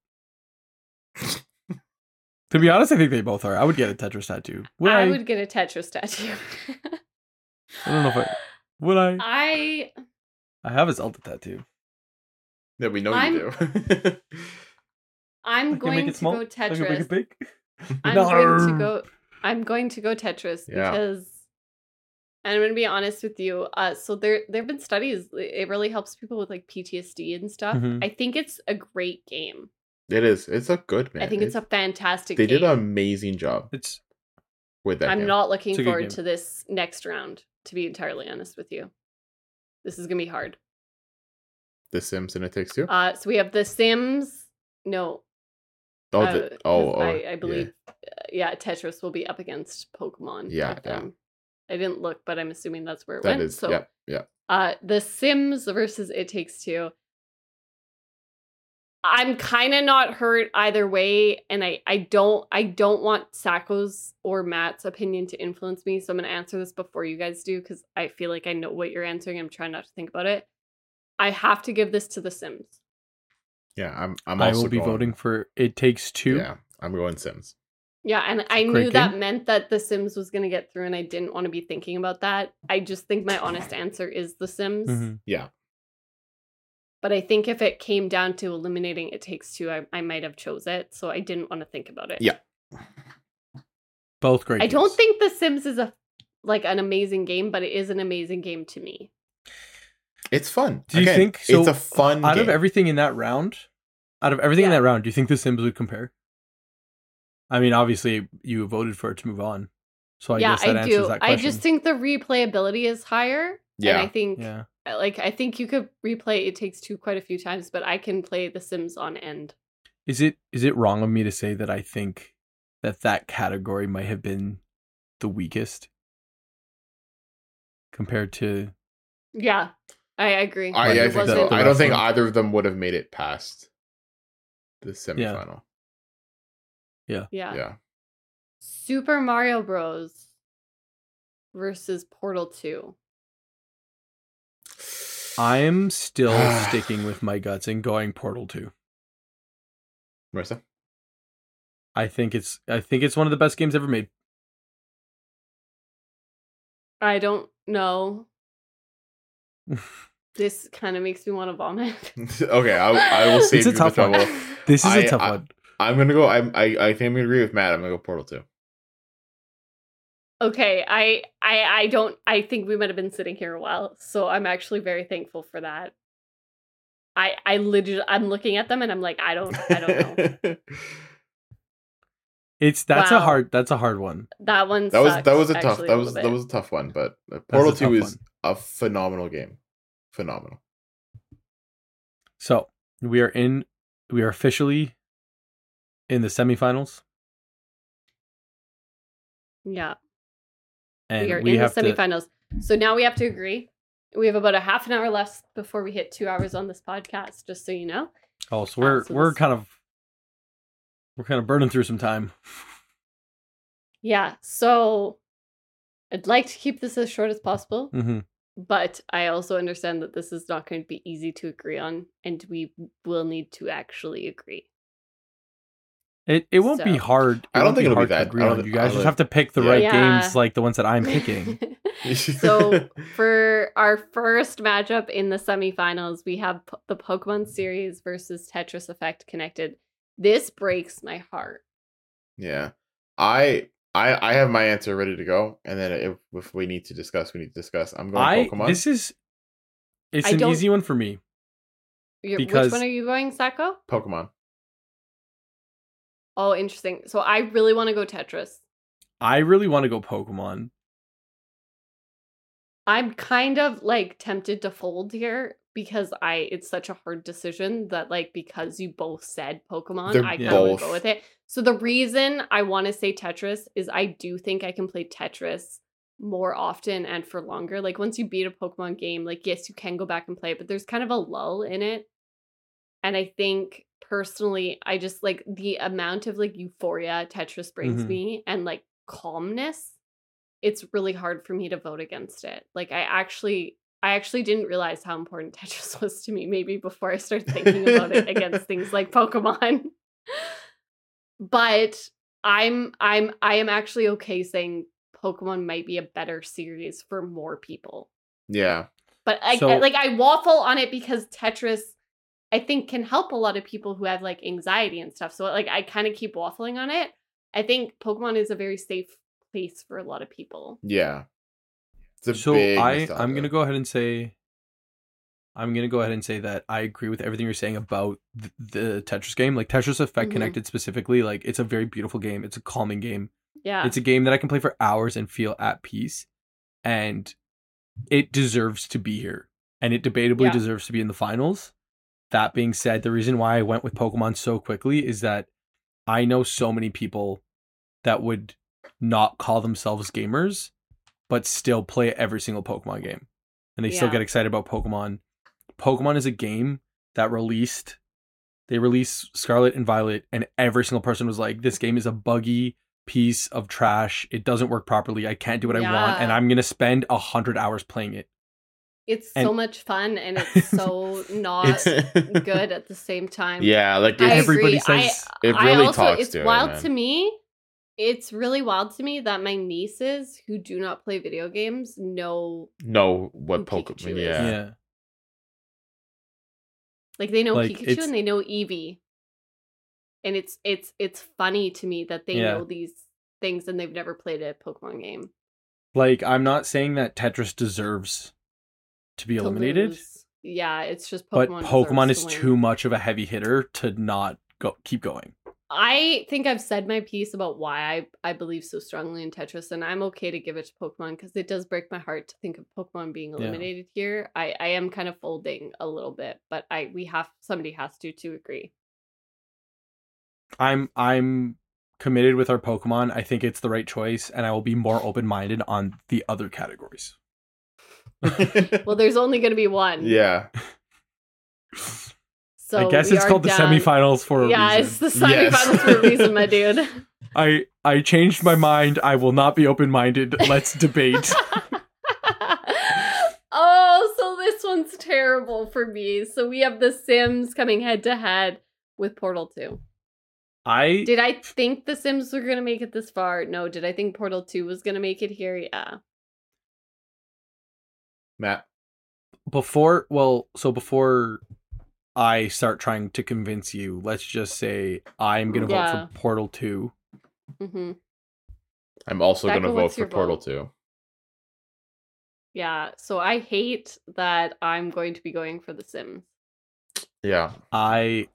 S3: to be honest, I think they both are. I would get a Tetris tattoo. Would I,
S2: I would get a Tetris tattoo.
S3: I don't know if I would. I
S2: I
S3: I have a Zelda tattoo.
S1: Yeah, we know
S2: I'm-
S1: you do.
S3: I
S2: I'm
S3: can make
S2: going
S3: it
S2: to
S3: small.
S2: go
S3: I can make
S2: Tetris.
S3: it big.
S2: I'm going to go. I'm going to go Tetris
S1: Yeah.
S2: because, and I'm going to be honest with you. Uh, so there there have been studies. It really helps people with like PTSD and stuff.
S3: Mhm.
S2: I think it's a great game.
S1: it is. It's a good man.
S2: I think it's a fantastic.
S1: They
S2: game.
S1: did an amazing job
S3: It's
S1: with that.
S2: I'm
S1: game.
S2: not looking
S3: It's a good
S2: forward
S3: game.
S2: to this next round. To be entirely honest with you, this is going to be hard.
S1: The Sims and It Takes Two.
S2: Uh, so we have The Sims. No.
S1: oh,
S2: uh,
S1: the, oh,
S2: 'cause
S1: oh,
S2: I, I
S1: yeah.
S2: believe. uh, Yeah. Tetris will be up against Pokemon.
S1: Yeah,
S2: at
S1: yeah.
S2: them. I didn't look, but I'm assuming that's where it
S1: that
S2: went.
S1: is.
S2: so
S1: yeah, yeah.
S2: uh the sims versus it takes two i'm kind of not hurt either way and i i don't i don't want sacco's or matt's opinion to influence me so i'm going to answer this before you guys do because i feel like i know what you're answering i'm trying not to think about it i have to give this to the sims
S1: Yeah, I'm. I'm
S3: I
S1: also
S3: will be
S1: going-
S3: voting for It Takes Two.
S1: Yeah, I'm going Sims.
S2: yeah and i
S3: Great
S2: knew that
S3: game.
S2: meant that the sims was going to get through and i didn't want to be thinking about that i just think my honest answer is the sims
S3: Mhm.
S1: Yeah,
S2: But I think if it came down to eliminating It Takes Two, I, I might have chose it. So I didn't want to think about it.
S1: Yeah,
S3: Both great.
S2: I don't
S3: games.
S2: think The Sims is a like an amazing game, but it is an amazing game to me.
S1: it's fun.
S3: Do you
S1: Again,
S3: think so
S1: it's a fun
S3: out of
S1: game.
S3: everything in that round? Out of everything in
S2: Yeah.
S3: that round, do you think the Sims would compare? I mean, obviously you voted for it to move on, so I
S2: yeah,
S3: guess that
S2: I
S3: answers
S2: do.
S3: that
S2: I
S3: question.
S2: just think the replayability is higher.
S1: Yeah.
S2: And I think uh,
S3: yeah,
S2: like I think you could replay It Takes Two quite a few times, but I can play The Sims on end.
S3: is it is it wrong of me to say that I think that that category might have been the weakest compared to?
S2: Yeah. I agree.
S1: I,
S3: Like,
S1: I
S2: It
S1: think
S3: the-
S1: so.
S2: wasn't-
S3: the
S1: I don't think
S3: wrestling-
S1: either of them would have made it past the semifinal.
S2: Yeah.
S1: Yeah,
S2: Super Mario Bros. versus Portal 2.
S3: I'm still sticking with my guts and going Portal Two.
S1: Marissa.
S3: I think it's I think it's one of the best games ever made.
S2: I don't know. this kind of makes me want to vomit.
S1: okay, I, I will save
S3: It's a
S1: you the
S3: tough one.
S1: trouble.
S3: This is a
S1: I-
S3: tough
S1: I-
S3: one.
S1: I'm gonna go. I'm, I I think I'm gonna agree with Matt. I'm gonna go Portal Two.
S2: okay, I I I don't I think we might have been sitting here a while, so I'm actually very thankful for that. I I literally I'm looking at them and I'm like I don't I don't know.
S1: that
S3: It's that's a
S2: Wow.
S3: hard that's a hard one.
S2: That one
S1: was
S2: sucks,
S1: that was a tough
S2: actually,
S1: that
S2: a
S1: was
S2: little
S1: that
S2: bit.
S1: was a tough one, but uh,
S3: That's
S1: Portal
S3: a tough
S1: Two is
S3: one.
S1: a phenomenal game. Phenomenal.
S3: So we are in, we are officially in the semifinals,
S2: yeah.
S3: and
S2: we are
S3: we,
S2: in the
S3: have to.
S2: semifinals. So now we have to agree. We have about a half an hour left before we hit 2 hours on this podcast just so you know.
S3: Oh, so we're
S2: Ah, so
S3: we're
S2: this-
S3: kind of we're kind of burning through some time.
S2: Yeah. So I'd like to keep this as short as possible.
S3: hmm
S2: but I also understand that this is not going to be easy to agree on, and we will need to actually agree.
S3: It it won't be
S2: So-
S3: hard.
S1: I don't
S3: won't
S1: think it'll be
S3: hard to
S1: that- I
S3: agree
S1: don't
S3: on.
S1: think-
S3: You
S1: I
S3: guys
S1: don't-
S3: just have to pick the
S1: Yeah.
S3: right
S2: Yeah.
S3: games, like the ones that I'm picking.
S2: so, for our first matchup in the semifinals, we have P- the Pokemon series versus Tetris Effect connected. This breaks my heart.
S1: Yeah, I I I have my answer ready to go, and then if, if we need to discuss, we need to discuss. I'm going
S3: I
S1: Pokemon.
S3: this is it's
S2: I
S3: an
S2: don't-
S3: easy one for me.
S2: You're,
S3: Because-
S2: which one are you going, Sacco?
S1: Pokemon.
S2: Oh, interesting. So, I really want to go Tetris.
S3: I really want to go Pokemon.
S2: I'm kind of like tempted to fold here because I it's such a hard decision that like because you both said Pokemon,
S1: They're
S2: I kind
S1: both-
S2: of go with it. So the reason I want to say Tetris is I do think I can play Tetris more often and for longer. Like once you beat a Pokemon game, like yes, you can go back and play it, but there's kind of a lull in it. And I think personally, I just like the amount of like euphoria Tetris brings
S1: Mm-hmm.
S3: Mhm.
S2: me and like calmness. It's really hard for me to vote against it. Like I actually I actually didn't realize how important Tetris was to me, maybe before I started thinking about it against things like Pokemon. but I'm I'm I am actually okay saying Pokemon might be a better series for more people.
S1: Yeah.
S2: But I,
S3: So-
S2: I- like I waffle on it because Tetris I think can help a lot of people who have like anxiety and stuff. So like I kind of keep waffling on it. I think Pokemon is a very safe place for a lot of people.
S1: Yeah. It's a
S3: so
S1: big
S3: I
S1: nostalgia.
S3: I'm gonna go ahead and say I'm gonna go ahead and say that I agree with everything you're saying about th- the Tetris game. Like Tetris Effect
S1: Mm-hmm.
S2: Mhm.
S3: Connected specifically, like it's a very beautiful game. It's a calming game.
S2: Yeah.
S3: It's a game that I can play for hours and feel at peace, and it deserves to be here, and it debatably
S2: Yeah.
S3: deserves to be in the finals. That being said, the reason why I went with Pokemon so quickly is that I know so many people that would not call themselves gamers, but still play every single Pokemon game. And they still
S2: Yeah.
S3: get excited about Pokemon. Pokemon is a game that released, they released Scarlet and Violet, and every single person was like, this game is a buggy piece of trash. It doesn't work properly. I can't do what I want.
S2: Yeah.
S3: And I'm going to spend a 100 hours playing it.
S2: It's so
S3: And-
S2: much fun and it's so not good at the same time.
S1: yeah, like
S2: I
S1: it's,
S2: agree.
S3: Everybody
S2: I-
S3: says
S1: it
S2: I
S1: really
S2: also,
S1: talks
S2: it's
S1: to it,
S2: wild
S1: man.
S2: to me. It's really wild to me that my nieces who do not play video games know
S1: know
S2: Who
S1: what
S2: Pikachu
S1: Pokemon.
S2: is.
S1: Yeah.
S3: yeah.
S2: like they know
S3: Like,
S2: Pikachu
S3: it's-
S2: and they know Eevee. And it's it's it's funny to me that they
S3: Yeah.
S2: know these things and they've never played a Pokemon game.
S3: Like, I'm not saying that Tetris deserves to be
S2: To
S3: eliminated.
S2: lose. Yeah, it's just
S3: but
S2: Pokemon.
S3: Pokemon
S2: deserves
S3: is
S2: to win.
S3: too much of a heavy hitter to not go keep going.
S2: I think I've said my piece about why I, I believe so strongly in Tetris, and I'm okay to give it to Pokemon because it does break my heart to think of Pokemon being
S3: Yeah.
S2: eliminated here. I, I am kind of folding a little bit, but I we have somebody has to to agree.
S3: I'm I'm committed with our Pokemon. I think it's the right choice, and I will be more open minded on the other categories.
S2: Well, there's only going to be one.
S1: yeah.
S2: So
S3: I guess
S2: we
S3: it's
S2: are
S3: called the
S2: down-
S3: semifinals for a
S2: Yeah, it's
S3: reason.
S2: the
S1: Yes.
S2: semifinals for a reason, my dude.
S3: I I changed my mind. I will not be open minded. Let's debate.
S2: oh, so this one's terrible for me. So we have The Sims coming head to head with Portal Two.
S3: I
S2: Did I think The Sims were gonna make it this far? No. Did I think Portal Two was gonna make it here? Yeah.
S1: Matt.
S3: before well, so before I start trying to convince you, let's just say I'm gonna
S2: Yeah.
S3: vote for Portal Two.
S2: Mm-hmm.
S1: I'm also
S2: Becca,
S1: going to vote
S2: what's
S1: for
S2: your
S1: Portal
S2: vote?
S1: 2.
S2: Yeah. So I hate that I'm going to be going for The Sims.
S1: Yeah.
S3: I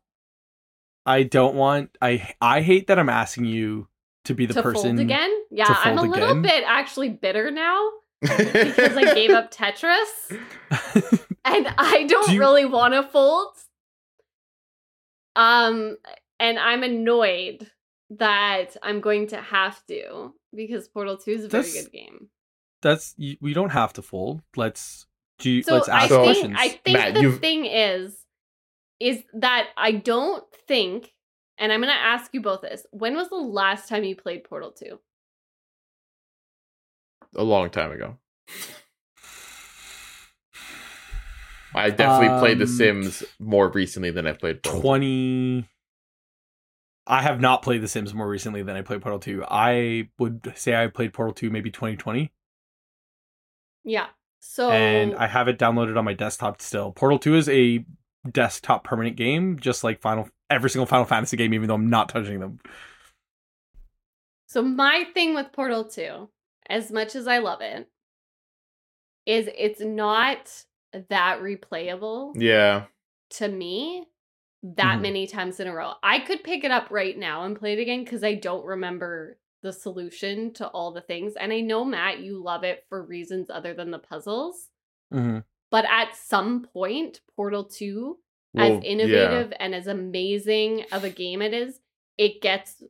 S3: I don't want I I hate that I'm asking you to be the
S2: to
S3: person
S2: fold again? Yeah,
S3: to
S2: I'm a
S3: fold
S2: little
S3: again?
S2: bit actually bitter now because I gave up Tetris and I don't
S3: Do you-
S2: really want to fold. Um, and I'm annoyed that I'm going to have to because Portal Two is a very
S3: That's-
S2: good game.
S3: That's you, we don't have to fold. Let's do. You,
S2: So
S3: let's
S2: I
S3: ask
S1: So-
S2: think
S3: questions.
S2: I think
S1: Matt,
S2: the
S1: you've-
S2: thing is is that I don't think and I'm going to ask you both this. When was the last time you played Portal 2?
S1: a long time ago. I definitely played The
S3: Um,
S1: Sims more recently than I played Portal.
S3: Twenty. I have not played The Sims more recently than I played Portal Two. I would say I played Portal Two maybe 2020,
S2: Yeah. So
S3: and I have it downloaded on my desktop still. Portal Two is a desktop permanent game, just like Final every single Final Fantasy game, even though I'm not touching them.
S2: so my thing with Portal 2, as much as I love it, is it's not that replayable
S1: Yeah.
S2: to me that
S3: Mhm.
S2: many times in a row. I could pick it up right now and play it again because I don't remember the solution to all the things. And I know, Matt, you love it for reasons other than the puzzles.
S3: Mhm.
S2: But at some point, Portal 2,
S1: Well,
S2: as innovative and as amazing of a game it is, it gets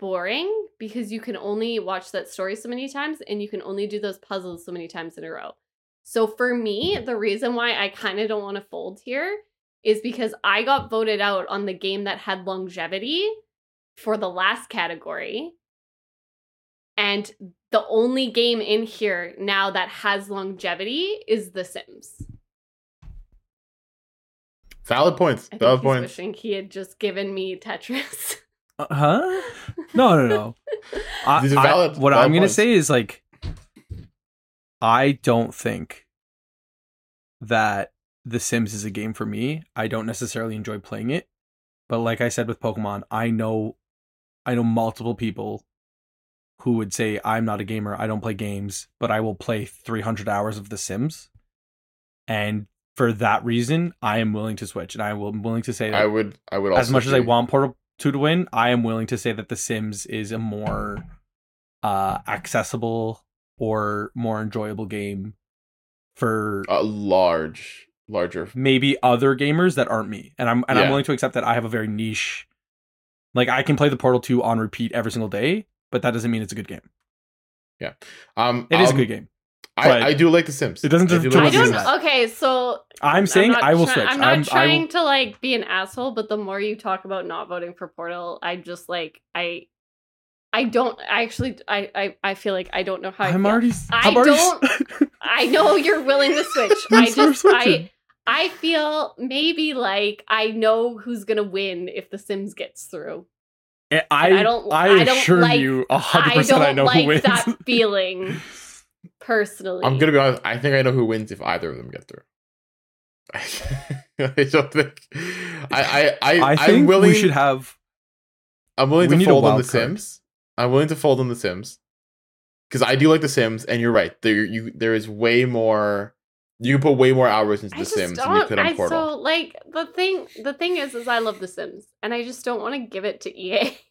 S2: boring because you can only watch that story so many times and you can only do those puzzles so many times in a row. So for me, the reason why I kind of don't want to fold here is because I got voted out on the game that had longevity for the last category. And the only game in here now that has longevity is The Sims.
S1: Valid points.
S2: I think
S1: Valid
S2: he's
S1: points.
S2: wishing he had just given me Tetris.
S3: Uh, huh? No, no, no. I,
S1: These are
S3: I-
S1: valid-
S3: what
S1: valid
S3: I'm going to
S1: points.
S3: say is like, I don't think that The Sims is a game for me. I don't necessarily enjoy playing it, but like I said with Pokemon, I know, I know multiple people who would say I'm not a gamer. I don't play games, but I will play 300 hours of The Sims, and for that reason, I am willing to switch, and I will willing to say that
S1: I would. I would. Also
S3: as much as I
S1: agree.
S3: want Portal 2 to win, I am willing to say that The Sims is a more uh, accessible or more enjoyable game for
S1: a large, larger.
S3: maybe other gamers that aren't me. And I'm and I'm
S1: Yeah.
S3: willing to accept that I have a very niche like I can play the Portal 2 on repeat every single day, but that doesn't mean it's a good game.
S1: Um,
S3: It is
S1: um,
S3: a good game.
S1: I,
S3: but-
S1: I do like The Sims.
S3: It doesn't
S1: I do
S3: determine
S2: I
S1: like The
S3: what
S2: don't.
S3: it
S1: Sims.
S3: is.
S2: Okay, so
S3: I'm saying
S2: not
S3: I will
S2: try-
S3: switch.
S2: I'm not
S3: I'm- I will-
S2: trying to like be an asshole, but the more you talk about not voting for Portal, I just like I, I don't I actually. I I, I feel like I don't know how. I
S3: I'm
S2: feel.
S3: already
S2: I
S3: I'm already-
S2: don't- I know you're willing to switch.
S3: I'm
S2: I
S3: so
S2: just
S3: switching.
S2: I I feel maybe like I know who's gonna win if The Sims gets through.
S3: I,
S2: I don't-
S3: I
S2: I don't
S3: assure
S2: like-
S3: you 100% I,
S2: don't
S3: know
S2: like
S3: who wins.
S2: that feeling personally.
S1: I'm gonna be honest. I think I know who wins if either of them get through. I don't think. I I, I,
S3: I
S1: I am
S3: think
S1: willing.
S3: we should have
S1: I'm willing
S3: we
S1: to
S3: need a
S1: fold on
S3: wild
S1: The
S3: card.
S1: Sims. I'm willing to fold on The Sims because I do like The Sims, and you're right. There you there is way more. You can put way more hours into
S2: I
S1: The
S2: just
S1: Sims than you
S2: don't-
S1: could on
S2: I-
S1: Portal.
S2: So like the thing the thing is is I love The Sims and I just don't want to give it to EA.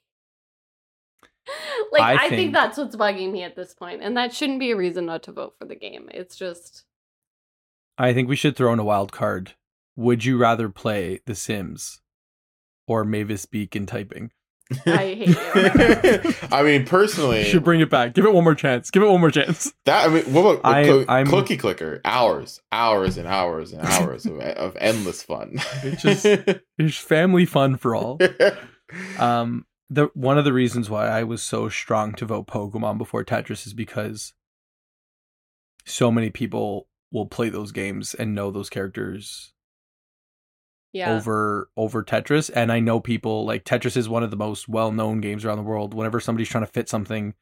S2: like
S3: I
S2: I, think,
S3: think-
S2: that's what's bugging me at this point, and that shouldn't be a reason not to vote for the game. It's just
S3: I think we should throw in a wild card. Would you rather play The Sims or Mavis Beak in typing?
S2: I hate you.
S1: I mean, personally,
S3: You should bring it back. Give it one more chance. Give it one more chance.
S1: That I mean, what about
S3: I-
S1: cl-
S3: I'm-
S1: Cookie Clicker? Hours, hours, and hours and hours of, of endless fun.
S3: It's just- It's family fun for all. Um, the one of the reasons why I was so strong to vote Pokemon before Tetris is because so many people will play those games and know those characters
S2: yeah.
S3: over over Tetris. And I know people like Tetris is one of the most well known games around the world. Whenever somebody's trying to fit something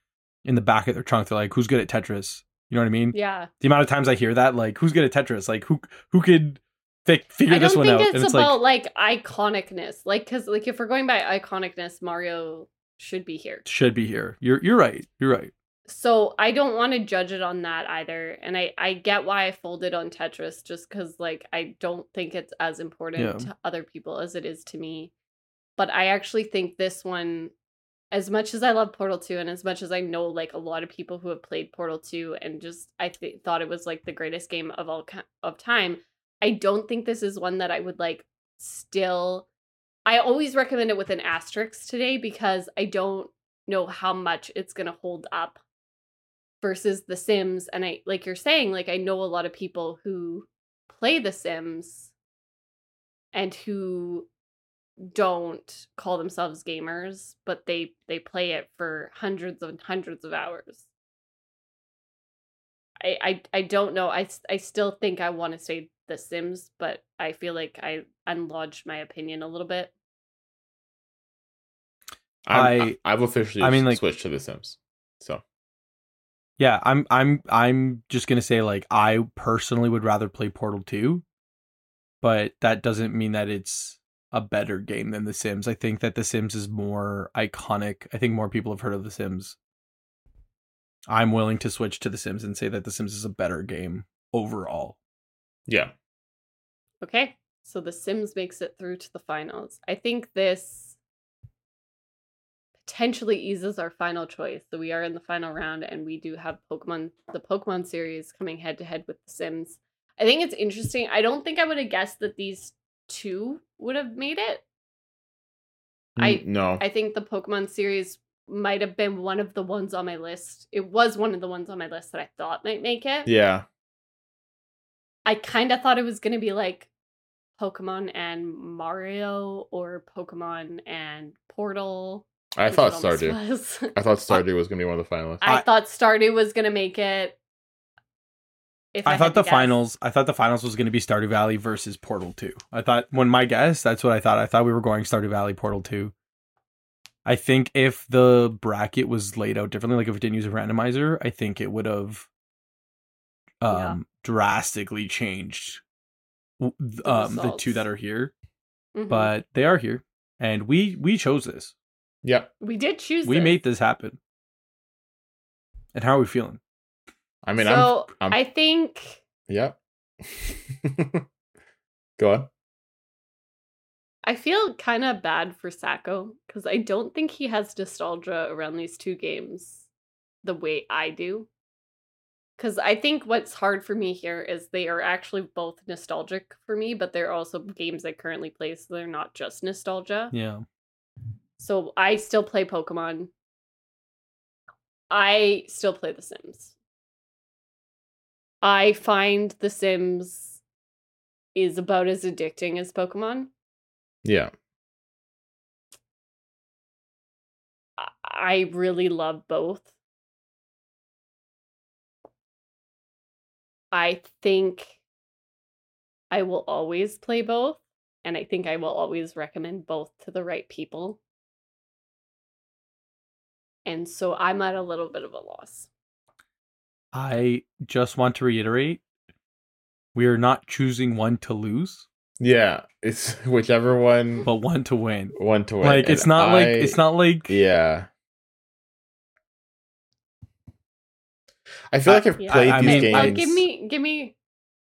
S3: in the back of their trunk, they're like, "Who's good at Tetris?" You know what I mean?
S2: yeah.
S3: The amount of times I hear that, like, "Who's good at Tetris?" Like, who who could fi- figure
S2: I don't
S3: this one
S2: think
S3: out?
S2: it's,
S3: and it's like,
S2: about like, iconicness. Like cause like if we're going by iconicness, Mario should be here.
S3: should be here. You're you're right. You're right.
S2: so i don't want to judge it on that either and i i get why i folded on tetris just because like i don't think it's as important
S3: Yeah.
S2: to other people as it is to me but i actually think this one as much as i love portal 2 and as much as i know like a lot of people who have played portal 2 and just i th- thought it was like the greatest game of all ki- of time i don't think this is one that i would like still i always recommend it with an asterisk today because i don't know how much it's going to hold up versus the sims and i like you're saying like i know a lot of people who play the sims and who don't call themselves gamers but they they play it for hundreds and hundreds of hours i i, I don't know i s- i still think i want to say the sims but i feel like i unlodged my opinion a little bit
S1: I
S3: I-
S1: I've officially
S3: I mean, like-
S1: switched to The Sims. So
S3: Yeah, I'm I'm I'm just gonna say like I personally would rather play Portal 2, but that doesn't mean that it's a better game than The Sims. I think that The Sims is more iconic. I think more people have heard of The Sims. I'm willing to switch to The Sims and say that The Sims is a better game overall.
S1: yeah,
S2: Okay. So The Sims makes it through to the finals. I think this potentially eases our final choice. So we are in the final round and we do have Pokemon the Pokemon series coming head to head with The Sims. I think it's interesting. I don't think I would have guessed that these two would have made it. I-
S1: Mm, no.
S2: I think the Pokemon series might have been one of the ones on my list. It was one of the ones on my list that I thought might make it.
S1: yeah,
S2: I kind of thought it was going to be like Pokemon and Mario or Pokemon and Portal
S1: I
S2: which
S1: thought
S2: it almost
S1: Stardew.
S2: was.
S1: I thought Stardew was gonna be one of the finalists.
S2: I,
S3: I-
S2: thought Stardew was gonna make it. If
S3: I
S2: had
S3: thought
S2: to
S3: the
S2: guess.
S3: finals. I thought the finals was going to be Stardew Valley versus Portal Two. I thought when my guess, that's what I thought. I thought we were going Stardew Valley Portal Two. I think if the bracket was laid out differently, like if it didn't use a randomizer, I think it would have um
S2: Yeah.
S3: drastically changed w- th-
S2: The
S3: um the
S2: results.
S3: two that are here.
S2: Mhm.
S3: But they are here, and we we chose this.
S1: yeah,
S2: we did choose.
S3: we
S2: this.
S3: made this happen. And how are we feeling?
S1: I mean,
S2: so
S1: I'm-
S2: I think
S1: I'm yeah. Go on.
S2: I feel kind of bad for Sacco because I don't think he has nostalgia around these two games the way I do. Because I think what's hard for me here is they are actually both nostalgic for me, but they're also games I currently play, so they're not just nostalgia.
S3: Yeah.
S2: So I still play Pokemon. I still play The Sims. I find The Sims is about as addicting as Pokemon.
S1: Yeah,
S2: I- I really love both. I think I will always play both, and I think I will always recommend both to the right people. And so I'm at a little bit of a loss.
S3: I just want to reiterate we are not choosing one to lose,
S1: yeah. It's whichever one
S3: but one to win.
S1: one to win.
S3: Like it's
S1: And
S3: not like
S1: I-
S3: it's not like
S1: Yeah. I feel like I've
S2: Yeah.
S1: played
S3: I- I
S1: these
S3: mean,
S1: games.
S3: I-
S2: Like, give me, give me,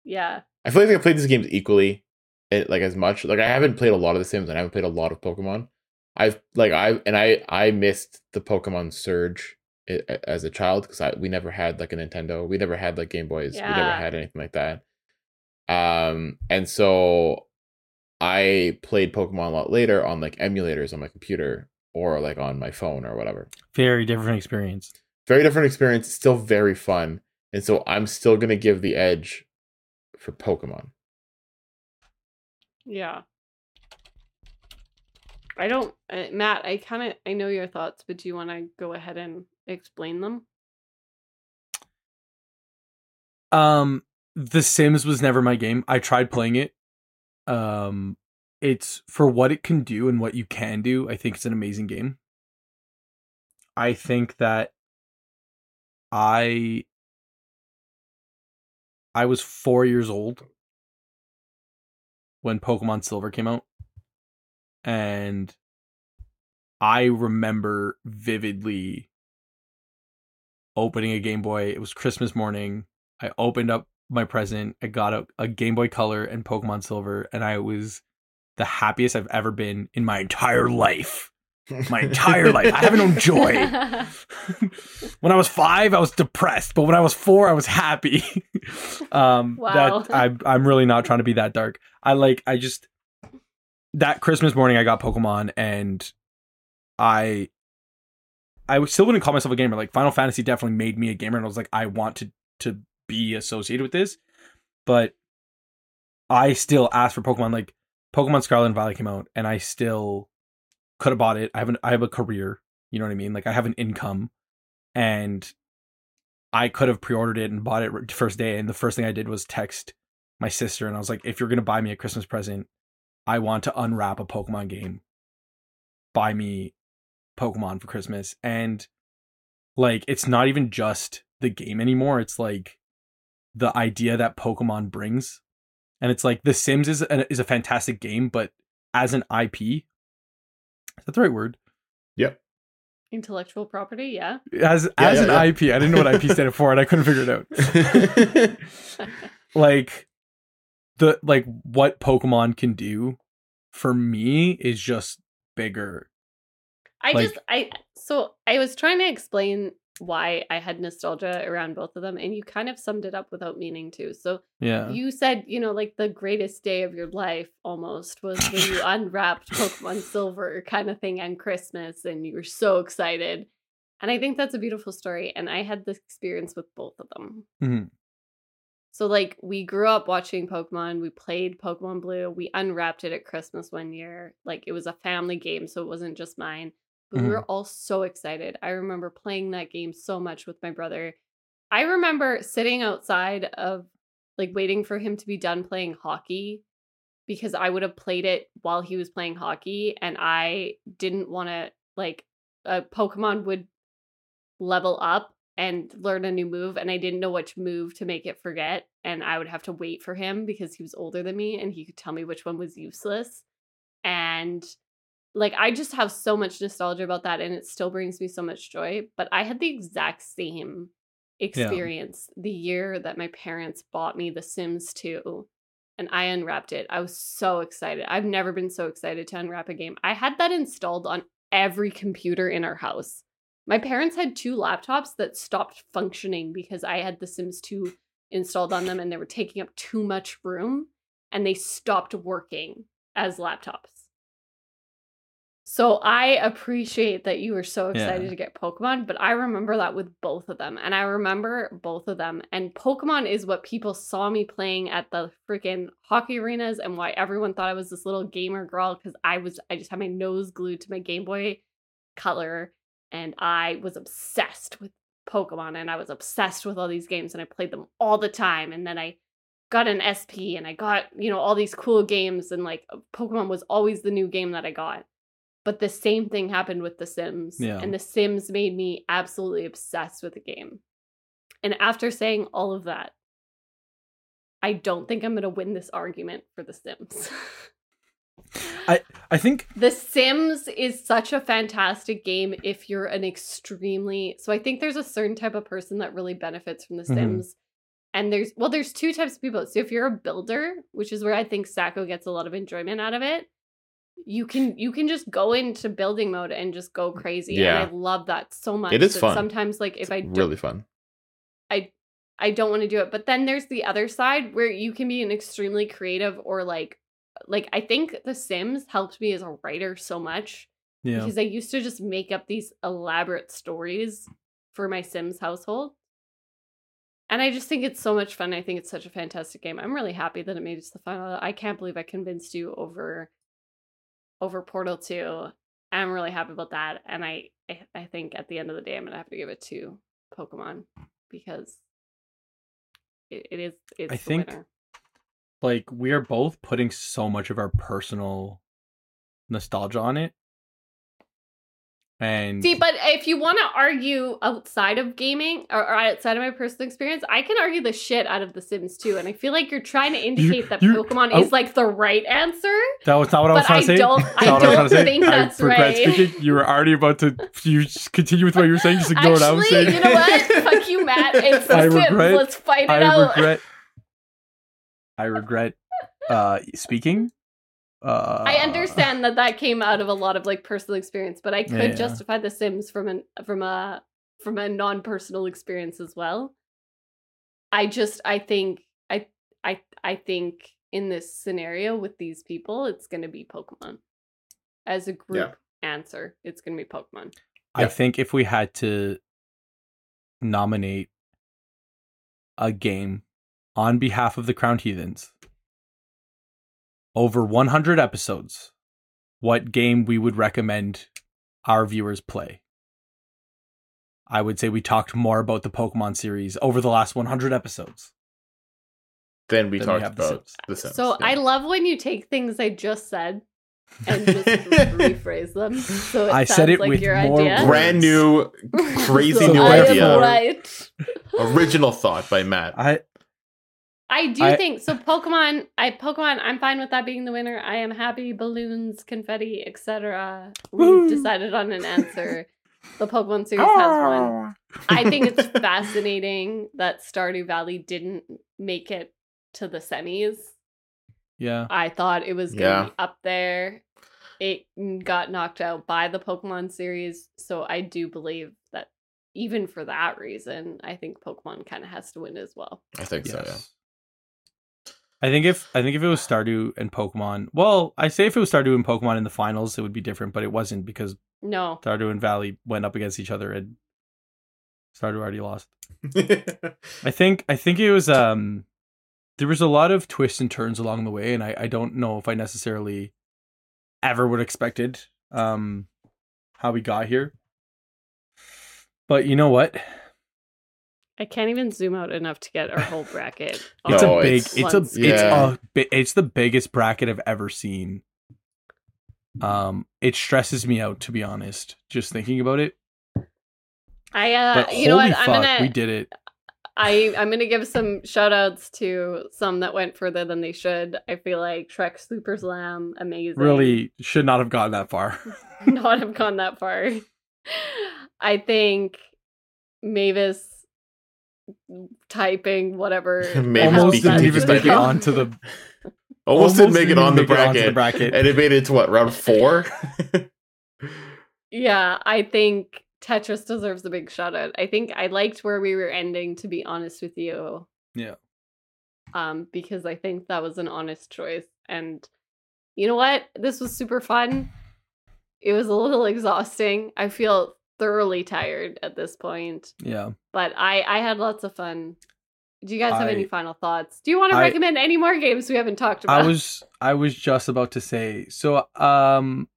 S2: yeah.
S1: I feel like I've played these games equally, eh, like as much. Like I haven't played a lot of The Sims, and I haven't played a lot of Pokemon. I've like I and I I missed the Pokemon Surge i- a- as a child because I we never had like a Nintendo, we never had like Game Boys, we never
S2: Yeah.
S1: had anything like that. Um, and so I played Pokemon a lot later on like emulators on my computer or like on my phone or whatever
S3: very different experience.
S1: very different experience still very fun and so i'm still going to give the edge for pokemon
S2: Yeah. I don't, uh, Matt, I kind of, I know your thoughts, but do you want to go ahead and explain them?
S3: Um The Sims was never my game. I tried playing it. Um it's for what it can do and what you can do. I think it's an amazing game. I think that I I was 4 years old when Pokemon Silver came out. And I remember vividly opening a Game Boy. It was Christmas morning. I opened up my present. I got a, a Game Boy Color and Pokemon Silver, and I was the happiest I've ever been in my entire life. My entire life. I haven't known joy. when I was five, I was depressed, but when I was four, I was happy. um,
S2: Wow.
S3: That I'm I'm really not trying to be that dark. I like I just that Christmas morning I got Pokemon and I I was- still wouldn't call myself a gamer. Like Final Fantasy definitely made me a gamer, and I was like, I want to to be associated with this, but I still asked for Pokemon. Like Pokemon Scarlet and Violet came out, and I still could have bought it. I have an I have a career. You know what I mean? Like I have an income, and I could have pre-ordered it and bought it r- first day. And the first thing I did was text my sister, and I was like, "If you're gonna buy me a Christmas present, I want to unwrap a Pokemon game. Buy me Pokemon for Christmas." And like, it's not even just the game anymore. It's like the idea that Pokemon brings, and it's like The Sims is a, is a fantastic game, but as an IP, is that the right word?
S2: Intellectual property, yeah.
S3: As
S1: Yeah,
S3: as
S1: yeah,
S3: an
S1: yeah.
S3: IP, I didn't know what IP stand for, and I couldn't figure it out. like the like what pokemon can do for me is just bigger
S2: I
S3: Like-
S2: just I so I was trying to explain why I had nostalgia around both of them and you kind of summed it up without meaning to. So
S3: yeah
S2: you said, you know, like the greatest day of your life almost was when you unwrapped Pokemon Silver kind of thing on Christmas and you were so excited. And I think that's a beautiful story and I had this experience with both of them.
S3: Mhm.
S2: So like we grew up watching Pokemon, we played Pokemon Blue, we unwrapped it at Christmas one year. Like it was a family game, so it wasn't just mine. We were all so excited. I remember playing that game so much with my brother. I remember sitting outside of like waiting for him to be done playing hockey because I would have played it while he was playing hockey and I didn't want to like a Pokemon would level up and learn a new move and I didn't know which move to make it forget and I would have to wait for him because he was older than me and he could tell me which one was useless and like I just have so much nostalgia about that and it still brings me so much joy but I had the exact same experience the year that my parents bought me The Sims 2 and I unwrapped it. I was so excited. I've never been so excited to unwrap a game. I had that installed on every computer in our house. My parents had two laptops that stopped functioning because I had The Sims 2 installed on them and they were taking up too much room and they stopped working as laptops. So I appreciate that you were so excited
S3: Yeah.
S2: to get Pokemon, but I remember that with both of them. And I remember both of them. And Pokemon is what people saw me playing at the freaking hockey arenas and why everyone thought I was this little gamer girl because I was I just had my nose glued to my Game Boy color and I was obsessed with Pokemon and I was obsessed with all these games and I played them all the time and then I got an SP and I got, you know, all these cool games and like uh, Pokemon was always the new game that I got. But the same thing happened with The Sims
S3: Yeah.
S2: and The Sims made me absolutely obsessed with the game. And after saying all of that, I don't think I'm going to win this argument for The Sims.
S3: I think
S2: The Sims is such a fantastic game if you're an extremely so I think there's a certain type of person that really benefits from The
S1: Mm-hmm.
S3: Mhm.
S2: Sims. And there's well, there's two types of people. So if you're a builder, which is where I think Sacco gets a lot of enjoyment out of it, you can you can just go into building mode and just go crazy.
S1: Yeah.
S2: And I love that so much.
S1: It is
S2: that
S1: fun.
S2: Sometimes like if I don't
S1: really fun.
S2: I don't want to do it. But then there's the other side where you can be an extremely creative or like like I think The Sims helped me as a writer so much
S3: yeah.
S2: because I used to just make up these elaborate stories for my Sims household. And I just think it's so much fun. I think it's such a fantastic game. I'm really happy that it made it to the final. I can't believe I convinced you over over Portal 2. I'm really happy about that. And I I, I think at the end of the day I'm gonna have to give it to Pokemon because it, it is it's
S3: I
S2: the
S3: think-
S2: winner.
S3: Like we are both putting so much of our personal nostalgia on it. And
S2: See, but if you want to argue outside of gaming or, or outside of my personal experience, I can argue the shit out of The Sims too. And I feel like you're trying to indicate that
S3: you-
S2: Pokemon
S3: oh.
S2: is like the right answer.
S3: that was not what I was
S2: But
S3: trying
S2: I
S3: to say.
S2: don't,
S3: That's
S2: I
S3: not what
S2: don't
S3: was trying to say.
S2: think
S3: I
S2: that's
S3: regret
S2: right.
S3: speaking. You were already about to you just continue with what you were saying, just ignore what I was saying.
S2: Actually, you know what? Fuck you, Matt. It's The
S3: I
S2: Sims.
S3: regret-
S2: Let's fight it
S3: I
S2: out.
S3: regret. I regret uh, speaking. Uh,
S1: Oh.
S2: I understand that that came out of a lot of like personal experience, but I could
S3: Yeah.
S2: justify The Sims from an from a from a non personal experience as well. I just I think I I I think in this scenario with these people, it's going to be Pokemon as a group answer. It's going to be Pokemon.
S3: I think if we had to nominate a game on behalf of the Crown Heathens over 100 episodes, what game we would recommend our viewers play? I would say we talked more about the Pokemon series over the last 100 episodes.
S1: Then we
S3: Then we
S1: talked
S3: have The
S1: about
S3: Sims.
S1: the Sims.
S2: so I
S1: yeah.
S2: love when you take things I just said and just rephrase them. So it
S3: I said
S2: sounds
S3: it
S2: like
S3: with
S2: your
S3: more
S2: idea.
S1: brand new, crazy
S2: So
S1: new
S2: I am
S1: idea.
S2: Right.
S1: original thought by Matt.
S3: I
S2: I do
S3: I-
S2: think so. Pokemon, I Pokemon. I'm fine with that being the winner. I am happy. Balloons, confetti, etc.
S3: Woo.
S2: We've decided on an answer. the Pokemon series has one. I think it's fascinating that Stardew Valley didn't make it to the semis.
S3: yeah.
S2: I thought it was going to
S1: Yeah.
S2: be up there. It got knocked out by the Pokemon series, so I do believe that even for that reason, I think Pokemon kind of has to win as well.
S1: I think so. Yeah.
S3: Yes. I think if I think if it was Stardew and Pokemon, well, I say if it was Stardew and Pokemon in the finals, it would be different, but it wasn't because
S2: No,
S3: Stardew and Valley went up against each other and Stardew already lost. I think I think it was um there was a lot of twists and turns along the way, and I, I don't know if I necessarily ever would expect it. Um how we got here. But you know what?
S2: I can't even zoom out enough to get our whole bracket.
S3: It's
S1: No,
S3: a big.
S1: it's-
S3: It's, a.
S2: Once.
S3: It's
S1: Yeah.
S3: a. bi- It's the biggest bracket I've ever seen. Um, it stresses me out to be honest. Just thinking about it.
S2: I uh,
S3: But
S2: you know
S3: holy
S2: what?
S3: fuck,
S2: I'm gonna
S3: we did it.
S2: I I'm gonna give some shout outs to some that went further than they should. I feel like Shrek Super Slam, amazing.
S3: Really should not have gotten that far.
S2: not have gone that far. I think Mavis typing whatever the
S1: Mavis
S2: hell
S3: Almost
S1: speaking
S2: that
S3: didn't
S1: to
S3: even
S1: the
S2: is
S3: make it
S1: bracket.
S2: called.
S3: onto the.
S1: Almost, didn't make it
S3: didn't
S1: on the
S3: make it onto
S1: bracket. And it made it to what, round four?
S2: Yeah, I think Tetris deserves a big shout out. I think I liked where we were ending, to be honest with you.
S3: Yeah.
S2: Um, because I think that was an honest choice. And you know what? This was super fun. It was a little exhausting. I feel thoroughly tired at this point,
S3: Yeah.
S2: but I I had lots of fun. Do you guys have any
S3: I-
S2: final thoughts? Do you want to
S3: I-
S2: recommend any more games we haven't talked
S3: I
S2: about?
S3: was I was just about to say so um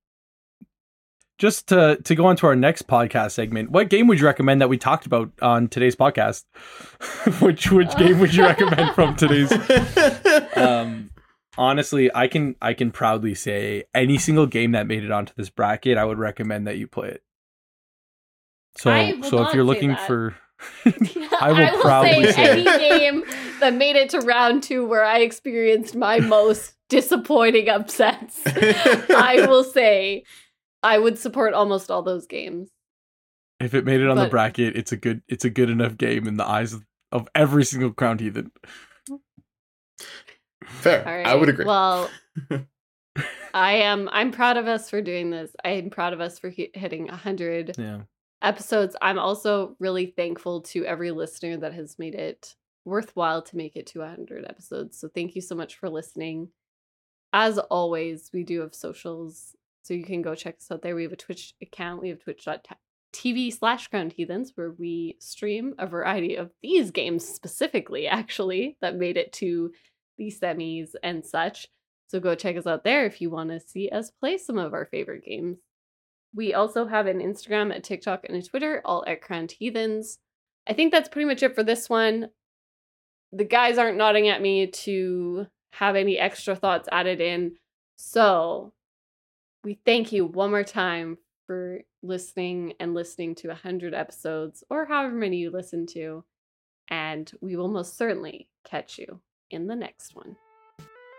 S3: just to to go on to our next podcast segment, what game would you recommend that we talked about on today's podcast? which which game would you recommend from today's um honestly, I can I can proudly say any single game that made it onto this bracket, I would recommend that you play it. So
S2: I will
S3: so if
S2: not
S3: you're
S2: say
S3: looking
S2: that.
S3: for
S2: I
S3: I
S2: will,
S3: will proudly
S2: say
S1: say-
S2: any game that made it to round two where I experienced my most disappointing upsets. I will say I would support almost all those games.
S3: if it made it on the
S2: But-
S3: bracket, it's a good it's a good enough game in the eyes of, of every single crowned heathen.
S1: Fair.
S2: All right.
S1: I would agree.
S2: Well, I am. I'm proud of us for doing this. I am proud of us for hi- hitting 100
S3: Yeah.
S2: episodes. I'm also really thankful to every listener that has made it worthwhile to make it to 100 episodes. So thank you so much for listening. As always, we do have socials, so you can go check us out there. We have a Twitch account. We have twitch.tv slash ground heathens where we stream a variety of these games specifically, actually, that made it to the semis and such. So go check us out there if you want to see us play some of our favorite games. We also have an Instagram, a TikTok, and a Twitter, all at Crowned Heathens. I think that's pretty much it for this one. The guys aren't nodding at me to have any extra thoughts added in. So we thank you one more time for listening and listening to 100 episodes or however many you listen to. And we will most certainly catch you in the next one.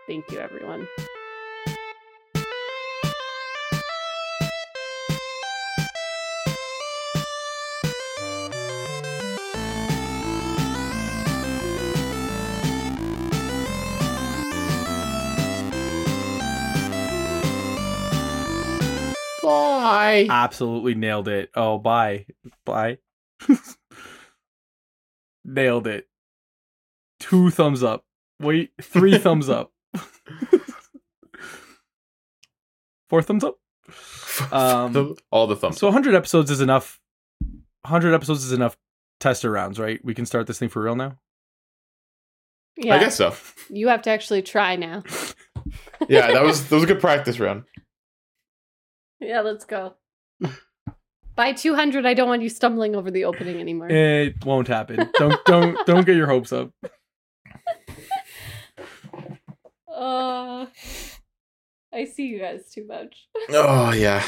S2: Thank you, everyone.
S1: Bye.
S3: Absolutely nailed it. Oh, bye. Bye. nailed it. Two thumbs up. Wait, three thumbs up. Four thumbs up. Um,
S1: all the thumbs.
S3: So 100 episodes is enough. 100 episodes is enough tester rounds, right? We can start this thing for real now.
S2: Yeah,
S1: I guess so.
S2: you have to actually try now.
S1: Yeah, that was that was a good practice round.
S2: Yeah, let's go. By 200, I don't want you stumbling over the opening anymore.
S3: It won't happen. Don't don't don't get your hopes up.
S2: Uh, I see you guys too much.
S1: Oh yeah.